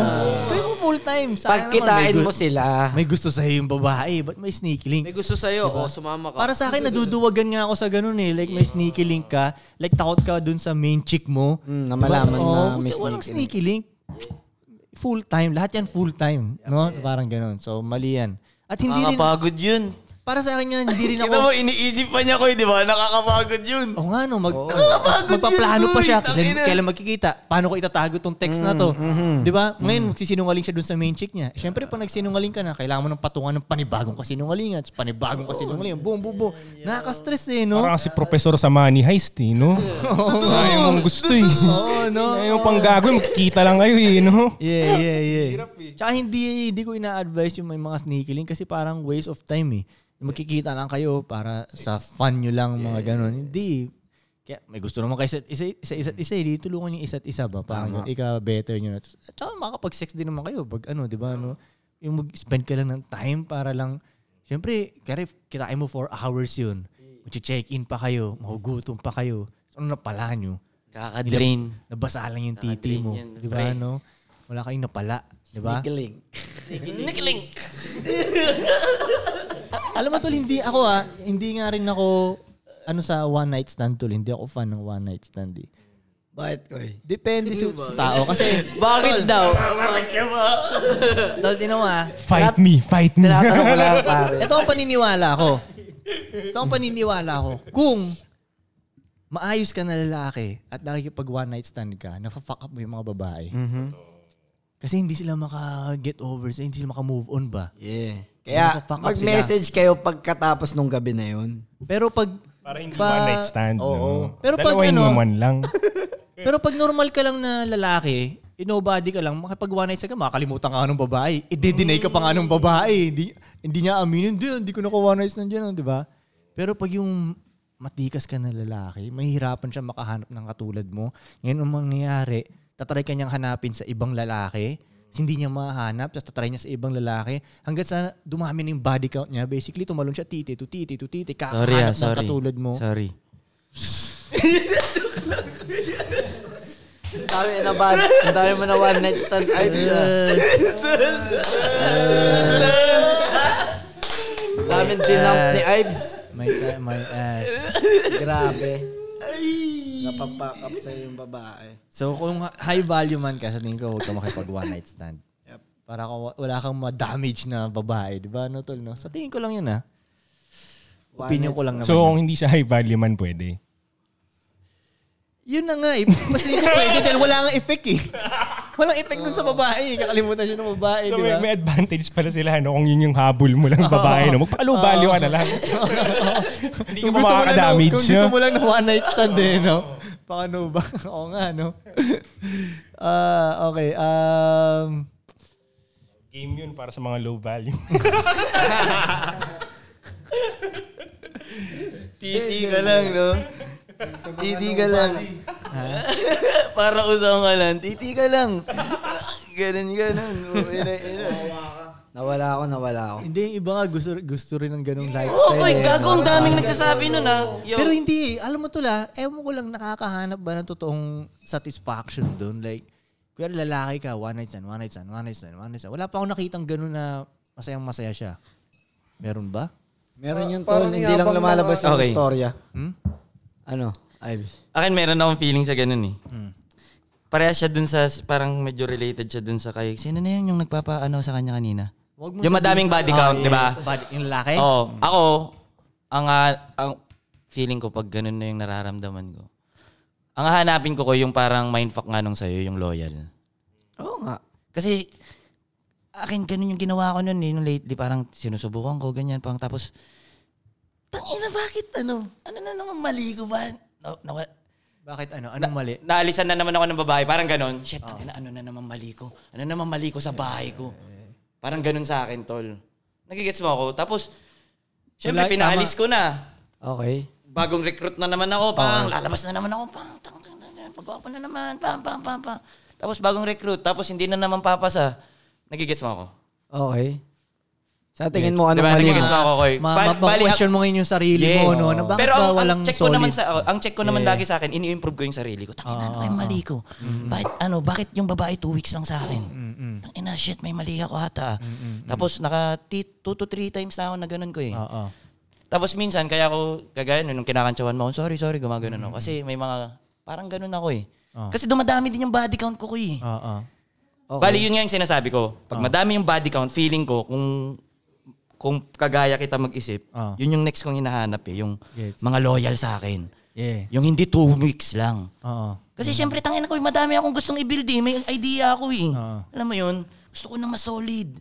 Gawin mo full time. Sana Pag naman may kitain gu- mo sila. May gusto sa'yo yung babae, ba't may sneaky link? May gusto sa'yo, o sumama ka. Para sa akin, naduduwagan nga ako sa ganun eh. Like, may sneaky link ka. Like, takot ka dun sa main chick mo. Mm, na malaman Diba? na Oo, may walang sneaky sneaky link. Full time. Lahat yan full time. No? Parang ganun. So, mali yan. At hindi rin, Nakakapagod yun. para sa akin yan, hindi rin Kita mo, ako... iniisip pa niya ko, eh, di ba? Nakakapagod yun. Oo nga no, mag, yun, magpaplano pa siya. boy. Then, Tangina. kailan magkikita? Paano ko itatago tong text na to? Di ba? Ngayon, magsisinungaling siya dun sa main chick niya. Siyempre, pag nagsinungaling ka na, kailangan mo ng patungan ng panibagong kasinungalingan. tapos Panibagong kasinungalingan. Boom, boom, boom. Nakaka-stress eh, no? Parang si Professor sa Money Heist, eh, no? Ayaw mong gusto, eh. Oo, no? Ayaw pang gagawin, magkikita lang kayo, eh, no? Yeah, yeah, yeah. eh. Tsaka hindi, hindi ko ina-advise yung may mga sneaky link kasi parang waste of time eh. Magkikita lang kayo para sa fun nyo lang, mga ganun. Hindi. Kaya may gusto naman kayo sa isa, isa, isa't isa, eh. Di tulungan yung isa't isa ba? Parang ika-better nyo na. At Tsaka makapag-sex din naman kayo. Pag ano, di ba? Ano, yung mag-spend ka lang ng time para lang, syempre, kaya kitain mo for hours yun. Mag-check-in pa kayo, mahugutom pa kayo. So, ano na pala nyo? Kakadrain. Nabasa lang Ah, yung titi Nakadrain mo. yan, Di ba, pre. ano? Wala kayong napala. Di ba? Sneaky link. Nikiling. Alam mo, tol, hindi ako ah. Hindi nga rin ako, ano sa one night stand, tol. Hindi ako fan ng one night stand eh. Bakit ko eh? Depende sa, sa tao. Kasi, Bakit daw? tol, tinaw ah. Fight me, fight me. Tinatanong ko lang, pare. Ito ang paniniwala ko. Ito ang paniniwala ko. Kung maayos ka na lalaki at nakikipag one night stand ka, nafa-fuck up mo yung mga babae. Kasi hindi sila maka-get over, sa- hindi sila maka-move on ba? Yeah. Kaya Nakafuck up mag-message kayo pagkatapos nung gabi na yun. Pero pag Para hindi Pa- one night stand, no? Pero pag Dalawa yung ano- naman lang. Eh. Pero pag normal ka lang na lalaki, inobody ka lang, makipag one night stand ka, makakalimutan ka nga ng babae. I-deny ka pa nga ng babae. Hindi, hindi niya aminin, hindi, hindi ko naka one night stand dyan, ah," di ba? Pero pag yung matikas ka na lalaki, mahirapan siya makahanap ng katulad mo. Ngayon, ang mangyayari, tatry ka niyang hanapin sa ibang lalaki, tapos hindi niya mahanap, tapos tatry niya sa ibang lalaki, hanggat sa dumami na yung body count niya, basically, tumalon siya titi to titi to titi, Sorry ah, kakahanap ng sorry. katulad mo. Sorry. Ang dami na ba? Ang dami mo na one night stand. Ay, Ang dami dinout ni Ives. My, my ass. Grabe. Napapack up sa'yo yung babae. So kung high value man ka, sa tingin ko huwag ka makipag one night stand. Para kung wa- wala kang ma-damage na babae, di ba? No, tol, no? Sa tingin ko lang yun, ha? Opinion ko lang naman. So, yun. kung hindi siya high value man, pwede. Yun na nga eh. Mas hindi ko pwede dahil wala nga effect eh. Walang effect nun sa babae. eh. Kakalimutan siya ng babae, So, di ba? may, may advantage pala sila, no? Kung yun yung habol mo lang babae, no? Magpakalo Oo. value ka na lang. Hindi ka Kung gusto mo lang na- makakadamage. Kung gusto mo lang na one night stand eh, no? Baka no ba? Oo nga, no? Ah, okay. Um, Game yun para sa mga low value. Titi ka lang, no? Titi ka lang. Para usang ka lang. Titi ka lang. Ganun, ganun. Ina, ina. Nawala ako, nawala ako. hindi, yung iba nga gusto, gusto rin ng Oo, ganong lifestyle. koy, eh, gago, ang no? daming Parang- nagsasabi nun, ah. Yo. Pero hindi, eh. alam mo tula, ewan ko lang nakakahanap ba ng totoong satisfaction doon. Like, kuya lalaki ka, one night stand, one night stand, one night stand, one night stand. Wala pa akong nakitang ganun na masayang masaya siya. Meron ba? Meron yun, yung tol, hindi lang lumalabas yung Okay. istorya. Hmm? Ano, Ives? Akin meron akong feeling sa ganun eh. Hmm. Pareha siya dun sa, parang medyo related siya dun sa kay, sino na yun yung nagpapaano sa kanya kanina? Huwag mo yung sabihin- madaming body Ah, count, yes. di ba? Oh. Body- yung lalaki? Oo. Ako, ang, ah, ang feeling ko pag ganun na yung nararamdaman ko, ang hahanapin ko ko yung parang mindfuck nga nung sa'yo, yung loyal. Oo nga. Kasi, akin ganun yung ginawa ko nun eh, nung lately, parang sinusubukan ko, ganyan pang, tapos, Tangina, bakit ano? Ano na naman mali ko ba? No, nawa, Bakit ano? Anong mali? naalisan na naman ako ng babae. Parang ganun. Ah. Shit, tangina, ano na naman mali ko? Ano naman mali ko sa bahay ko? Parang ganun sa akin, tol. Nagigets mo ako? Tapos, syempre, Wala, pinaalis tama. ko na. Okay. Bagong recruit na naman ako, pang Oo. lalabas na naman ako, pang tangina, pag-uwapo na naman, pang, pang, pang, pang. Tapos bagong recruit, tapos hindi na naman papasa. Nagigets mo ako? Okay. Sa tingin mo, ano Diba? mali? Nagigets mo ako, Koy? Ma- Bal- ma- bali- ah, question mo ngayon yung sarili Yeah. mo, no? Na bakit Pero ba ang, walang ang check ko solid? Ah. naman sa, oh, ang check ko naman Yeah. lagi sa akin, ini-improve ko yung sarili ko. Tangina, ano kayong mali ko? Mm-hmm. Bakit, ano, bakit yung babae two weeks lang sa akin? Tangina, shit, may mali ako ata. ah. Mm-hmm. Tapos, naka ti- two to three times na ako na ganun ko eh. Ah. Tapos minsan, kaya ako, kagaya nun, nung kinakantsawan mo, ako, sorry, sorry, gumagano ako. Kasi may mga, parang ganun ako eh. Mm-hmm. Ah. Kasi dumadami din yung body count ko ko eh. Oo. Okay. Bali, yun nga yung sinasabi ko. Pag Ah. madami yung body count, feeling ko, kung kung kagaya kita mag-isip, Ah. yun yung next kong hinahanap eh. Yung Gets. mga loyal sa akin. Yeah. Yung hindi two weeks lang. Oo. Kasi syempre, tangin ako, madami akong gustong i-build eh. May idea ako eh. Ah. Alam mo yun? Gusto ko ng mas solid.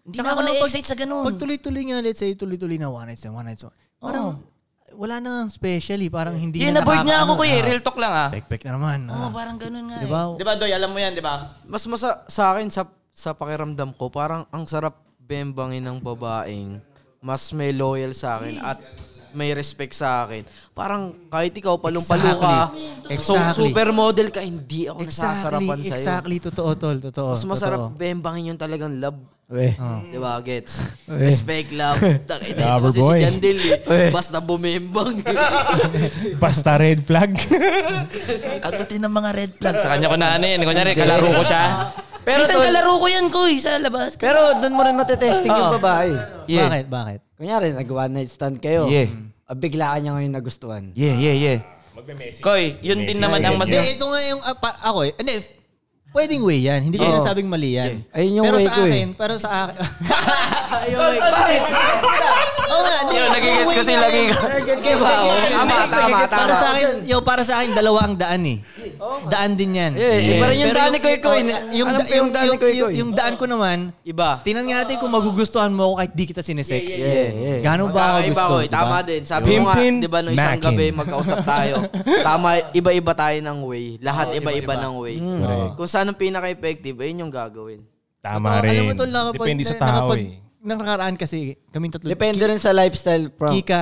Hindi na ako na-excite sa ganun. Mm-hmm. Pag tuloy-tuloy nga, let's say, tuloy-tuloy na one night stand, one night stand. Parang, wala na nga special eh. Parang hindi Yeah, na-board niya ako, kuya. kuya. Real talk lang, ah. Pek-pek na naman. Oo, ah. parang ganun nga Di ba? eh. Di ba, Doy? Alam mo yan, di ba? Mas masa sa akin sa sa pakiramdam ko, parang ang sarap bembangin ng babaeng mas may loyal sa akin at may respect sa akin. Parang kahit ikaw palong-palo ka, Exactly. so Exactly. supermodel ka, hindi ako Exactly, nasasarapan sa'yo. exactly. Totoo, tol. Totoo. Mas masarap Oh, totoo. bembangin yung talagang love. Oh. Weh. Di ba, gets? Weh. Respect, love. Takay Lover na ito kasi boy. si Jandil eh. Weh. Basta bumembang. Basta red flag. Katuti ng mga red flag. Sa kanya ko na ano yan. Kunyari, kalaro ko siya. Pero Minsan tol- kalaro ko yan, kuy, sa labas. Pero doon mo rin matetesting yung Oo. babae. Yeah. Bakit? Bakit? Kunyari, nag-one night stand kayo. Yeah. Ah, Biglaan niya ngayon nagustuhan. Yeah, yeah, yeah. Koy, yun din naman ang mas... Hindi, ito nga yung... ah, pa- ako eh. Hindi, pwedeng way yan. Hindi ko Oo. sinasabing mali yan. Yeah. Ayun yung pero way sa ko eh. akin, Pero sa akin... Bakit? eh. Oo nga. di- Yun, nagigets way ko sila, nga lagi yun. ko. Nagigets ba ako? Nagigets Tama, ko. tama, Nagigets tama. Para sa akin, yo, para sa akin, dalawa ang daan eh. Daan din yan. Yeah, iba rin yung Pero daan ni Koy Koy. oh, Yung, Alam ko da- yung, yung daan ni yung- Koy Koy. yung- yung daan ko naman, iba. Tingnan nga natin kung magugustuhan mo ako kahit di kita sinesex. Yeah, yeah, yeah. Gano'n Ano ba ako Magkakaiba gusto? ko eh. Tama diba? din. Sabi ko Pimpin, nga, di ba, nung isang nakin. gabi magkausap tayo. Tama, iba-iba tayo ng way. Lahat iba-iba ng way. Correct. Kung saan ang pinaka-effective, ayun yung gagawin. Tama Tama, rin. Alam mo tol, nakapag, Depende sa tao nakapag, eh. Nang nakaraan kasi, kami tatlo. Depende rin sa lifestyle, bro. Mm. Kika,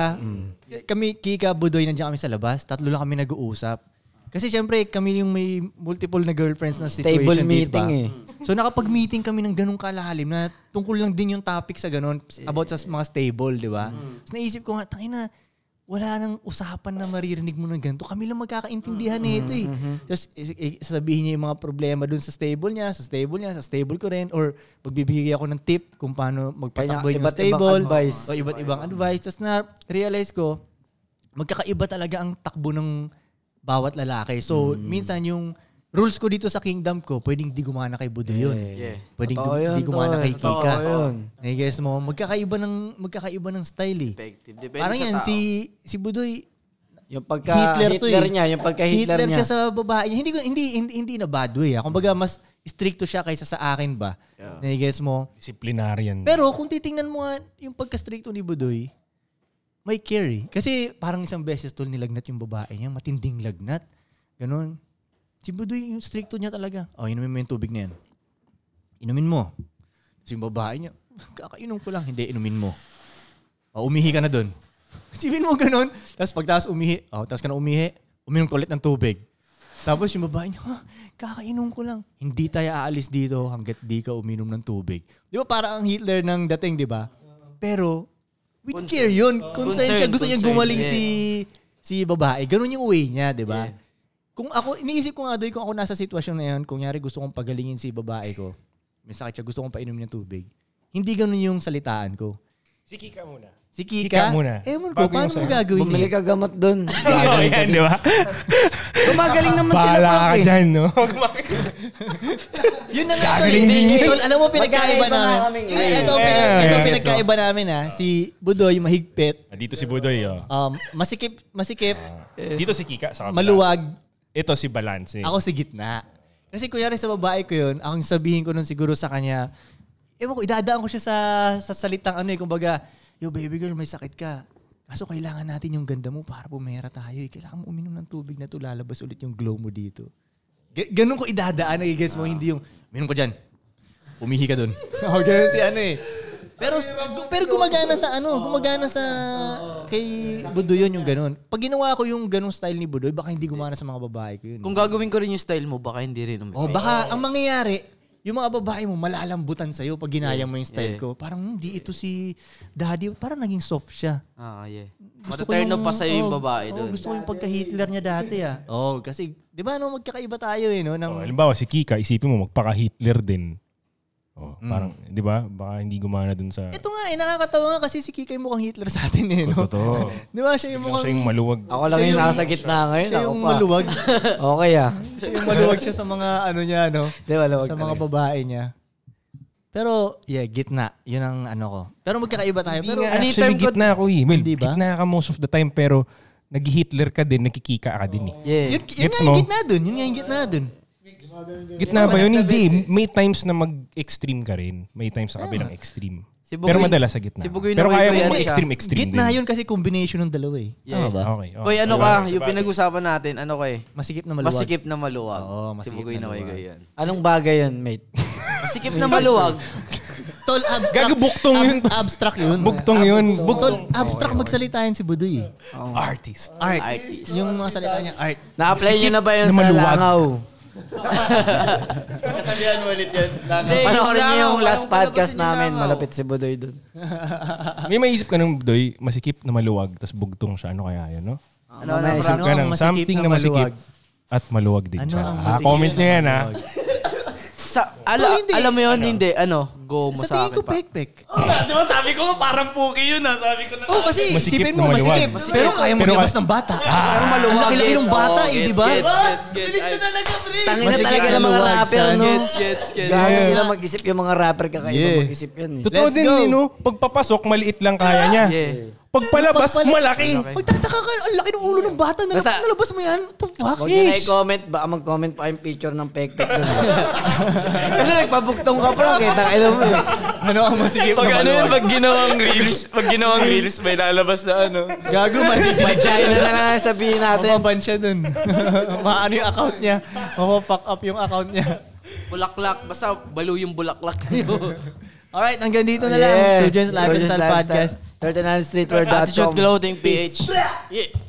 kami, Kika, Budoy, nandiyan kami sa labas. Tatlo lang kami nag-uusap. Kasi syempre, kami yung may multiple na girlfriends na situation. Table di ba? meeting eh. Mm. So nakapag-meeting kami ng ganung kalalim na Mm. tungkol lang din yung topic sa ganun about sa mga stable, di ba? Tapos naisip ko nga, tangina, wala nang usapan na maririnig mo ng ganito. Kami lang magkakaintindihan na ito eh. Mm-hmm. Tapos is- i- sasabihin niya yung mga problema dun sa stable niya, sa stable niya, sa stable ko rin. Or pagbibigay ako ng tip kung paano magpatakbo Kaya yung iba't ibang stable. advice. O iba't ibang advice. Tapos na-realize ko, magkakaiba talaga ang takbo ng bawat lalaki. So, Mm. minsan yung rules ko dito sa kingdom ko, pwedeng di gumana kay Budo yun. Yeah. Pwedeng Totoo du- yun, di gumana tol. kay Totoo Kika. yun. Nai-guess mo, magkakaiba ng, magkakaiba ng style eh. Depende Parang sa yan, tao. si, si Budoy, yung pagka to eh. Hitler niya, yung pagka Hitler Hitler siya niya. sa babae niya. Hindi, ko- hindi, hindi, hindi na bad way. Ah. Kumbaga, mas stricto siya kaysa sa akin ba? Nai-guess mo? Disciplinarian. Pero kung titingnan mo nga yung pagka-stricto ni Budoy, may carry. Kasi parang isang beses tol nilagnat yung babae niya, matinding lagnat. Ganun. Si Budoy, yung stricto niya talaga. Oh, inumin mo yung tubig na yan. Inumin mo. Tapos yung babae niya, kakainom ko lang. Hindi, inumin mo. Oh, umihi ka na dun. Sipin mo ganun. Tapos pagtaas umihi, oh, tapos ka na umihi, uminom ka ulit ng tubig. Tapos yung babae niya, "Ha, kakainom ko lang. Hindi tayo aalis dito hanggat di ka uminom ng tubig. Di ba parang ang Hitler ng dating, di ba? Pero, with care yun. Concern siya. Concern, Gusto niya concern, gumaling yeah. si si babae. Ganun yung way niya, di ba? Kung ako, iniisip ko nga doy, kung ako nasa sitwasyon na yun, kung nyari gusto kong pagalingin si babae ko, may sakit siya, gusto kong painumin ng tubig. Hindi ganun yung salitaan ko. Si Kika muna. Si Kika? Kika muna. Ewan ko, Bago yung paano sa'yo. mo gagawin Bumili yun? ka gamot doon. Oh, yan, di ba? Gumagaling naman sila. Bahala Mark, ka eh. dyan, no? Yun na nga tol. Gagaling din yun. Tol, alam mo pinagkaiba Magkaiba nga namin. kaming Ay, Ito, eh. pinag, Yeah, ito yeah. pinagkaiba namin ha. Si Budoy, mahigpit. Ah, Dito si Budoy, oh. Um, masikip, masikip, Dito si Kika sa kabila. maluwag. Ito si Balance. eh. Ako si gitna. Kasi kunyari sa babae ko yun, ang sabihin ko nun siguro sa kanya, ewan ko, idadaan ko siya sa, sa salitang ano eh, kumbaga, yo baby girl, may sakit ka. Kaso kailangan natin yung ganda mo para bumera tayo. Eh. Kailangan mo uminom ng tubig na to, lalabas ulit yung glow mo dito. G- ganun ko idadaan, nagigets mo, hindi yung, minum ko dyan. Umihi ka dun. oh, ganun si ano eh. Pero, pero gumagana sa ano, gumagana sa kay Budoy yun yung ganun. Pag ginawa ko yung ganung style ni Budoy, baka hindi gumana sa mga babae ko yun. Kung gagawin ko rin yung style mo, baka hindi rin umipay. Oh, baka ang mangyayari, yung mga babae mo malalambutan sa'yo pag ginaya mo yung style Yeah. ko. Parang hindi ito si daddy. Parang naging soft siya. Ah, yeah. Gusto ko Mataturn off yung- pa sa'yo yung oh, babae oh, doon. gusto ko yung pagka-Hitler niya dati ah. Oh, kasi, di ba no, magkakaiba tayo eh. No, ng, Oh, halimbawa, si Kika, isipin mo, magpaka-Hitler din. Oh, parang, di ba? Baka hindi gumana dun sa... Ito nga eh, nakakatawa nga kasi si Kika yung mukhang Hitler sa atin eh. No? Totoo. Di ba siya yung Mukhang mukhang siya yung maluwag. Ako lang yung nasa gitna ngayon. siya ako yung pa. maluwag. Okay ah. siya yung maluwag siya sa mga ano niya, no? Di ba, maluwag sa mga talaga. babae niya. Pero, yeah, gitna. Yun ang ano ko. Pero magkakaiba tayo. Pero, Pero actually, gitna ako eh. Well, Hindi ba? gitna ka most of the time, pero nag-Hitler ka din, nakikika ka din eh. Yeah. Yun, yun nga Gets yung mo? gitna dun. Yun nga yung gitna dun. Gitna ba yun? Hindi. May times na mag-extreme ka rin. May times sa kabilang extreme. Si Bugoy- Pero madalas sa gitna. si Bugoy Pero na kaya Bugoy mo yan siya. mag-extreme-extreme din. gitna yun kasi combination ng dalawa eh. Yeah. Tama ba? Okay. okay. Koy, ano Tama. ka? Yung pinag-usapan natin, ano ka eh? Masikip na maluwag. Masikip na maluwag. Oo, masikip Sibugoy na na kayo maluwag. ganyan. Anong bagay yun, mate? Masikip na maluwag. Tol, abstract. Gagabuktong yun. Ab- abstract yun. Buktong yun. Tol, abstract magsalita yun si Budoy eh. Artist. Art. Yung mga salita niya, art. Na-apply nyo na ba yun na sa maluwag. langaw? Kasabihan mo ulit yan. Panoorin nyo yung last podcast namin. Malapit si Budoy doon. May maisip ka ng doy, masikip na maluwag, tapos bugtong siya. Ano kaya yun, no? Ano, ano, Maisip ano ka ang ng masikip something na na masikip maluwag? at maluwag din Ano siya. ang Ah, masikip comment nyo na yan, ha? Sa, ala, hindi. alam mo yun, hindi. Ano? Go mo Sa sa tingin ko, akin pa. pek-pek. Di ba sabi ko, parang puki yun ah. Sabi ko na. Oo, kasi Masikip isipin na mo, maluwag. masikip. Masikip. Pero kaya mo Pero labas ka- ng bata. Ah, Ang maluwag. Ang laki-laki ng gets, bata eh, oo, di gets, ba? Gets, gets, gets. Ay, Tangin na Masikip talaga na ng mga maluwag, rapper, son. no? Gets, gets, gets. Gagawin sila mag-isip yung mga rapper kakaiba Yeah. mag-isip yun eh. Totoo Let's din, go. yun, no? Pagpapasok, maliit lang kaya niya. Yeah. Pagpalabas, malaki. Magtataka ka, ang laki ng ulo ng bata. Nalab- Basta- nalabas mo yan? What the fuck? Huwag nyo na i-comment. Baka mag-comment pa yung picture ng pekpek doon. Kasi nagpabuktong ka pa lang. Kita kayo mo eh. Ano ang masikip Pag na ano yun, maluwag? pag ginawang reels, pag ginawang reels, may lalabas na ano. Gago, mahigpit. Vagina na lang ang sabihin natin. Mababan siya dun. Maano yung account niya. Mapapack up yung account niya. Bulaklak. Basta balo yung bulaklak na yun. Alright, hanggang dito na lang. Two Joints Life and Style Podcast. Podcast. 39 Attitude Clothing PH. Yeah.